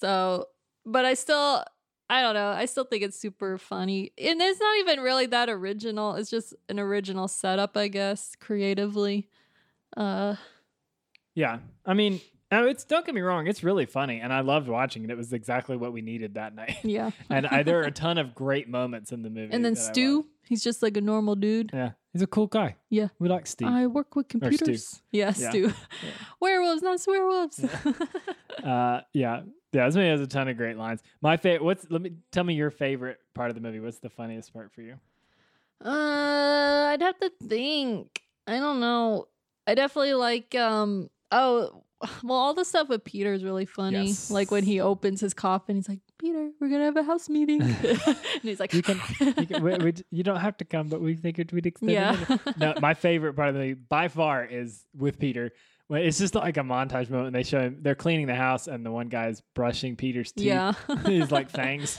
Speaker 1: so, but I still, I don't know. I still think it's super funny. And it's not even really that original. It's just an original setup, I guess, creatively. Uh
Speaker 2: Yeah. I mean, oh, it's don't get me wrong, it's really funny and I loved watching it. It was exactly what we needed that night. (laughs)
Speaker 1: yeah.
Speaker 2: and I, there are
Speaker 1: (laughs)
Speaker 2: a ton of great moments in the movie.
Speaker 1: And then
Speaker 2: that I
Speaker 1: Stu,
Speaker 2: loved.
Speaker 1: he's just like a normal dude.
Speaker 2: Yeah. He's a cool guy.
Speaker 1: Yeah.
Speaker 2: We like Steve.
Speaker 1: I work with
Speaker 2: Stu.
Speaker 1: computers. Yeah,
Speaker 2: Yeah.
Speaker 1: Stu. (laughs) Werewolves, not werewolves. (laughs)
Speaker 2: uh yeah. Yeah, this movie has a ton of great lines. My favorite what's let me tell me your favorite part of the movie. What's the funniest part for you?
Speaker 1: Uh, I'd have to think. I don't know. I definitely like um oh (sighs) well all the stuff with Peter is really funny.
Speaker 2: Yes.
Speaker 1: Like when he opens his coffin, he's like, Peter, we're gonna have a house
Speaker 2: (laughs)
Speaker 1: meeting. (laughs) and he's like
Speaker 2: You can,
Speaker 1: (laughs)
Speaker 2: you, can we, we, you don't have to come, but we figured we'd extend. it
Speaker 1: Yeah.
Speaker 2: anyway.
Speaker 1: (laughs)
Speaker 2: no, my favorite part of the movie by far is with Peter. When it's just like a montage moment. and They show him they're cleaning the house, and the one guy's brushing Peter's teeth.
Speaker 1: Yeah.
Speaker 2: (laughs)
Speaker 1: (laughs)
Speaker 2: He's like fangs,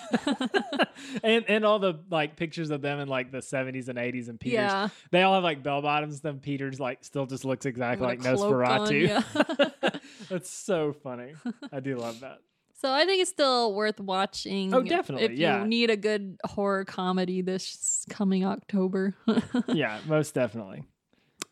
Speaker 2: (laughs) and and all the like pictures of them in like the seventies and eighties, and Peter's
Speaker 1: Yeah.
Speaker 2: they all have like bell bottoms. Then Peter's like still just looks exactly like
Speaker 1: With a cloak on,
Speaker 2: Nosferatu.
Speaker 1: yeah.
Speaker 2: (laughs)
Speaker 1: (laughs)
Speaker 2: That's so funny. I do love that.
Speaker 1: so I think it's still worth watching.
Speaker 2: Oh,
Speaker 1: if-
Speaker 2: definitely,
Speaker 1: If
Speaker 2: yeah.
Speaker 1: you need a good horror comedy this coming October. (laughs)
Speaker 2: Yeah, most definitely.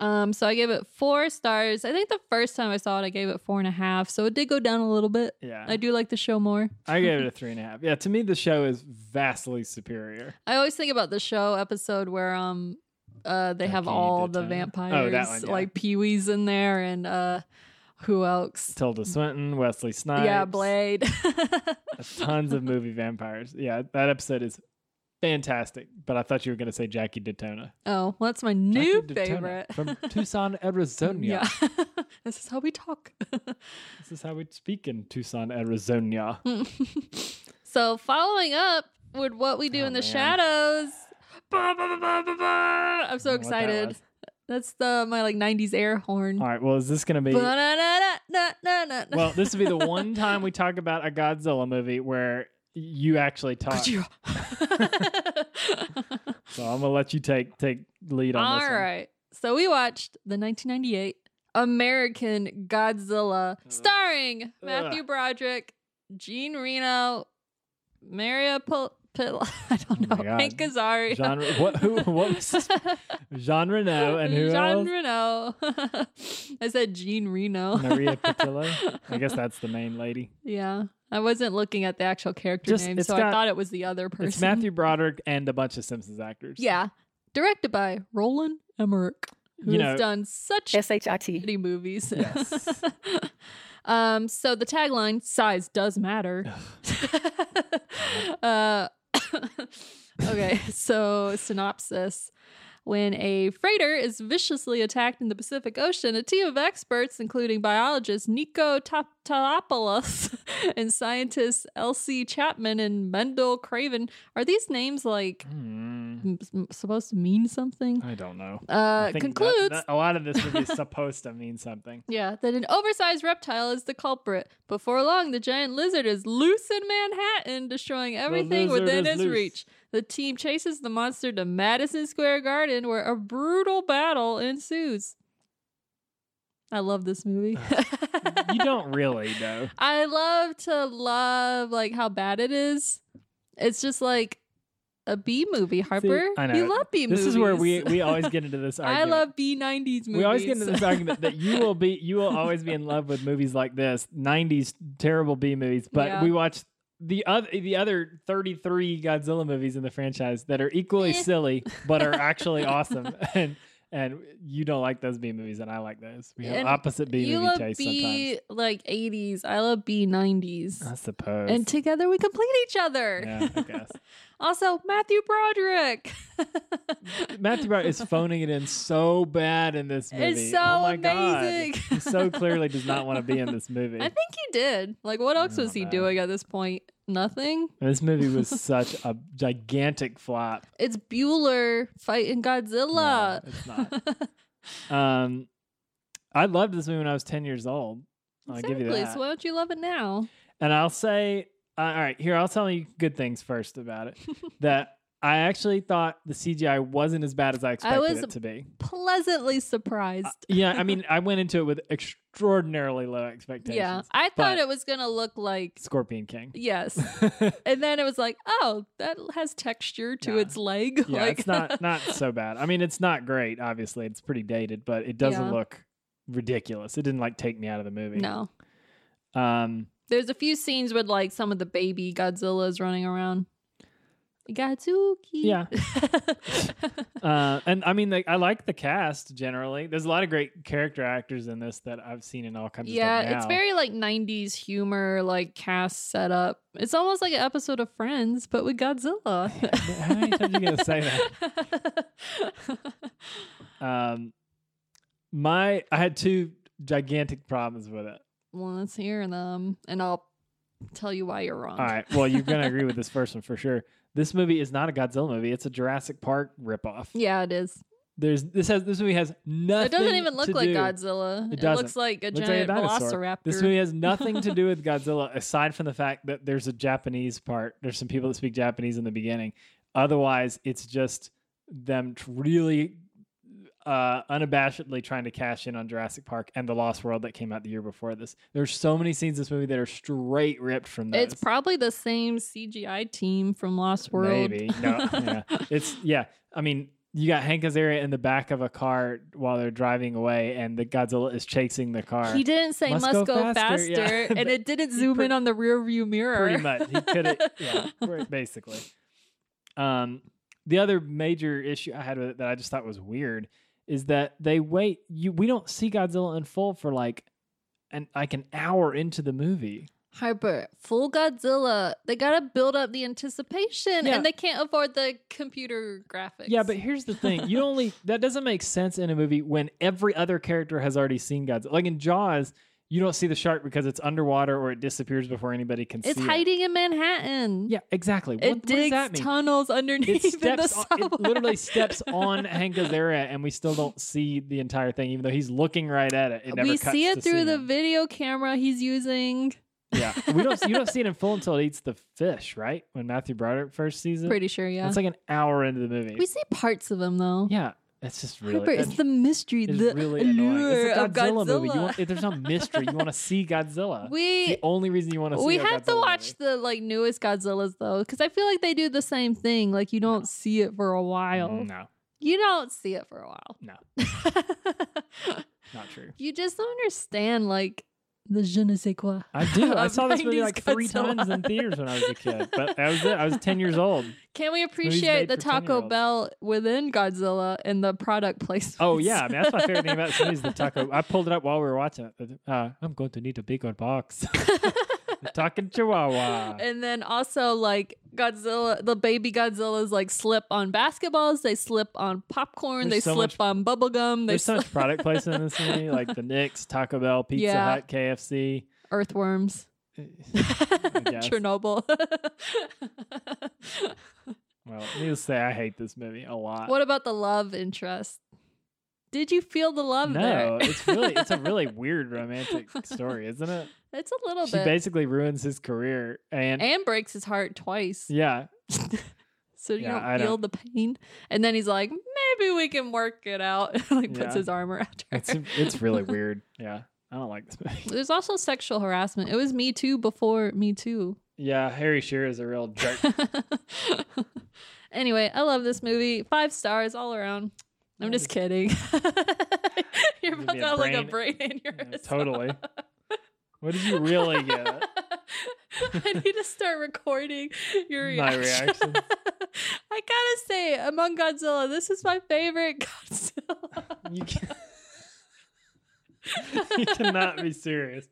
Speaker 1: Um, so I gave it four stars. I think the first time I saw it, I gave it four and a half. So it did go down a little bit.
Speaker 2: Yeah.
Speaker 1: I do like the show more.
Speaker 2: I gave it a three and a half. Yeah, to me the show is vastly superior.
Speaker 1: I always think about the show episode where um uh they have
Speaker 2: Ducky,
Speaker 1: all the,
Speaker 2: the town.
Speaker 1: vampires
Speaker 2: Oh, that one, yeah.
Speaker 1: like Pee-wee's in there and uh who else?
Speaker 2: Tilda Swinton, Wesley Snipes.
Speaker 1: Yeah, Blade.
Speaker 2: (laughs)
Speaker 1: (laughs)
Speaker 2: Tons of movie vampires. Yeah, that episode is fantastic. But I thought you were going to say Jackie Daytona.
Speaker 1: oh, well, that's my new
Speaker 2: Jackie Daytona
Speaker 1: favorite. (laughs)
Speaker 2: from Tucson, Arizona.
Speaker 1: yeah. (laughs) this is how we talk. (laughs)
Speaker 2: This is how we speak in Tucson, Arizona.
Speaker 1: Hmm.
Speaker 2: (laughs)
Speaker 1: so following up with what we do
Speaker 2: Oh,
Speaker 1: in the
Speaker 2: man.
Speaker 1: shadows. Ba, ba, ba, ba, ba, ba. I'm so
Speaker 2: I don't know what that
Speaker 1: excited.
Speaker 2: was.
Speaker 1: That's the my like 90s air horn.
Speaker 2: All right. Well, is this going to be?
Speaker 1: Ba-na-na-na-na-na-na.
Speaker 2: Well,
Speaker 1: (laughs)
Speaker 2: this will be the one time we talk about a Godzilla movie where you actually talk.
Speaker 1: (laughs)
Speaker 2: So
Speaker 1: Gojira.
Speaker 2: I'm gonna let you take take lead on
Speaker 1: All
Speaker 2: this. one.
Speaker 1: right. So we watched the 1998 American Godzilla starring Matthew Broderick, Gene Reno, Maria Pil- Pil- (laughs) I don't
Speaker 2: Oh my
Speaker 1: know,
Speaker 2: God.
Speaker 1: Hank Azaria.
Speaker 2: Genre- what- who- what was his-
Speaker 1: (laughs)
Speaker 2: Jean Reno and who
Speaker 1: Jean
Speaker 2: else?
Speaker 1: Reno. (laughs) I said Gene Reno.
Speaker 2: Maria Patillo. I guess that's the main lady.
Speaker 1: (laughs) Yeah. I wasn't looking at the actual character
Speaker 2: Just-
Speaker 1: name,
Speaker 2: it's
Speaker 1: so I
Speaker 2: got-
Speaker 1: thought it was the other person.
Speaker 2: It's Matthew Broderick and a bunch of Simpsons actors.
Speaker 1: Yeah. Directed by Roland Emmerich, who
Speaker 2: You know-
Speaker 1: has done such
Speaker 5: S H I T.
Speaker 1: shitty movies.
Speaker 2: Yes.
Speaker 1: (laughs) um, so the tagline size does matter. (laughs) uh, (coughs) okay, so synopsis. When a freighter is viciously attacked in the Pacific Ocean, a team of experts, including biologist Nico Topolopoulos (laughs) and scientists Elsie Chapman and Mendel Craven, are these names like
Speaker 2: Hmm,
Speaker 1: m- m- supposed to mean something?
Speaker 2: I don't know.
Speaker 1: Uh,
Speaker 2: I think that-
Speaker 1: concludes
Speaker 2: that- a lot of this movie is supposed to
Speaker 1: (laughs)
Speaker 2: mean something.
Speaker 1: Yeah, that an oversized reptile is the culprit. Before long, the giant lizard is loose in Manhattan, destroying everything
Speaker 2: lizard
Speaker 1: within
Speaker 2: is
Speaker 1: its
Speaker 2: loose.
Speaker 1: reach. The team chases the monster to Madison Square Garden, where a brutal battle ensues. I love this
Speaker 2: (laughs)
Speaker 1: movie.
Speaker 2: You don't really know.
Speaker 1: (laughs) I love to love like how bad it is. It's just like a B movie, Harper.
Speaker 2: I know.
Speaker 1: You love (laughs) B movies.
Speaker 2: This is where we, we always get into
Speaker 1: (laughs)
Speaker 2: this
Speaker 1: I
Speaker 2: argument.
Speaker 1: love B nineties movies.
Speaker 2: We always get into this argument that you will be
Speaker 1: (laughs)
Speaker 2: you will always be in love with movies like this, 90s terrible B movies, but
Speaker 1: Yeah.
Speaker 2: we watch the other the other 33 Godzilla movies in the franchise that are equally
Speaker 1: Eh.
Speaker 2: silly but
Speaker 1: (laughs)
Speaker 2: are actually awesome (laughs) and and you don't like those B movies and I like those. We have
Speaker 1: And
Speaker 2: opposite B
Speaker 1: you
Speaker 2: movie
Speaker 1: love
Speaker 2: taste
Speaker 1: B
Speaker 2: sometimes.
Speaker 1: like eighties. I love B nineties.
Speaker 2: I suppose.
Speaker 1: And together we complete each other.
Speaker 2: yeah, I guess.
Speaker 1: (laughs) also, Matthew Broderick. (laughs)
Speaker 2: Matthew Broderick is phoning it in so bad in this movie.
Speaker 1: It's so
Speaker 2: oh my God.
Speaker 1: amazing.
Speaker 2: He so clearly does not want to be in this movie.
Speaker 1: I (laughs) think he did. Like, what else
Speaker 2: Oh,
Speaker 1: was he
Speaker 2: man.
Speaker 1: doing at this point? Nothing.
Speaker 2: this movie was such a gigantic flop.
Speaker 1: It's Bueller fighting Godzilla. (laughs)
Speaker 2: No, it's not. Um, I loved this movie when I was ten years old. I'll give you
Speaker 1: Exactly,
Speaker 2: that.
Speaker 1: So why don't you love it now? (laughs)
Speaker 2: and I'll say, uh, all right, here I'll tell you good things first about it. that I actually thought the CGI wasn't as bad as I expected
Speaker 1: was-
Speaker 2: it
Speaker 1: (laughs)
Speaker 2: to be. Uh,
Speaker 1: Pleasantly surprised.
Speaker 2: Yeah, I mean, I went into it with extraordinarily low expectations.
Speaker 1: yeah. I thought
Speaker 2: but-
Speaker 1: it was going to look like,
Speaker 2: Scorpion King.
Speaker 1: yes.
Speaker 2: (laughs) yeah,
Speaker 1: And then it was like, oh, that has texture to
Speaker 2: Yeah.
Speaker 1: its (laughs) leg. like,
Speaker 2: it's not not so bad. I mean, it's not great. Obviously, it's pretty dated, but it doesn't
Speaker 1: Yeah.
Speaker 2: look ridiculous. It didn't like take me out of the movie.
Speaker 1: no.
Speaker 2: Um.
Speaker 1: There's a few scenes with like some of the baby Godzillas running around. Godzuki. (laughs)
Speaker 2: Yeah. Uh. And I mean, like, I like the cast generally. There's a lot of great character actors in this that I've seen in all kinds of stuff.
Speaker 1: yeah, it's
Speaker 2: now.
Speaker 1: very like 90s humor, like cast setup. It's almost like an episode of Friends, but with Godzilla.
Speaker 2: (laughs) How many times you gonna say
Speaker 1: (laughs)
Speaker 2: Um, my I had two gigantic problems with it.
Speaker 1: well, let's hear them, and I'll tell you why you're wrong.
Speaker 2: All right, well,
Speaker 1: (laughs)
Speaker 2: you're gonna agree with this first one for sure. This movie is not a Godzilla movie; it's a Jurassic Park ripoff.
Speaker 1: Yeah, it is.
Speaker 2: There's this has this movie has nothing.
Speaker 1: It doesn't even look
Speaker 2: to
Speaker 1: like
Speaker 2: do-
Speaker 1: Godzilla.
Speaker 2: It
Speaker 1: It,
Speaker 2: doesn't.
Speaker 1: looks like a
Speaker 2: Looks like a
Speaker 1: giant
Speaker 2: dinosaur.
Speaker 1: velociraptor.
Speaker 2: This movie has
Speaker 1: (laughs)
Speaker 2: nothing to do with Godzilla aside from the fact that there's a Japanese part. There's some people that speak Japanese in the beginning. Otherwise, it's just them t- really uh, unabashedly trying to cash in on Jurassic Park and The Lost World that came out the year before this. There's so many scenes in this movie that are straight ripped from those.
Speaker 1: it's probably the same CGI team from Lost World.
Speaker 2: Maybe. No.
Speaker 1: (laughs)
Speaker 2: yeah. It's yeah. I mean, you got Hank Azaria in the back of a car while they're driving away, and the Godzilla is chasing the car.
Speaker 1: He didn't say must, go, faster,
Speaker 2: yeah. (laughs)
Speaker 1: and it didn't zoom
Speaker 2: pre-
Speaker 1: in on the rearview mirror.
Speaker 2: Pretty much, he could
Speaker 1: (laughs)
Speaker 2: yeah, pre- basically. Um, the other major issue I had with it that I just thought was weird is that they wait. You we don't see Godzilla in full for like. an like an hour into the movie,
Speaker 1: Harper, full Godzilla. They gotta build up the anticipation,
Speaker 2: Yeah.
Speaker 1: and they can't afford the computer graphics.
Speaker 2: yeah. But here's the
Speaker 1: (laughs)
Speaker 2: thing: you only that doesn't make sense in a movie when every other character has already seen Godzilla. Like in Jaws, you don't see the shark because it's underwater or it disappears before anybody can
Speaker 1: it's
Speaker 2: see it.
Speaker 1: hiding in Manhattan.
Speaker 2: Yeah, exactly. What,
Speaker 1: it
Speaker 2: what does
Speaker 1: digs
Speaker 2: that mean?
Speaker 1: tunnels underneath (laughs)
Speaker 2: it steps
Speaker 1: in
Speaker 2: on,
Speaker 1: the subway.
Speaker 2: it literally steps
Speaker 1: (laughs)
Speaker 2: on Hank Azaria, and we still don't see the entire thing, even though he's looking right at it. It never
Speaker 1: we
Speaker 2: cuts
Speaker 1: see
Speaker 2: to
Speaker 1: it through the
Speaker 2: him.
Speaker 1: video camera he's using.
Speaker 2: yeah. We don't
Speaker 1: (laughs)
Speaker 2: you don't see it in full until it eats the fish, right? When Matthew Broderick first sees it,
Speaker 1: Pretty sure, yeah.
Speaker 2: it's like an hour into the movie.
Speaker 1: we see parts of him though.
Speaker 2: yeah, it's just really.
Speaker 1: Harper, it's
Speaker 2: that
Speaker 1: the mystery,
Speaker 2: is
Speaker 1: the
Speaker 2: really annoying.
Speaker 1: allure
Speaker 2: It's a
Speaker 1: of
Speaker 2: Godzilla, movie. You
Speaker 1: Godzilla.
Speaker 2: want, there's no mystery. You want to see Godzilla.
Speaker 1: (laughs) we
Speaker 2: the only reason you want to see
Speaker 1: we
Speaker 2: a
Speaker 1: have to
Speaker 2: Godzilla
Speaker 1: watch
Speaker 2: movie.
Speaker 1: the like newest Godzillas though, because I feel like they do the same thing. Like you don't see it for a while.
Speaker 2: Mm, No,
Speaker 1: You don't see it for a while.
Speaker 2: No. not true.
Speaker 1: (laughs) you just don't understand like the je ne sais quoi.
Speaker 2: I
Speaker 1: (laughs)
Speaker 2: do. I
Speaker 1: of
Speaker 2: saw this movie
Speaker 1: 90s
Speaker 2: like three
Speaker 1: Godzilla.
Speaker 2: times in theaters when I was a kid, but that was it. I was ten years old.
Speaker 1: Can we
Speaker 2: made
Speaker 1: appreciate the
Speaker 2: for
Speaker 1: Taco
Speaker 2: 10-year-olds.
Speaker 1: Bell within Godzilla and the product placement?
Speaker 2: Oh yeah, I mean that's my favorite thing
Speaker 1: (laughs)
Speaker 2: about this movie is the taco. I pulled it up while we were watching it. Uh, I'm going to need a
Speaker 1: (laughs)
Speaker 2: bigger box. the talking chihuahua.
Speaker 1: And then also like Godzilla, the baby Godzillas like slip on basketballs, they slip on popcorn,
Speaker 2: There's
Speaker 1: they
Speaker 2: so
Speaker 1: slip
Speaker 2: much-
Speaker 1: on bubble gum, they
Speaker 2: There's so
Speaker 1: slip
Speaker 2: much product
Speaker 1: (laughs)
Speaker 2: placement in this movie, like the Knicks, Taco Bell, Pizza
Speaker 1: Yeah.
Speaker 2: Hut, (laughs) KFC.
Speaker 1: earthworms, (laughs)
Speaker 2: guess. (laughs)
Speaker 1: Chernobyl.
Speaker 2: Well, needless to say, I hate this movie a lot.
Speaker 1: what about the love interest? Did you feel the love there? (laughs)
Speaker 2: no, it's really it's a really weird romantic story, isn't it?
Speaker 1: It's a little
Speaker 2: She
Speaker 1: bit.
Speaker 2: basically ruins his career, and,
Speaker 1: and breaks his heart twice.
Speaker 2: yeah,
Speaker 1: So you
Speaker 2: Yeah,
Speaker 1: don't
Speaker 2: I
Speaker 1: feel the pain. And then he's like, maybe we can work it out. (laughs) like
Speaker 2: Yeah.
Speaker 1: puts his arm around her.
Speaker 2: it's
Speaker 1: (laughs)
Speaker 2: it's really weird. Yeah, I don't like this movie.
Speaker 1: There's also sexual harassment. It was Me Too before Me Too.
Speaker 2: Yeah, Harry Shearer is a real jerk.
Speaker 1: (laughs) anyway, I love this movie. Five stars all around. I'm just kidding. (laughs) You're
Speaker 2: Give
Speaker 1: about
Speaker 2: me
Speaker 1: to
Speaker 2: a
Speaker 1: have like a
Speaker 2: brain-
Speaker 1: brain (laughs)
Speaker 2: Yeah,
Speaker 1: aneurysm.
Speaker 2: totally. What did you really get?
Speaker 1: I need to start recording your
Speaker 2: My
Speaker 1: reaction.
Speaker 2: reaction.
Speaker 1: (laughs) I gotta say, among Godzilla, this is my favorite (laughs) Godzilla. (laughs)
Speaker 2: You, can- (laughs) you cannot be serious.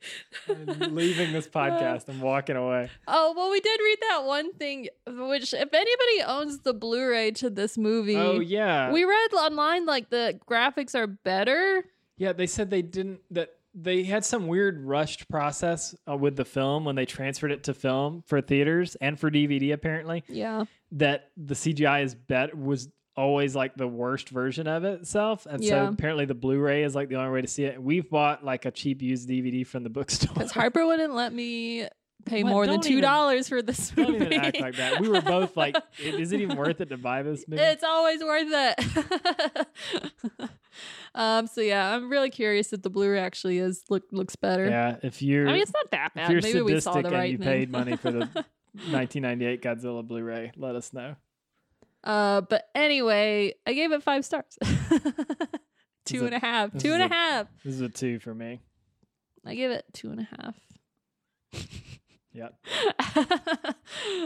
Speaker 2: I'm
Speaker 1: (laughs)
Speaker 2: leaving this podcast. I'm walking away.
Speaker 1: oh, well, we did read that one thing, which, if anybody owns the Blu ray to this movie,
Speaker 2: Oh yeah,
Speaker 1: we read online like the graphics are better.
Speaker 2: yeah. They said they didn't that they had some weird rushed process uh, with the film when they transferred it to film for theaters and for DVD apparently.
Speaker 1: Yeah.
Speaker 2: that the CGI is bet was always like the worst version of itself, and
Speaker 1: Yeah.
Speaker 2: so apparently the Blu-ray is like the only way to see it. We've bought like a cheap used DVD from the bookstore.
Speaker 1: Because Harper wouldn't let me pay
Speaker 2: What?
Speaker 1: more than
Speaker 2: Don't even-
Speaker 1: two dollars for this
Speaker 2: (laughs) Don't
Speaker 1: movie.
Speaker 2: even act
Speaker 1: (laughs)
Speaker 2: like that. We were both like, is it even worth it to buy this movie?
Speaker 1: It's always worth it. (laughs) um, so yeah, I'm really curious if the Blu-ray actually is look looks better.
Speaker 2: yeah, if you're
Speaker 1: I mean, it's not that
Speaker 2: if
Speaker 1: bad.
Speaker 2: you're
Speaker 1: Maybe we saw
Speaker 2: sadistic
Speaker 1: the right
Speaker 2: and you
Speaker 1: thing.
Speaker 2: paid money for the 1998 Godzilla Blu-ray, let us know.
Speaker 1: (laughs) Uh, but anyway, I gave it five stars. (laughs)
Speaker 2: is a-
Speaker 1: Two and a half.
Speaker 2: this
Speaker 1: Two
Speaker 2: is
Speaker 1: and a half.
Speaker 2: a- This is a two for me.
Speaker 1: I give it two and a half.
Speaker 2: Yep.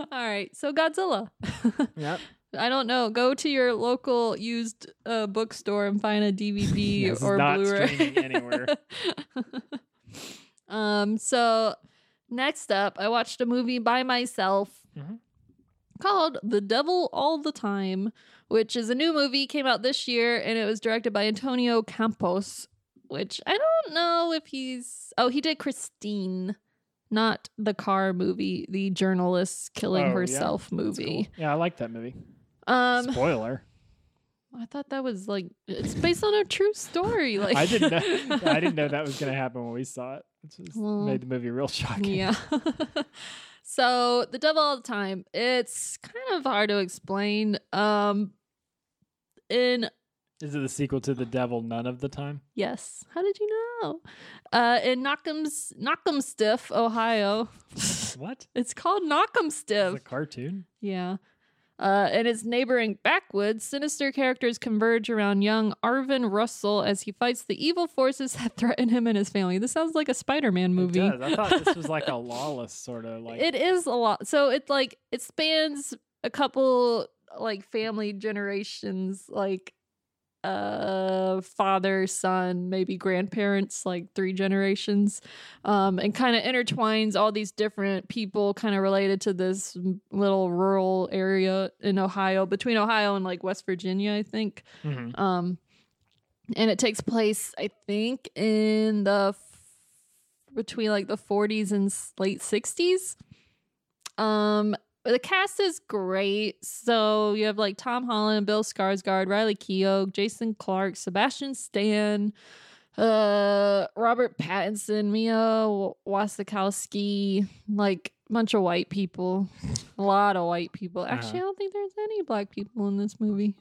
Speaker 1: (laughs) All right. So Godzilla. (laughs)
Speaker 2: Yep.
Speaker 1: I don't know. Go to your local used uh, bookstore and find a DVD
Speaker 2: (laughs) This is
Speaker 1: or
Speaker 2: not
Speaker 1: Blu-ray
Speaker 2: streaming anywhere.
Speaker 1: (laughs) um. So next up, I watched a movie by myself
Speaker 2: Mhm.
Speaker 1: called "The Devil All the Time," which is a new movie came out this year, and it was directed by Antonio Campos. Which I don't know if he's. Oh, he did Christine, not the car movie, the journalist killing
Speaker 2: Oh, yeah.
Speaker 1: herself
Speaker 2: That's cool.
Speaker 1: movie.
Speaker 2: Yeah, I like that movie.
Speaker 1: Um,
Speaker 2: Spoiler.
Speaker 1: I thought that was like it's based on a true story. Like
Speaker 2: I didn't
Speaker 1: (laughs)
Speaker 2: know I didn't know that was gonna happen when we saw it. It just
Speaker 1: Well,
Speaker 2: made the movie
Speaker 1: (laughs)
Speaker 2: real shocking.
Speaker 1: Yeah. so the devil all the time. It's kind of hard to explain. Um, in
Speaker 2: Is it the sequel to The Devil None of the Time?
Speaker 1: yes, how did you know? Uh, in Knock'em's Knock'em Stiff, Ohio. (laughs)
Speaker 2: What?
Speaker 1: it's called Knock'em
Speaker 2: It's
Speaker 1: Stiff.
Speaker 2: a cartoon?
Speaker 1: Yeah. Uh, in its neighboring backwoods, sinister characters converge around young Arvin Russell as he fights the evil forces that threaten him and his family. This sounds like a Spider Man movie.
Speaker 2: It does.
Speaker 1: (laughs)
Speaker 2: I thought this was like a lawless sort of like
Speaker 1: it is a lot. So it like it spans a couple like family generations, like uh father, son, maybe grandparents, like three generations. Um and kind of intertwines all these different people kind of related to this m- little rural area in Ohio, between Ohio and like West Virginia, I think.
Speaker 2: Mhm.
Speaker 1: Um, and it takes place, I think, in the f- between like the 40s and s- late 60s. Um, the cast is great. So you have like Tom Holland, Bill Skarsgård, Riley Keough, Jason Clark, Sebastian Stan, uh, Robert Pattinson, Mia Wa- Wasikowski, like bunch of white people, a lot of white people. Actually, I don't think there's any black people in this movie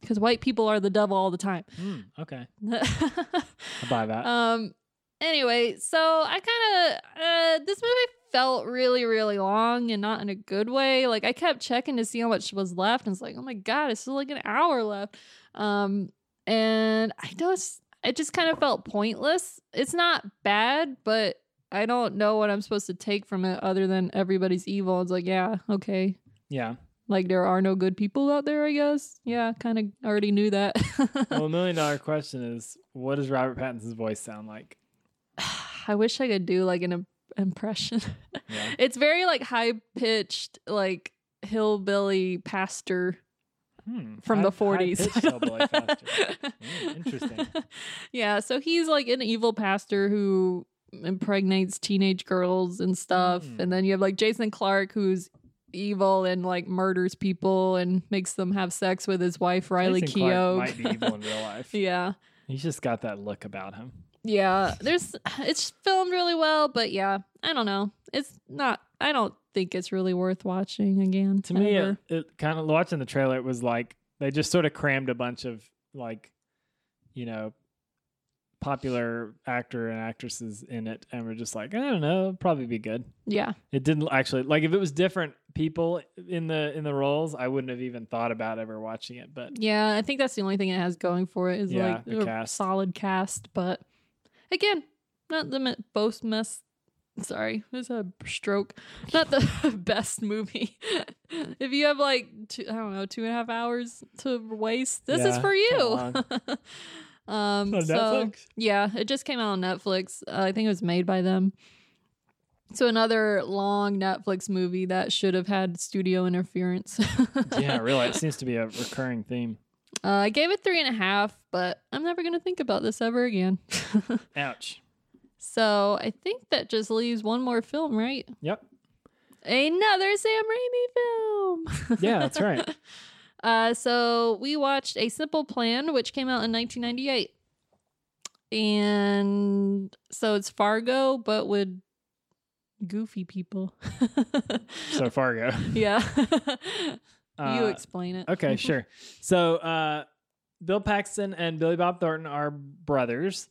Speaker 1: because white people are the devil all the time. (laughs)
Speaker 2: Hmm, okay. I buy that.
Speaker 1: um. Anyway, so I kind of uh, this movie felt really, really long and not in a good way. Like I kept checking to see how much was left, and it's like, oh my god, it's still like an hour left. Um, and I just, it just kind of felt pointless. It's not bad, but I don't know what I'm supposed to take from it other than everybody's evil. It's like, yeah, okay,
Speaker 2: yeah.
Speaker 1: like there are no good people out there. I guess, yeah, kind of already knew that. (laughs)
Speaker 2: Well, a million dollar question is what does Robert Pattinson's voice sound like?
Speaker 1: (sighs) I wish I could do like an im- impression.
Speaker 2: Yeah.
Speaker 1: it's very like high pitched, like hillbilly pastor
Speaker 2: Hmm,
Speaker 1: from
Speaker 2: high-
Speaker 1: the 40s. (laughs)
Speaker 2: high-pitched hillbilly faster. Mm, interesting.
Speaker 1: interesting. (laughs) yeah, so he's like an evil pastor who impregnates teenage girls and stuff.
Speaker 2: Mm.
Speaker 1: And then you have like Jason Clark, who's evil and like murders people and makes them have sex with his wife, (laughs) Riley
Speaker 2: Jason Clarke
Speaker 1: Keough.
Speaker 2: might be evil in real life.
Speaker 1: (laughs) yeah.
Speaker 2: He's just got that look about him.
Speaker 1: Yeah, there's it's filmed really well, but yeah, I don't know. It's not. I don't think it's really worth watching again.
Speaker 2: To me,
Speaker 1: ever.
Speaker 2: it, it kind of watching the trailer, it was like they just sort of crammed a bunch of like, you know, popular actor and actresses in it, and were just like, I don't know, it'll probably be good.
Speaker 1: yeah,
Speaker 2: It didn't actually like if it was different people in the in the roles, I wouldn't have even thought about ever watching it. But
Speaker 1: yeah. I think that's the only thing it has going for it is
Speaker 2: Yeah,
Speaker 1: like
Speaker 2: the
Speaker 1: a
Speaker 2: cast.
Speaker 1: solid cast, but again, not the me- most mess. Sorry, it was a stroke. Not the (laughs) best movie. (laughs) if you have like two, I don't know two and a half hours to waste, this is
Speaker 2: Yeah,
Speaker 1: for (laughs)
Speaker 2: kinda
Speaker 1: you. um,
Speaker 2: (laughs) on
Speaker 1: so, (laughs)
Speaker 2: Netflix,
Speaker 1: Yeah, it just came out on Netflix. Uh, I think it was made by them. So another long Netflix movie that should have had studio interference. (laughs)
Speaker 2: yeah, really, it seems to be a recurring theme.
Speaker 1: Uh, I gave it three and a half, but I'm never going to think about this ever again. (laughs)
Speaker 2: Ouch.
Speaker 1: so I think that just leaves one more film, right?
Speaker 2: Yep.
Speaker 1: Another Sam Raimi film.
Speaker 2: Yeah, that's right.
Speaker 1: (laughs) Uh, so we watched A Simple Plan, which came out in 1998. And so it's Fargo, but with goofy people. (laughs)
Speaker 2: So Fargo.
Speaker 1: yeah. (laughs) you
Speaker 2: Uh,
Speaker 1: explain it. (laughs)
Speaker 2: Okay, sure. So uh, Bill Paxton and Billy Bob Thornton are brothers,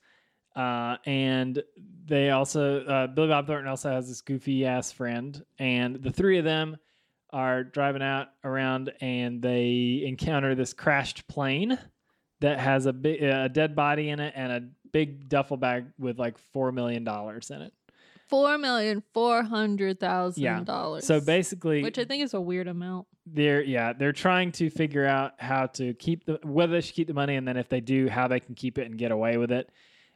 Speaker 2: uh, and they also uh, Billy Bob Thornton also has this goofy ass friend, and the three of them are driving out around, and they encounter this crashed plane that has a big a dead body in it and a big duffel bag with like four million dollars in it.
Speaker 1: Four million four hundred thousand dollars.
Speaker 2: So basically,
Speaker 1: which I think is a weird amount.
Speaker 2: they're yeah they're trying to figure out how to keep the whether they should keep the money and then if they do how they can keep it and get away with it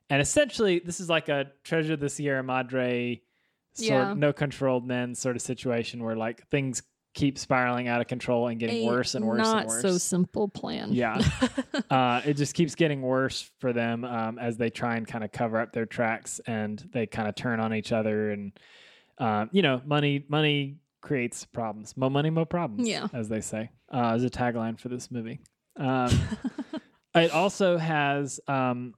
Speaker 2: and essentially this is like a treasure of the sierra madre sort
Speaker 1: Yeah.
Speaker 2: no controlled men sort of situation where like things keep spiraling out of control and
Speaker 1: A
Speaker 2: getting worse and worse
Speaker 1: Not
Speaker 2: and worse
Speaker 1: so simple plan. (laughs)
Speaker 2: yeah uh, it just keeps getting worse for them um, as they try and kind of cover up their tracks and they kind of turn on each other and uh, you know money money creates problems mo money mo problems
Speaker 1: Yeah.
Speaker 2: as they say uh, is a tagline for this movie um, it also has um,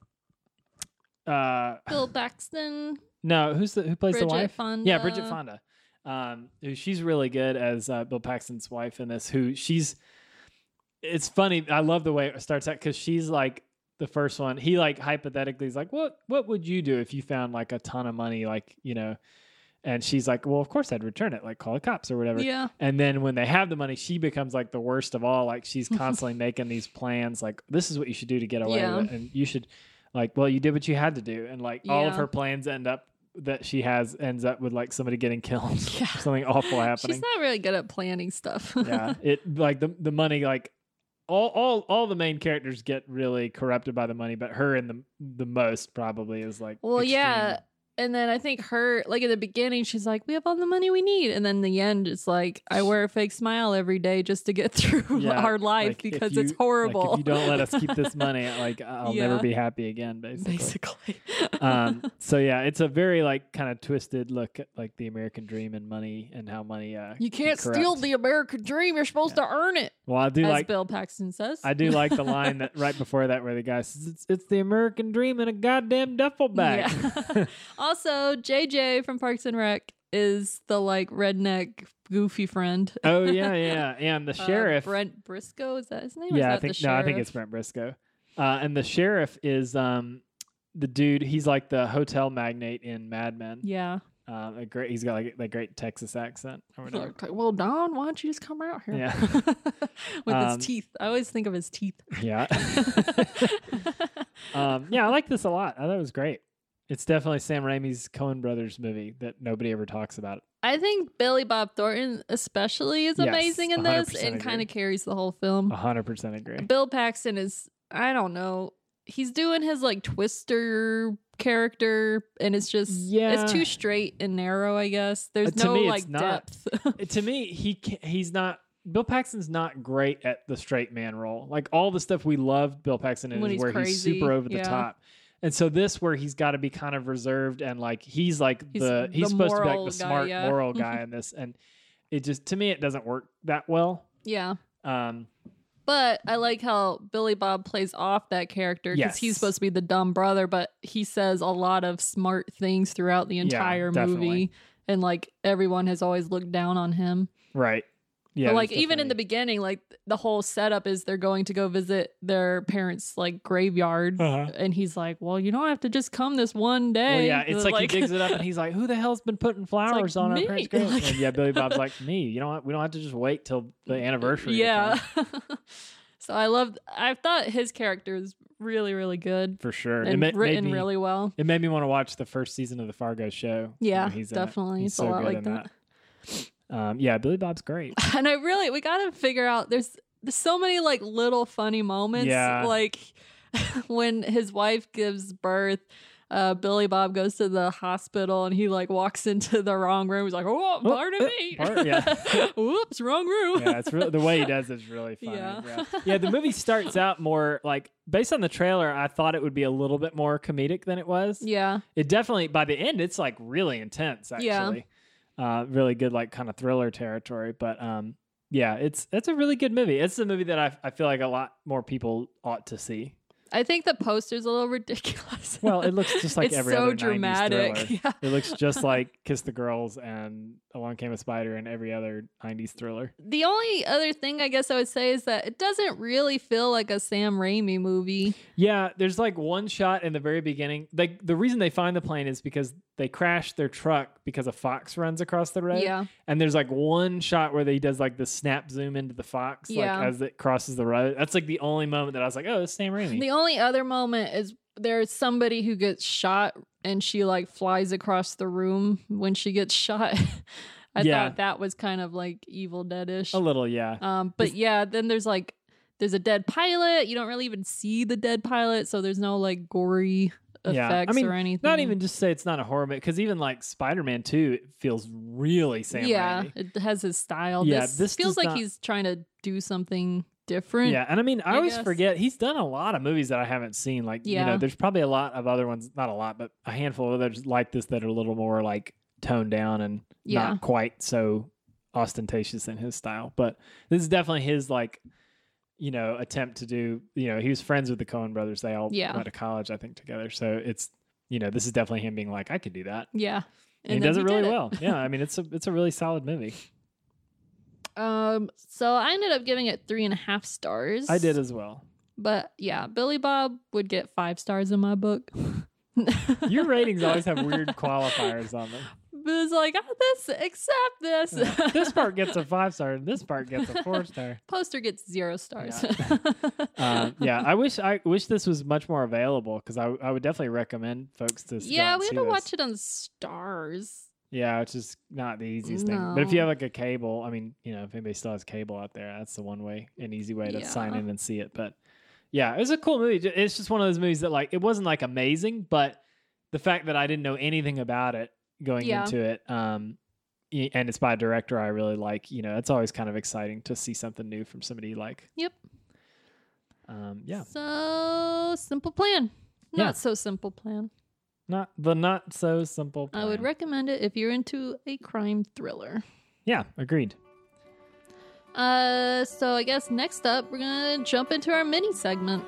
Speaker 2: uh,
Speaker 1: Bill Paxton.
Speaker 2: no who's the who plays
Speaker 1: Bridget
Speaker 2: the wife
Speaker 1: Fonda.
Speaker 2: yeah Bridget Fonda um, who she's really good as uh, Bill Paxton's wife in this who she's it's funny. I love the way it starts out because she's like the first one. He like hypothetically is like, what What would you do if you found like a ton of money, like you know? And she's like, well, of course I'd return it, like call the cops or whatever.
Speaker 1: Yeah.
Speaker 2: And then when they have the money, she becomes like the worst of all.
Speaker 1: (laughs)
Speaker 2: Like she's constantly making these plans, like this is what you should do to get away
Speaker 1: Yeah.
Speaker 2: with it, and you should, like, well, you did what you had to do, and like all of
Speaker 1: Yeah.
Speaker 2: her plans end up that she has ends up with like somebody getting killed,
Speaker 1: (laughs) Yeah.
Speaker 2: (laughs) something awful happening
Speaker 1: She's not (laughs) really good at planning stuff. (laughs)
Speaker 2: yeah it like the the money like all all all the main characters get really corrupted by the money but her and the the most probably is like
Speaker 1: Well,
Speaker 2: extreme.
Speaker 1: yeah. And then I think her, like at the beginning, she's like, "We have all the money we need," and then the end, it's like, "I wear a fake smile every day just to get (laughs) through
Speaker 2: Yeah,
Speaker 1: our life
Speaker 2: Like, if
Speaker 1: because
Speaker 2: you-
Speaker 1: it's
Speaker 2: like,
Speaker 1: horrible."
Speaker 2: if you don't let us keep
Speaker 1: (laughs)
Speaker 2: this money like i'll never
Speaker 1: Yeah.
Speaker 2: be happy again basically, (laughs)
Speaker 1: basically. (laughs)
Speaker 2: um so yeah it's a very like kind of twisted look at like the american dream and money and how money uh
Speaker 1: you
Speaker 2: can
Speaker 1: can't steal
Speaker 2: corrupt.
Speaker 1: the American dream. You're supposed to earn it,
Speaker 2: well i do
Speaker 1: as
Speaker 2: like
Speaker 1: Bill Paxton says.
Speaker 2: I do like the line that right before that where the guy says it's, it's the American dream in a goddamn duffel bag. (laughs)
Speaker 1: Yeah. (laughs) also, JJ from Parks and Rec is the like redneck goofy friend.
Speaker 2: oh yeah, yeah.
Speaker 1: (laughs)
Speaker 2: And the
Speaker 1: Uh,
Speaker 2: sheriff
Speaker 1: Brent Briscoe is that his name? or is
Speaker 2: yeah, I
Speaker 1: that the
Speaker 2: think no, I think
Speaker 1: sheriff?
Speaker 2: it's Brent Briscoe. Uh, and the sheriff is um the dude. He's like the hotel magnate in Mad Men.
Speaker 1: yeah.
Speaker 2: Um, a great. He's got like that great Texas accent or whatever.
Speaker 1: Okay, Well, Don, why don't you just come out here?
Speaker 2: Yeah.
Speaker 1: (laughs) With
Speaker 2: Um,
Speaker 1: his teeth. I always think of his
Speaker 2: (laughs)
Speaker 1: teeth. (laughs)
Speaker 2: yeah. (laughs) um, yeah, I like this a lot. I thought it was great. It's definitely Sam Raimi's Coen Brothers movie that nobody ever talks about.
Speaker 1: I think Billy Bob Thornton, especially, is
Speaker 2: Yes,
Speaker 1: amazing in this
Speaker 2: 100%
Speaker 1: and kind
Speaker 2: agree. Oh,
Speaker 1: of carries the whole film.
Speaker 2: hundred percent agree.
Speaker 1: (laughs) Bill Paxton is, I don't know, he's doing his like twister character and it's just,
Speaker 2: Yeah.
Speaker 1: it's too straight and narrow, I guess. There's
Speaker 2: Uh, to
Speaker 1: no
Speaker 2: me, it's
Speaker 1: like
Speaker 2: not.
Speaker 1: depth. (laughs)
Speaker 2: to me, he ca- he's not. Bill Paxton's not great at the straight man role. Like all the stuff we loved Bill Paxton in
Speaker 1: When
Speaker 2: is
Speaker 1: he's
Speaker 2: where he's
Speaker 1: crazy,
Speaker 2: super over
Speaker 1: yeah.
Speaker 2: the top. And so this where he's got to be kind of reserved and like he's like
Speaker 1: He's
Speaker 2: the
Speaker 1: the
Speaker 2: he's supposed to be like
Speaker 1: moral
Speaker 2: the
Speaker 1: guy,
Speaker 2: smart
Speaker 1: yeah. (laughs)
Speaker 2: moral guy in this and it just to me it doesn't work that well.
Speaker 1: yeah.
Speaker 2: Um
Speaker 1: But I like how Billy Bob plays off that character because
Speaker 2: Yes.
Speaker 1: he's supposed to be the dumb brother, but he says a lot of smart things throughout the entire
Speaker 2: definitely.
Speaker 1: movie. And like everyone has always looked down on him.
Speaker 2: right. Yeah.
Speaker 1: but
Speaker 2: there's
Speaker 1: like even in the
Speaker 2: definitely-
Speaker 1: beginning, like the whole setup is they're going to go visit their parents' like graveyard.
Speaker 2: Uh-huh.
Speaker 1: And he's like, Well, you don't have to just come this one day.
Speaker 2: Well, yeah, it's like, he digs
Speaker 1: it (laughs)
Speaker 2: it up and he's like, "Who the hell's been putting flowers on our
Speaker 1: me." (laughs)
Speaker 2: parents' graves?"
Speaker 1: Like-
Speaker 2: And yeah, Billy Bob's like, "Me. You know what? We don't have to just wait till the anniversary." to
Speaker 1: Yeah.
Speaker 2: come."
Speaker 1: (laughs) so I love I thought his character is really, really good.
Speaker 2: for sure.
Speaker 1: and
Speaker 2: ma- made
Speaker 1: written
Speaker 2: me-
Speaker 1: really well.
Speaker 2: It made me want to watch the first season of the Fargo show. when
Speaker 1: Yeah,
Speaker 2: he's in it.
Speaker 1: definitely.
Speaker 2: He's
Speaker 1: It's a lot like that.
Speaker 2: that. Um, yeah, Billy Bob's great.
Speaker 1: and I really we gotta figure out there's there's so many like little funny moments
Speaker 2: Yeah.
Speaker 1: like (laughs) when his wife gives birth uh Billy Bob goes to the hospital and he like walks into the wrong room he's like oh
Speaker 2: Oh,
Speaker 1: pardon
Speaker 2: uh,
Speaker 1: me
Speaker 2: par- yeah.
Speaker 1: (laughs) whoops wrong room
Speaker 2: Yeah, it's really the way he does it's really funny.
Speaker 1: Yeah.
Speaker 2: Yeah. Yeah, the movie starts out more like based on the trailer. I thought it would be a little bit more comedic than it
Speaker 1: (laughs)
Speaker 2: was.
Speaker 1: yeah
Speaker 2: It definitely by the end it's like really intense.
Speaker 1: Yeah.
Speaker 2: Actually, uh, really good like kind of thriller territory. But um, yeah, it's it's a really good movie. It's a movie that I I feel like a lot more people ought to see.
Speaker 1: I think the poster's a little ridiculous.
Speaker 2: Well, it looks just like
Speaker 1: It's
Speaker 2: every
Speaker 1: so
Speaker 2: other
Speaker 1: dramatic,
Speaker 2: 90s thriller.
Speaker 1: (laughs) yeah.
Speaker 2: It looks just like Kiss the Girls and Along Came a Spider and every other 90s thriller.
Speaker 1: the only other thing I guess I would say is that it doesn't really feel like a Sam Raimi movie.
Speaker 2: Yeah, there's like one shot in the very beginning. Like the reason they find the plane is because they crash their truck because a fox runs across the road.
Speaker 1: Yeah.
Speaker 2: And there's like one shot where he does like the snap zoom into the fox
Speaker 1: Yeah.
Speaker 2: like as it crosses the road. That's like the only moment that I was like, "Oh, it's Sam Raimi."
Speaker 1: The only other moment is there's somebody who gets shot and she like flies across the room when she gets (laughs) shot. I
Speaker 2: Yeah.
Speaker 1: thought that was kind of like Evil Deadish.
Speaker 2: a little, yeah.
Speaker 1: Um, but yeah, then there's like there's a dead pilot. You don't really even see the dead pilot, so there's no like gory effects
Speaker 2: Yeah. I mean,
Speaker 1: or anything.
Speaker 2: Not even just say it's not a horror movie because even like Spider-Man 2 it feels really Sam
Speaker 1: yeah,
Speaker 2: Raimi.
Speaker 1: it has his style.
Speaker 2: Yeah,
Speaker 1: this,
Speaker 2: this
Speaker 1: feels
Speaker 2: does
Speaker 1: like
Speaker 2: not-
Speaker 1: he's trying to do something different.
Speaker 2: Yeah, and I mean, I,
Speaker 1: I
Speaker 2: always
Speaker 1: guess.
Speaker 2: forget he's done a lot of movies that I haven't seen. Like, you
Speaker 1: Yeah.
Speaker 2: know, there's probably a lot of other ones, not a lot, but a handful of others like this that are a little more like toned down and
Speaker 1: Yeah.
Speaker 2: not quite so ostentatious in his style. But this is definitely his like, you know, attempt to do. You know, he was friends with the Cohen brothers. They all
Speaker 1: Yeah.
Speaker 2: went to college, I think, together. So it's you know, this is definitely him being like, I could do that.
Speaker 1: yeah.
Speaker 2: And, he
Speaker 1: then
Speaker 2: does it
Speaker 1: did
Speaker 2: really
Speaker 1: (laughs)
Speaker 2: well. Yeah, I mean, it's a it's a really solid movie.
Speaker 1: Um, so I ended up giving it three and a half stars.
Speaker 2: I did as well.
Speaker 1: but yeah, Billy Bob would get five stars in my book.
Speaker 2: (laughs)
Speaker 1: (laughs)
Speaker 2: Your ratings always have weird qualifiers on them.
Speaker 1: It was like, oh, this, accept this.
Speaker 2: Yeah. this part gets a five star and this part gets a four (laughs) star
Speaker 1: (laughs) Poster gets zero stars. (laughs)
Speaker 2: um, yeah i wish i wish this was much more available because I, I would definitely recommend folks to
Speaker 1: yeah, we had to watch it on stars.
Speaker 2: yeah which is not the easiest thing but if you
Speaker 1: No.
Speaker 2: have like a cable i mean you know if anybody still has cable out there that's the one way an easy way to sign
Speaker 1: Yeah.
Speaker 2: in and see it but yeah it was a cool movie Ju- it's just one of those movies that like it wasn't like amazing but the fact that i didn't know anything about it going
Speaker 1: Yeah.
Speaker 2: into it um y- and it's by a director I really like. You know, it's always kind of exciting to see something new from somebody you like.
Speaker 1: Yep.
Speaker 2: Um, yeah,
Speaker 1: So simple plan. Not
Speaker 2: Yeah.
Speaker 1: so simple plan.
Speaker 2: not the not so simple.
Speaker 1: I would
Speaker 2: plan.
Speaker 1: recommend it if you're into a crime thriller.
Speaker 2: Yeah, agreed.
Speaker 1: Uh, so I guess next up we're gonna jump into our mini segment.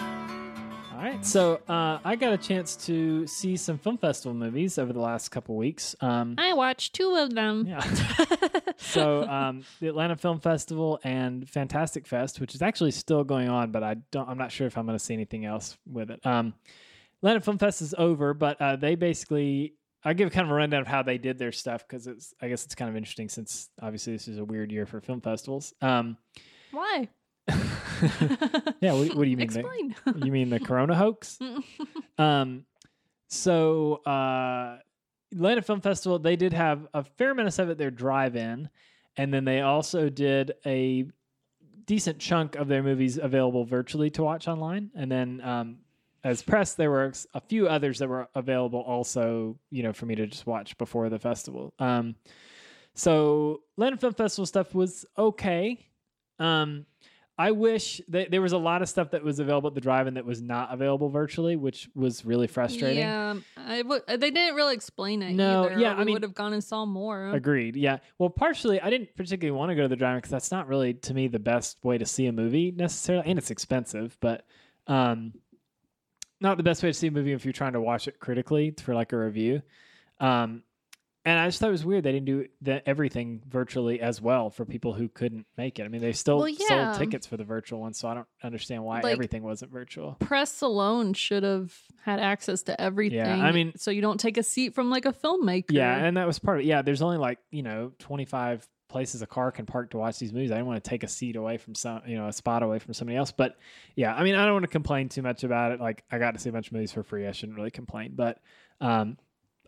Speaker 2: All right. So uh, I got a chance to see some film festival movies over the last couple weeks. Um,
Speaker 1: I watched two of them.
Speaker 2: yeah. so um, the Atlanta Film Festival and Fantastic Fest, which is actually still going on, but I don't. I'm not sure if I'm going to see anything else with it. Um, Atlanta Film Fest is over, but uh, they basically. I give kind of a rundown of how they did their stuff because it's. I guess it's kind of interesting since obviously this is a weird year for film festivals. Um,
Speaker 1: (laughs)
Speaker 2: (laughs)
Speaker 1: Why?
Speaker 2: yeah. What, what do you mean? they-
Speaker 1: Explain.
Speaker 2: you mean the corona (laughs) hoax um so uh atlanta film festival they did have a fair amount of it their drive-in and then they also did a decent chunk of their movies available virtually to watch online and then um as press there were a few others that were available also you know for me to just watch before the festival um so Atlanta Film Festival stuff was okay. Um, I wish that there was a lot of stuff that was available at the drive-in that was not available virtually, which was really frustrating.
Speaker 1: Yeah, um, I w- uh, they didn't really explain it.
Speaker 2: No,
Speaker 1: either,
Speaker 2: yeah,
Speaker 1: or
Speaker 2: I
Speaker 1: we
Speaker 2: mean-
Speaker 1: would have gone and saw more.
Speaker 2: Agreed. Yeah. Well, partially, I didn't particularly want to go to the drive-in because that's not really, to me, the best way to see a movie necessarily, and it's expensive, but um, not the best way to see a movie if you're trying to watch it critically for like a review. Um, and I just thought it was weird they didn't do the, everything virtually as well for people who couldn't make it. I mean, they still
Speaker 1: Well, yeah.
Speaker 2: sold tickets for the virtual one, so I don't understand why
Speaker 1: Like-
Speaker 2: everything wasn't virtual.
Speaker 1: Press alone should have had access to everything.
Speaker 2: I mean-
Speaker 1: so you don't take a seat from like a filmmaker.
Speaker 2: Yeah, and that was part of it. Yeah, there's only like, you know, 25 places a car can park to watch these movies. I didn't want to take a seat away from some, you know, a spot away from somebody else. But yeah, I mean, I don't want to complain too much about it. Like, I got to see a bunch of movies for free. I shouldn't really complain. But um,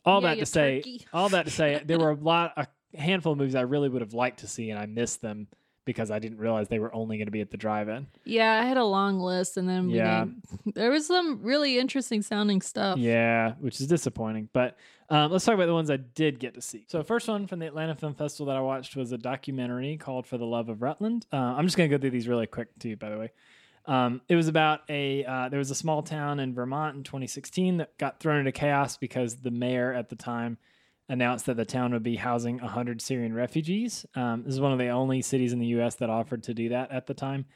Speaker 2: all
Speaker 1: Yeah,
Speaker 2: that
Speaker 1: you
Speaker 2: to say, (laughs)
Speaker 1: turkey. (laughs)
Speaker 2: all that to say, there were a lot, a handful of movies I really would have liked to see, and I missed them because I didn't realize they were only going to be at the drive-in.
Speaker 1: Yeah, I had a long list, and then we
Speaker 2: Yeah.
Speaker 1: didn't- (laughs) there was some really interesting sounding stuff.
Speaker 2: Yeah, which is disappointing. But um, let's talk about the ones I did get to see. So, first one from the Atlanta Film Festival that I watched was a documentary called "For the Love of Rutland." Uh, I'm just going to go through these really quick, too. By the way, um, it was about a uh, there was a small town in Vermont in 2016 that got thrown into chaos because the mayor at the time announced that the town would be housing 100 Syrian refugees. Um, this is one of the only cities in the U.S. that offered to do that at the time.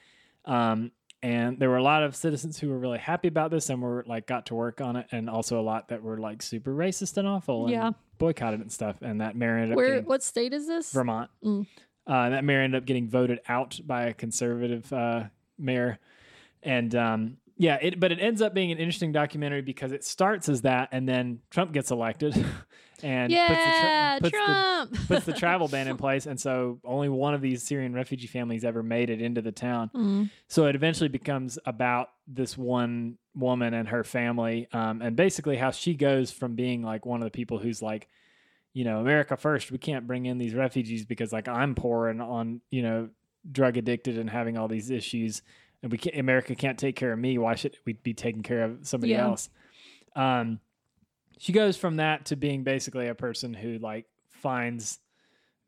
Speaker 2: Um, and there were a lot of citizens who were really happy about this and were like got to work on it, and also a lot that were like super racist and awful and
Speaker 1: Yeah.
Speaker 2: boycotted and stuff. And that mayor ended up
Speaker 1: Where?
Speaker 2: getting
Speaker 1: What state is this?
Speaker 2: Vermont.
Speaker 1: Mm.
Speaker 2: Uh, that mayor ended up getting voted out by a conservative uh, mayor, and um, yeah, it but it ends up being an interesting documentary because it starts as that, and then Trump gets elected, (laughs) and
Speaker 1: Yeah,
Speaker 2: puts the, tra- puts the-
Speaker 1: Trump.
Speaker 2: puts the travel ban in place, and so only one of these Syrian refugee families ever made it into the town.
Speaker 1: (laughs) Mm.
Speaker 2: So it eventually becomes about this one woman and her family, um, and basically how she goes from being like one of the people who's like, you know, America first, we can't bring in these refugees because like I'm poor and on, you know, drug addicted and having all these issues, and we can't, America can't take care of me. Why should we be taking care of somebody
Speaker 1: Yeah.
Speaker 2: else? Um, she goes from that to being basically a person who like finds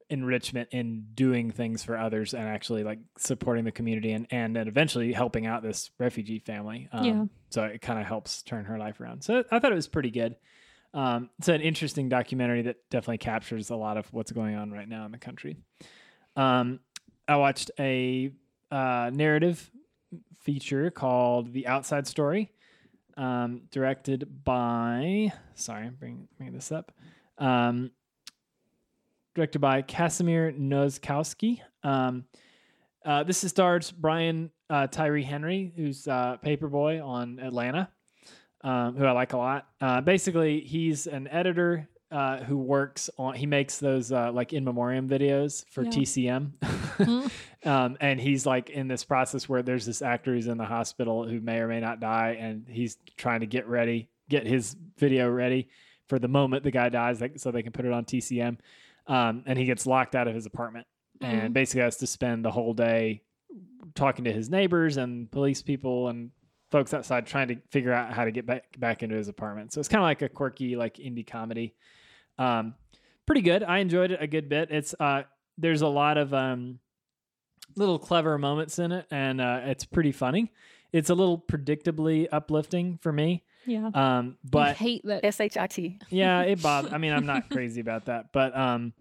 Speaker 2: enrichment in doing things for others and actually like supporting the community and and then eventually helping out this refugee family um,
Speaker 1: Yeah.
Speaker 2: so it kind of helps turn her life around so i thought it was pretty good um, it's an interesting documentary that definitely captures a lot of what's going on right now in the country um, i watched a uh, narrative feature called the outside story um, directed by sorry i'm bringing, bringing this up um, directed by Casimir Nozkowski. Um, uh, this is stars Brian uh, Tyree Henry, who's uh, Paperboy on Atlanta, um, who I like a lot. Uh, basically, he's an editor uh, who works on. He makes those uh, like in memoriam videos for
Speaker 1: Yeah.
Speaker 2: TCM, (laughs) um, and he's like in this process where there's this actor who's in the hospital who may or may not die, and he's trying to get ready, get his video ready for the moment the guy dies, like, so they can put it on TCM. Um, and he gets locked out of his apartment and basically has to spend the whole day talking to his neighbors and police people and folks outside trying to figure out how to get back back into his apartment. So it's kind of like a quirky like indie comedy. Um, pretty good. I enjoyed it a good bit. It's uh, there's a lot of um, little clever moments in it, and uh, it's pretty funny. It's a little predictably uplifting for me,
Speaker 1: yeah.
Speaker 2: um,
Speaker 1: I
Speaker 2: but
Speaker 1: hate that.
Speaker 5: S H I T.
Speaker 2: yeah, it bothered. I mean, I'm not crazy about that, but um,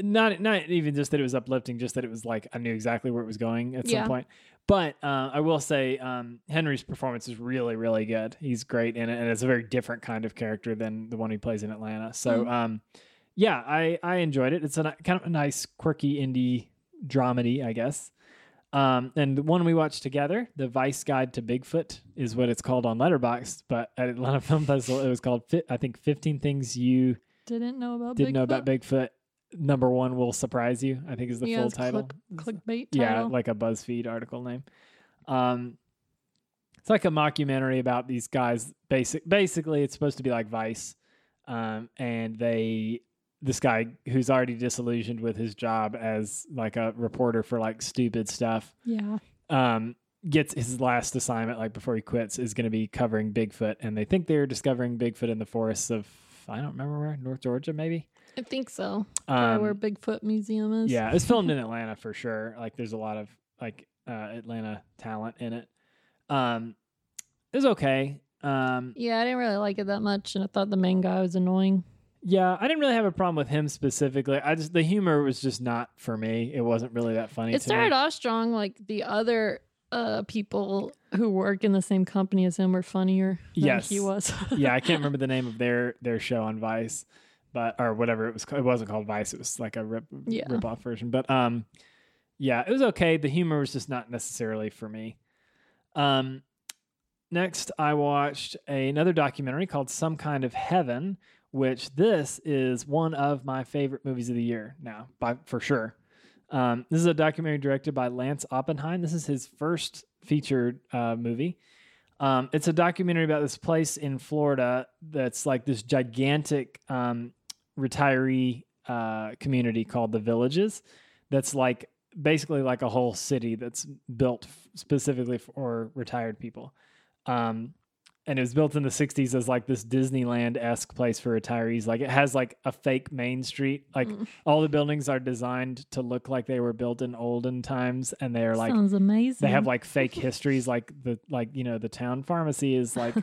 Speaker 2: not not even just that it was uplifting, just that it was like I knew exactly where it was going at
Speaker 1: Yeah.
Speaker 2: some point. But uh, I will say um, Henry's performance is really, really good. He's great in it, and it's a very different kind of character than the one he plays in Atlanta. So,
Speaker 1: Mhm.
Speaker 2: um, yeah, I I enjoyed it. It's a ni- kind of a nice, quirky indie dramedy, I guess. Um, and the one we watched together, The Vice Guide to Bigfoot, is what it's called on Letterboxd. But (laughs) at Atlanta Film Festival, it was called, fi- I think, 15 Things You
Speaker 1: Didn't know about.
Speaker 2: Didn't Know About
Speaker 1: Bigfoot.
Speaker 2: Bigfoot. Number one will surprise you, I think is the
Speaker 1: Yeah,
Speaker 2: full
Speaker 1: it's
Speaker 2: title.
Speaker 1: Click, clickbait.
Speaker 2: Yeah,
Speaker 1: title.
Speaker 2: like a BuzzFeed article name. Um, it's like a mockumentary about these guys. Basic, basically, it's supposed to be like Vice, um, and they this guy who's already disillusioned with his job as like a reporter for like stupid stuff
Speaker 1: yeah.
Speaker 2: um, gets his last assignment, like before he quits, is going to be covering Bigfoot, and they think they're discovering Bigfoot in the forests of I don't remember where North Georgia, maybe.
Speaker 1: I think so. Probably where
Speaker 2: Um,
Speaker 1: Bigfoot Museum is.
Speaker 2: yeah, it's
Speaker 1: (laughs)
Speaker 2: filmed in Atlanta for sure. Like, there's a lot of like uh, Atlanta talent in it. Um, it was okay. Um,
Speaker 1: Yeah, I didn't really like it that much, and I thought the main guy was annoying.
Speaker 2: yeah, I didn't really have a problem with him specifically. I just the humor was just not for me. It wasn't really that funny.
Speaker 1: It
Speaker 2: to
Speaker 1: started
Speaker 2: me.
Speaker 1: off strong. Like the other uh, people who work in the same company as him were funnier than
Speaker 2: Yes.
Speaker 1: he was.
Speaker 2: (laughs)
Speaker 1: (laughs)
Speaker 2: yeah, I can't remember the name of their their show on Vice, but or whatever it was. ca- It wasn't called Vice. It was like a rip
Speaker 1: Yeah.
Speaker 2: rip off version. But um, yeah, it was okay. The humor was just not necessarily for me. Um, next I watched a, another documentary called Some Kind of Heaven, which this is one of my favorite movies of the year now, by for sure. Um, this is a documentary directed by Lance Oppenheim. This is his first featured uh, movie. Um, it's a documentary about this place in Florida that's like this gigantic um, retiree uh, community called the Villages. That's like basically like a whole city that's built f- specifically for retired people. Um, and it was built in the 60s as like this Disneyland esque place for retirees. Like it has like a fake main street. Like all the buildings are designed to look like they were built in olden times and they are like
Speaker 1: Sounds amazing.
Speaker 2: they have like fake histories like the like you know the town pharmacy is like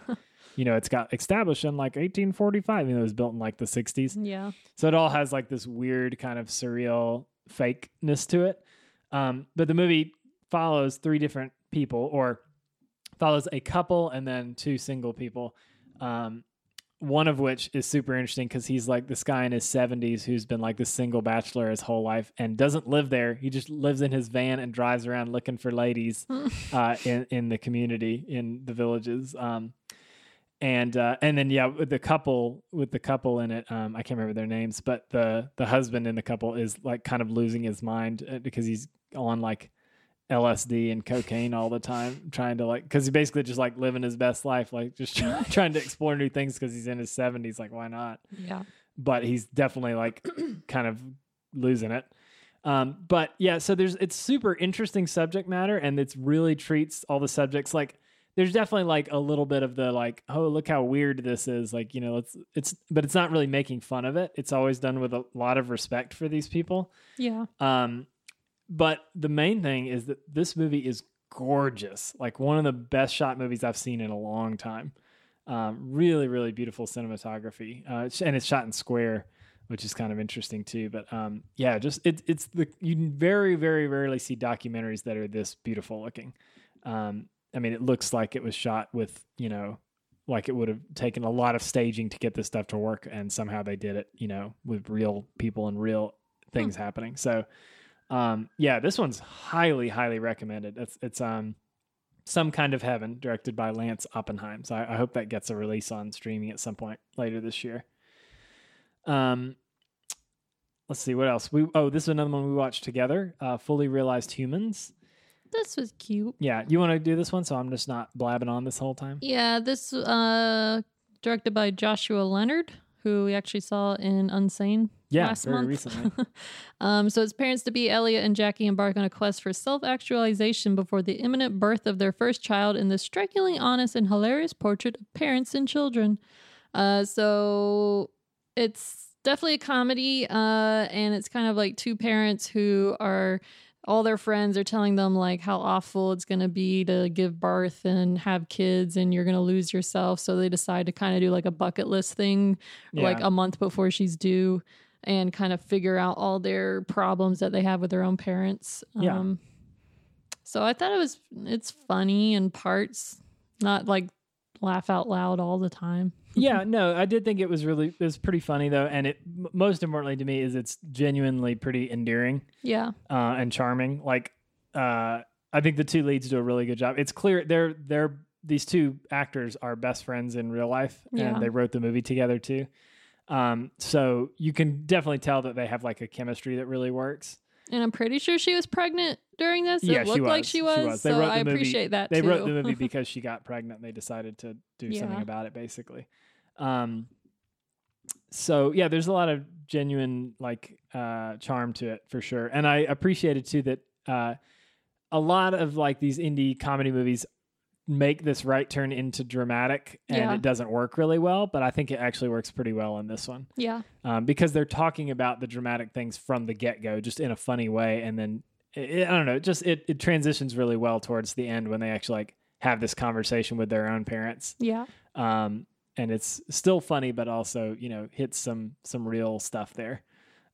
Speaker 2: you know it's got established in like 1845 you know it was built in like the 60s
Speaker 1: yeah.
Speaker 2: so it all has like this weird kind of surreal fakeness to it um, but the movie follows three different people or follows a couple and then two single people um, one of which is super interesting because he's like this guy in his 70s who's been like this single bachelor his whole life and doesn't live there he just lives in his van and drives around looking for ladies uh, in, in the community in the villages um, and uh, and then yeah with the couple with the couple in it um, i can't remember their names but the the husband in the couple is like kind of losing his mind uh, because he's on like lsd and cocaine all the time trying to like because he basically just like living his best life like just (laughs) try, trying to explore new things because he's in his 70s like why not
Speaker 1: Yeah.
Speaker 2: but he's definitely like kind of losing it. Um, but yeah, so there's it's super interesting subject matter, and it's really treats all the subjects like there's definitely like a little bit of the like oh look how weird this is like you know it's it's but it's not really making fun of it. It's always done with a lot of respect for these people.
Speaker 1: Yeah.
Speaker 2: Um, but the main thing is that this movie is gorgeous, like one of the best shot movies I've seen in a long time. Um, really, really beautiful cinematography, uh, it's- and it's shot in square, which is kind of interesting too. But um, yeah, just it, it's the you very, very rarely see documentaries that are this beautiful looking. Um, I mean, it looks like it was shot with you know, like it would have taken a lot of staging to get this stuff to work, and somehow they did it, you know, with real people and real things happening. So um yeah this one's highly highly recommended it's it's um some kind of heaven directed by lance oppenheim so I, I hope that gets a release on streaming at some point later this year um let's see what else we oh this is another one we watched together uh fully realized humans
Speaker 1: This was cute.
Speaker 2: yeah you want to do this one so i'm just not blabbing on this whole time
Speaker 1: Yeah, this uh directed by Joshua Leonard, who we actually saw in Unsane
Speaker 2: yeah
Speaker 1: last
Speaker 2: very
Speaker 1: month.
Speaker 2: recently
Speaker 1: (laughs) Um, so his parents to be Elliot and Jackie embark on a quest for self-actualization before the imminent birth of their first child in this strikingly honest and hilarious portrait of parents and children. Uh, so it's definitely a comedy, uh, and it's kind of like two parents who are all their friends are telling them like how awful it's going to be to give birth and have kids and you're going to lose yourself so they decide to kind of do like a bucket list thing like
Speaker 2: Yeah.
Speaker 1: a month before she's due and kind of figure out all their problems that they have with their own parents Um,
Speaker 2: Yeah.
Speaker 1: so i thought it was it's funny in parts not like laugh out loud all the time
Speaker 2: yeah, no, I did think it was really it was pretty funny though, and it m- most importantly to me is it's genuinely pretty endearing.
Speaker 1: yeah
Speaker 2: uh, and charming. Like uh, I think the two leads do a really good job. It's clear they're they're these two actors are best friends in real life,
Speaker 1: Yeah.
Speaker 2: and they wrote the movie together too. Um, so you can definitely tell that they have like a chemistry that really works.
Speaker 1: and i'm pretty sure she was pregnant during this
Speaker 2: yeah,
Speaker 1: it looked
Speaker 2: she was.
Speaker 1: like she was,
Speaker 2: They
Speaker 1: so
Speaker 2: wrote the
Speaker 1: i
Speaker 2: movie-
Speaker 1: appreciate that
Speaker 2: They
Speaker 1: too
Speaker 2: wrote the
Speaker 1: (laughs)
Speaker 2: movie because she got pregnant. and They decided to do something
Speaker 1: Yeah.
Speaker 2: about it, basically. Um, so yeah, there's a lot of genuine like uh, charm to it for sure, and I appreciated too that uh, a lot of like these indie comedy movies make this right turn into dramatic, and
Speaker 1: Yeah.
Speaker 2: it doesn't work really well. But I think it actually works pretty well in this one
Speaker 1: yeah
Speaker 2: um, because they're talking about the dramatic things from the get go, just in a funny way, and then it, I don't know, it just it, it transitions really well towards the end when they actually like have this conversation with their own parents,
Speaker 1: yeah
Speaker 2: um, and it's still funny, but also you know hits some some real stuff there.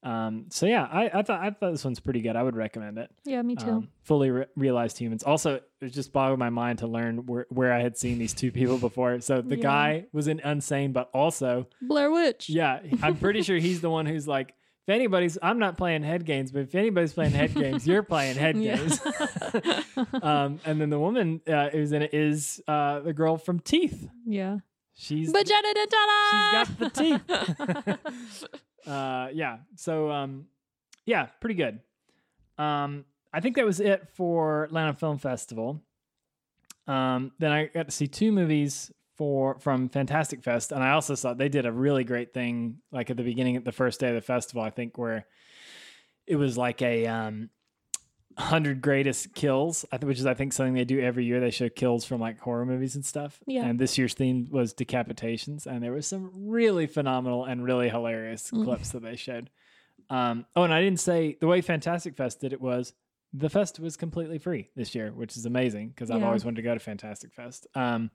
Speaker 2: Um, so yeah, I, I thought I thought this one's pretty good. I would recommend it.
Speaker 1: yeah me too
Speaker 2: Um, fully re- realized humans. Also, it just boggled my mind to learn where, where I had seen these two people before. So the
Speaker 1: Yeah.
Speaker 2: guy was in Unsane, but also
Speaker 1: blair witch
Speaker 2: yeah, I'm pretty sure he's the one who's like, if anybody's, I'm not playing head games, but if anybody's playing head games, you're playing head
Speaker 1: Yeah.
Speaker 2: games. (laughs) um, and then the woman uh, who's in it is uh, the girl from Teeth.
Speaker 1: yeah
Speaker 2: She's
Speaker 1: but Jenna
Speaker 2: she's got
Speaker 1: (laughs)
Speaker 2: the teeth. (laughs)
Speaker 1: teeth
Speaker 2: uh, yeah. So um, yeah, pretty good. Um, I think that was it for Atlanta Film Festival. Um, then I got to see two movies for from Fantastic Fest, and I also saw they did a really great thing, like at the beginning, at the first day of the festival, I think, where it was like a um, hundred greatest kills, I th- which is I think something they do every year. They show kills from like horror movies and stuff.
Speaker 1: Yeah.
Speaker 2: And this year's theme was decapitations, and there was some really phenomenal and really hilarious clips that they showed. Um, oh, and I didn't say the way Fantastic Fest did it was the fest was completely free this year, which is amazing because I've
Speaker 1: Yeah.
Speaker 2: always wanted to go to Fantastic Fest. Um,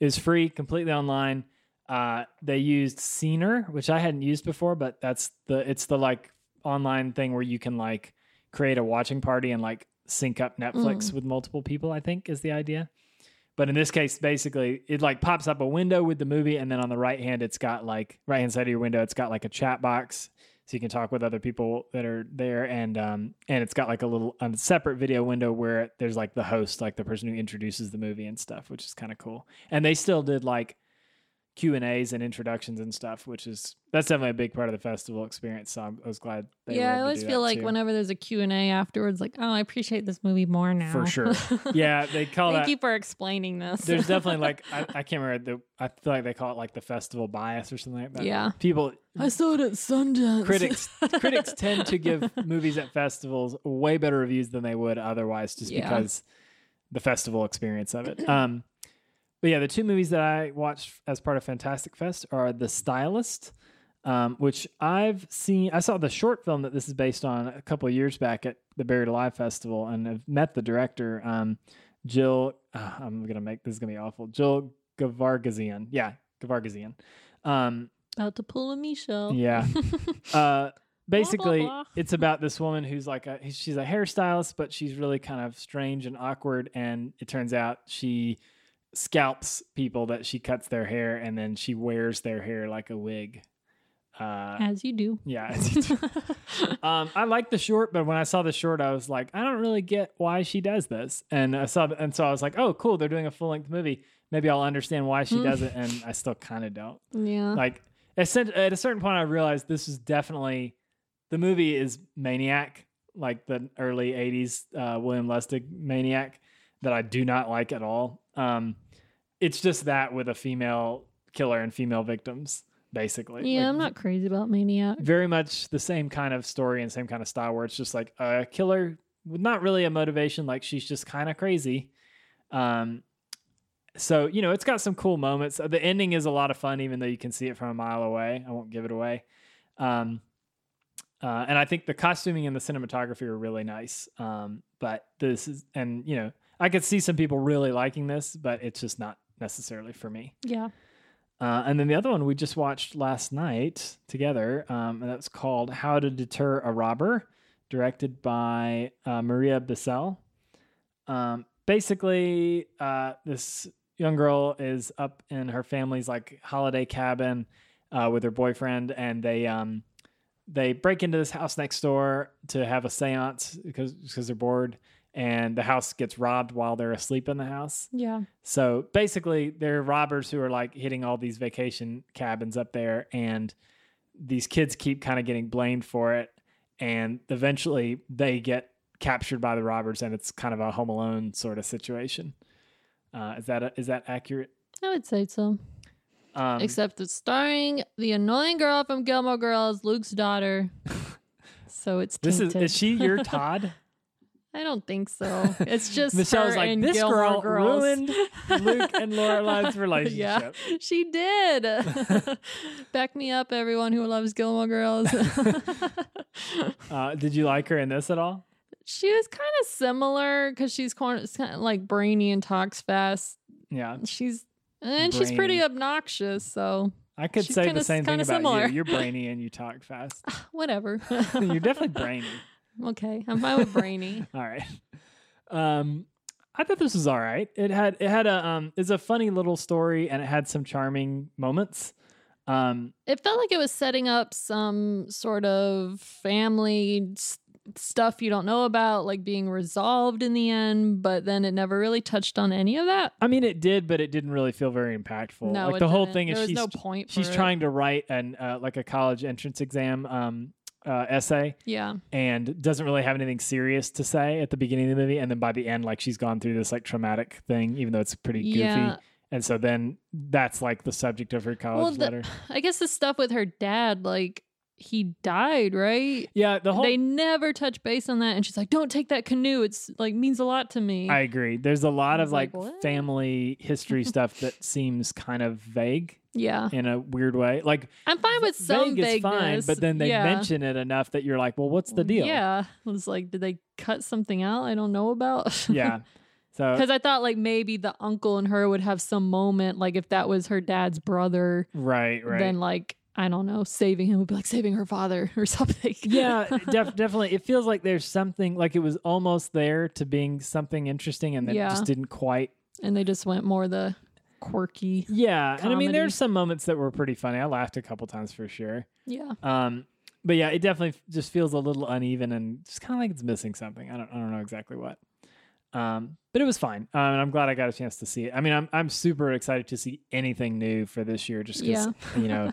Speaker 2: it was free, completely online. Uh, they used Scener, which I hadn't used before, but that's the it's the like online thing where you can like create a watching party and like sync up Netflix with multiple people. I think is the idea. But in this case, basically, it like pops up a window with the movie, and then on the right hand, it's got like right hand side of your window, it's got like a chat box, so you can talk with other people that are there, and um, and it's got like a little um, separate video window where there's like the host, like the person who introduces the movie and stuff, which is kind of cool. And they still did like Q and A's and introductions and stuff, which is that's definitely a big part of the festival experience. So I'm, I was glad. They were
Speaker 1: yeah,
Speaker 2: able
Speaker 1: I
Speaker 2: to
Speaker 1: always
Speaker 2: do
Speaker 1: feel
Speaker 2: that,
Speaker 1: like
Speaker 2: too.
Speaker 1: whenever there's a Q&A afterwards, like, oh, I appreciate this movie more now. (laughs)
Speaker 2: For sure. yeah, they call
Speaker 1: Thank
Speaker 2: that
Speaker 1: you for explaining this.
Speaker 2: (laughs)
Speaker 1: (laughs)
Speaker 2: There's definitely like I, I can't remember the I feel like they call it like the festival bias or something like that.
Speaker 1: Yeah.
Speaker 2: People
Speaker 1: I saw it at (laughs) Sundance.
Speaker 2: critics critics tend to give movies at festivals way better reviews than they would otherwise just
Speaker 1: Yeah.
Speaker 2: because the festival experience of it. Um but yeah, the two movies that I watched as part of Fantastic Fest are The Stylist, um, which I've seen. I saw the short film that this is based on a couple of years back at the Buried Alive Festival, and I've met the director, um, Jill. Uh, I'm gonna make this is gonna be awful. Jill Gavargazian, yeah, Gavargazian. Um,
Speaker 1: About to pull a Michelle. (laughs)
Speaker 2: yeah. uh, basically,
Speaker 1: blah.
Speaker 2: it's about this woman who's like a she's a hairstylist, but she's really kind of strange and awkward. And it turns out she scalps people that she cuts their hair and then she wears their hair like a wig. Uh,
Speaker 1: As you
Speaker 2: (laughs)
Speaker 1: do.
Speaker 2: yeah. um, I like the short, but when I saw the short, I was like, I don't really get why she does this. And I saw, and so I was like, oh, cool, they're doing a full length movie. Maybe I'll understand why she
Speaker 1: Mm.
Speaker 2: does it. And I still kind of don't
Speaker 1: (laughs) yeah.
Speaker 2: like at cer- at a certain point i realized this is definitely the movie is maniac like the early 80s uh, william lustig maniac that i do not like at all um, it's just that with a female killer and female victims basically
Speaker 1: yeah,
Speaker 2: Like,
Speaker 1: I'm not crazy about Maniac.
Speaker 2: very much the same kind of story and same kind of style where it's just like a killer with not really a motivation like she's just kind of crazy um so you know it's got some cool moments the ending is a lot of fun even though you can see it from a mile away i won't give it away um uh, and i think the costuming and the cinematography are really nice um but this is and you know i could see some people really liking this but it's just not necessarily for me
Speaker 1: Yeah.
Speaker 2: uh, and then the other one we just watched last night together, um, and that's called How to Deter a Robber, directed by uh, Maria Bissell. Um, basically, uh, this young girl is up in her family's like holiday cabin uh, with her boyfriend, and they um, they break into this house next door to have a séance because because they're bored, and the house gets robbed while they're asleep in the house.
Speaker 1: Yeah.
Speaker 2: So basically, they're robbers who are like hitting all these vacation cabins up there, and these kids keep kind of getting blamed for it. And eventually, they get captured by the robbers, and it's kind of a Home Alone sort of situation. Uh, is that is that accurate?
Speaker 1: I would say so.
Speaker 2: Um,
Speaker 1: Except it's starring the annoying girl from Gilmore Girls, Luke's
Speaker 2: (laughs)
Speaker 1: daughter. so it's
Speaker 2: this
Speaker 1: tainted.
Speaker 2: is is she
Speaker 1: (laughs)
Speaker 2: your Todd?
Speaker 1: I don't think
Speaker 2: (laughs)
Speaker 1: so. It's just
Speaker 2: Michelle's
Speaker 1: her
Speaker 2: like
Speaker 1: and
Speaker 2: this
Speaker 1: Gilmore
Speaker 2: girl
Speaker 1: Girls. (laughs)
Speaker 2: ruined Luke and Lorelai's
Speaker 1: Yeah,
Speaker 2: relationship.
Speaker 1: she did.
Speaker 2: (laughs)
Speaker 1: (laughs) Back me up, everyone who loves Gilmore Girls.
Speaker 2: Uh, did you like her in this at all?
Speaker 1: she was kind of similar because she's kind of like brainy and talks fast.
Speaker 2: Yeah,
Speaker 1: She's and she's pretty
Speaker 2: Brainy.
Speaker 1: obnoxious, so
Speaker 2: I could
Speaker 1: She's
Speaker 2: say
Speaker 1: kinda
Speaker 2: the
Speaker 1: s-
Speaker 2: same thing
Speaker 1: kinda
Speaker 2: about
Speaker 1: similar. (laughs)
Speaker 2: you. You're brainy and you talk fast.
Speaker 1: whatever.
Speaker 2: (laughs) You're definitely brainy.
Speaker 1: (laughs) okay. I'm fine with
Speaker 2: (laughs)
Speaker 1: brainy.
Speaker 2: All right. Um, I thought this was all right. It had it had a um, it's a funny little story and it had some charming moments. Um,
Speaker 1: It felt like it was setting up some sort of family s- stuff you don't know about, like being resolved in the end, but then it never really touched on any of that.
Speaker 2: I mean, it did, but it didn't really feel very impactful.
Speaker 1: No,
Speaker 2: like
Speaker 1: it
Speaker 2: the whole
Speaker 1: didn't.
Speaker 2: thing is
Speaker 1: there was
Speaker 2: she's
Speaker 1: no point. for
Speaker 2: she's
Speaker 1: it.
Speaker 2: trying to write an uh, like a college entrance exam um, uh, essay
Speaker 1: Yeah,
Speaker 2: and doesn't really have anything serious to say at the beginning of the movie, and then by the end, like she's gone through this like traumatic thing, even though it's pretty goofy.
Speaker 1: yeah.
Speaker 2: And so then that's like the subject of her college
Speaker 1: Well, the-
Speaker 2: letter.
Speaker 1: I guess the stuff with her dad, like he died, right?
Speaker 2: Yeah, the whole
Speaker 1: they never touch base on that. And she's like, "Don't take that canoe. It's like means a lot to me."
Speaker 2: I agree. There's a lot
Speaker 1: I
Speaker 2: of
Speaker 1: was like,
Speaker 2: like,
Speaker 1: "What?"
Speaker 2: family history
Speaker 1: (laughs)
Speaker 2: stuff that seems kind of vague
Speaker 1: yeah,
Speaker 2: in a weird way. Like
Speaker 1: I'm fine with some
Speaker 2: vague is fine,
Speaker 1: vagueness,
Speaker 2: but then they
Speaker 1: yeah. Mm,
Speaker 2: mention it enough that you're like, well, what's the deal?
Speaker 1: Yeah, it was like, did they cut something out I don't know about? (laughs)
Speaker 2: yeah. So
Speaker 1: because I thought like maybe the uncle and her would have some moment, like if that was her dad's brother,
Speaker 2: right, right.
Speaker 1: then like I don't know, saving him would be like saving her father (laughs) or something.
Speaker 2: (laughs) yeah,
Speaker 1: (laughs)
Speaker 2: def- definitely. It feels like there's something like it was almost there to being something interesting, and then it
Speaker 1: Yeah.
Speaker 2: just didn't quite.
Speaker 1: and they just went more the quirky.
Speaker 2: Yeah, and I mean,
Speaker 1: Comedy.
Speaker 2: there's some moments that were pretty funny. I laughed a couple times for sure.
Speaker 1: Yeah,
Speaker 2: Um, but yeah, it definitely f- just feels a little uneven and just kind of like it's missing something. I don't, I don't know exactly what. Um, but it was fine. Um, and I'm glad I got a chance to see it. I mean, I'm, I'm super excited to see anything new for this year, just because you know,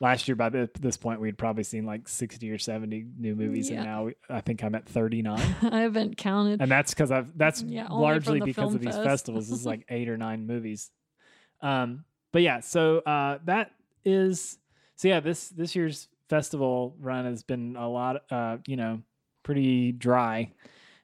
Speaker 2: last year by th- this point we'd probably seen like 60 or 70 new movies,
Speaker 1: Yeah.
Speaker 2: and now we, I think I'm at 39.
Speaker 1: (laughs) I haven't counted.
Speaker 2: and that's because I've that's
Speaker 1: Yeah, only from
Speaker 2: largely
Speaker 1: the
Speaker 2: because
Speaker 1: film
Speaker 2: of these
Speaker 1: fest.
Speaker 2: festivals. This
Speaker 1: (laughs)
Speaker 2: is like eight or nine movies. Um, but yeah, so uh, that is so yeah. This this year's festival run has been a lot, uh, you know, pretty dry.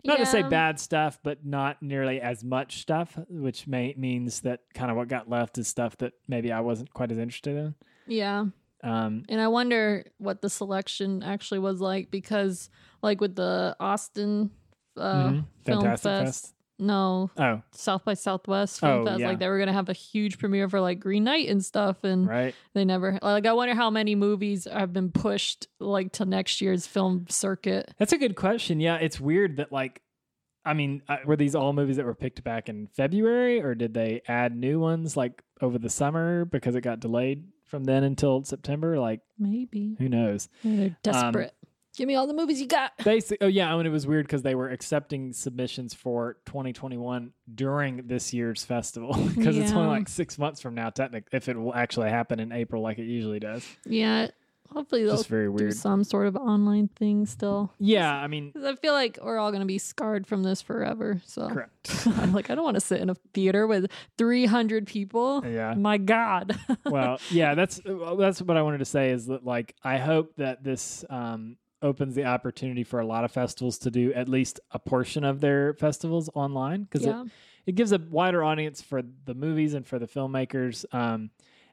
Speaker 2: Not to say
Speaker 1: Yeah.
Speaker 2: bad stuff, but not nearly as much stuff, which may, means that kind of what got left is stuff that maybe I wasn't quite as interested
Speaker 1: Yeah,
Speaker 2: in. Um,
Speaker 1: and I wonder what the selection actually was like because like with the Austin uh,
Speaker 2: mhm.
Speaker 1: Film
Speaker 2: Fantastic
Speaker 1: Fest. No,
Speaker 2: Oh,
Speaker 1: South by Southwest Film
Speaker 2: Oh,
Speaker 1: Fest.
Speaker 2: yeah.
Speaker 1: Like they were gonna have a huge premiere for like Green Knight and stuff, and
Speaker 2: right.
Speaker 1: they never. Like I wonder how many movies have been pushed like to next year's film circuit.
Speaker 2: That's a good question. Yeah, it's weird that like, I mean, uh, were these all movies that were picked back in February, or did they add new ones like over the summer because it got delayed from then until September? Like,
Speaker 1: Maybe
Speaker 2: who knows?
Speaker 1: they're desperate. Give me all the movies you got.
Speaker 2: Basically, oh yeah, I mean, it was weird because they were accepting submissions for 2021 during this year's festival (laughs) because it's only
Speaker 1: Yeah.
Speaker 2: like six months from now, technically, if it will actually happen in April like it usually does.
Speaker 1: Yeah, hopefully they'll
Speaker 2: Just very
Speaker 1: do
Speaker 2: weird.
Speaker 1: some sort of online thing still.
Speaker 2: Yeah, I mean,
Speaker 1: (laughs) 'Cause I feel like we're all gonna be scarred from this forever. So
Speaker 2: correct.
Speaker 1: (laughs) I'm like, I don't want to sit in a theater with 300 people.
Speaker 2: Yeah.
Speaker 1: My God. (laughs)
Speaker 2: well, yeah, that's that's what I wanted to say is that like I hope that this um, opens the opportunity for a lot of festivals to do at least a portion of their festivals online because
Speaker 1: yeah.
Speaker 2: it, it gives a wider audience for the movies and for the filmmakers. Um,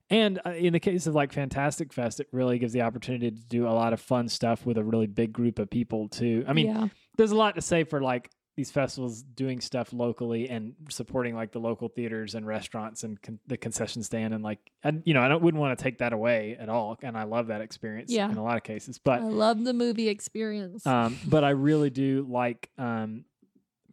Speaker 2: and uh, in the case of like Fantastic Fest, it really gives the opportunity to do a lot of fun stuff with a really big group of people too. I mean,
Speaker 1: yeah.
Speaker 2: there's a lot to say for like these festivals doing stuff locally and supporting like the local theaters and restaurants and con- the concession stand and like and you know I don't wouldn't want to take that away at all and I love that experience
Speaker 1: Yeah.
Speaker 2: in a lot of cases but
Speaker 1: I love the movie experience.
Speaker 2: um but I really do like um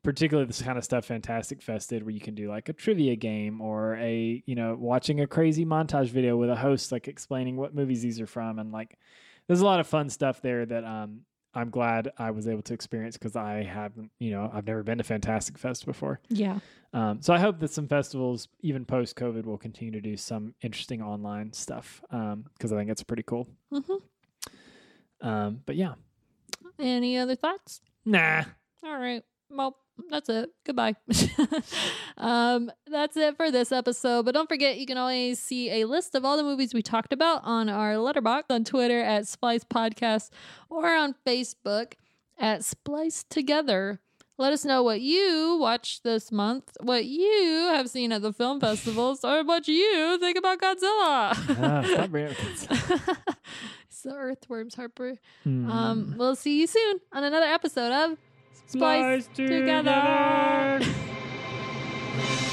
Speaker 2: particularly this kind of stuff fantastic fest did where you can do like a trivia game or a you know watching a crazy montage video with a host like explaining what movies these are from and like there's a lot of fun stuff there that um i'm glad i was able to experience because i haven't you know i've never been to fantastic fest before
Speaker 1: yeah.
Speaker 2: um, so i hope that some festivals even post covid will continue to do some interesting online stuff because i think it's pretty cool
Speaker 1: hmm
Speaker 2: um, but yeah
Speaker 1: Any other thoughts?
Speaker 2: nah
Speaker 1: All right. Well, that's it. Goodbye. (laughs) um, that's it for this episode. But don't forget, you can always see a list of all the movies we talked about on our letterbox on Twitter at Splice Podcast or on Facebook at Splice Together. Let us know what you watched this month, what you have seen at the film festivals, or what you think about
Speaker 2: Ah, stop
Speaker 1: Godzilla.
Speaker 2: (laughs) bringing up kids.
Speaker 1: (laughs) it's the earthworms, Harper.
Speaker 2: Mm.
Speaker 1: Um, we'll see you soon on another episode of Spliced
Speaker 2: Spliced
Speaker 1: Together.
Speaker 2: together.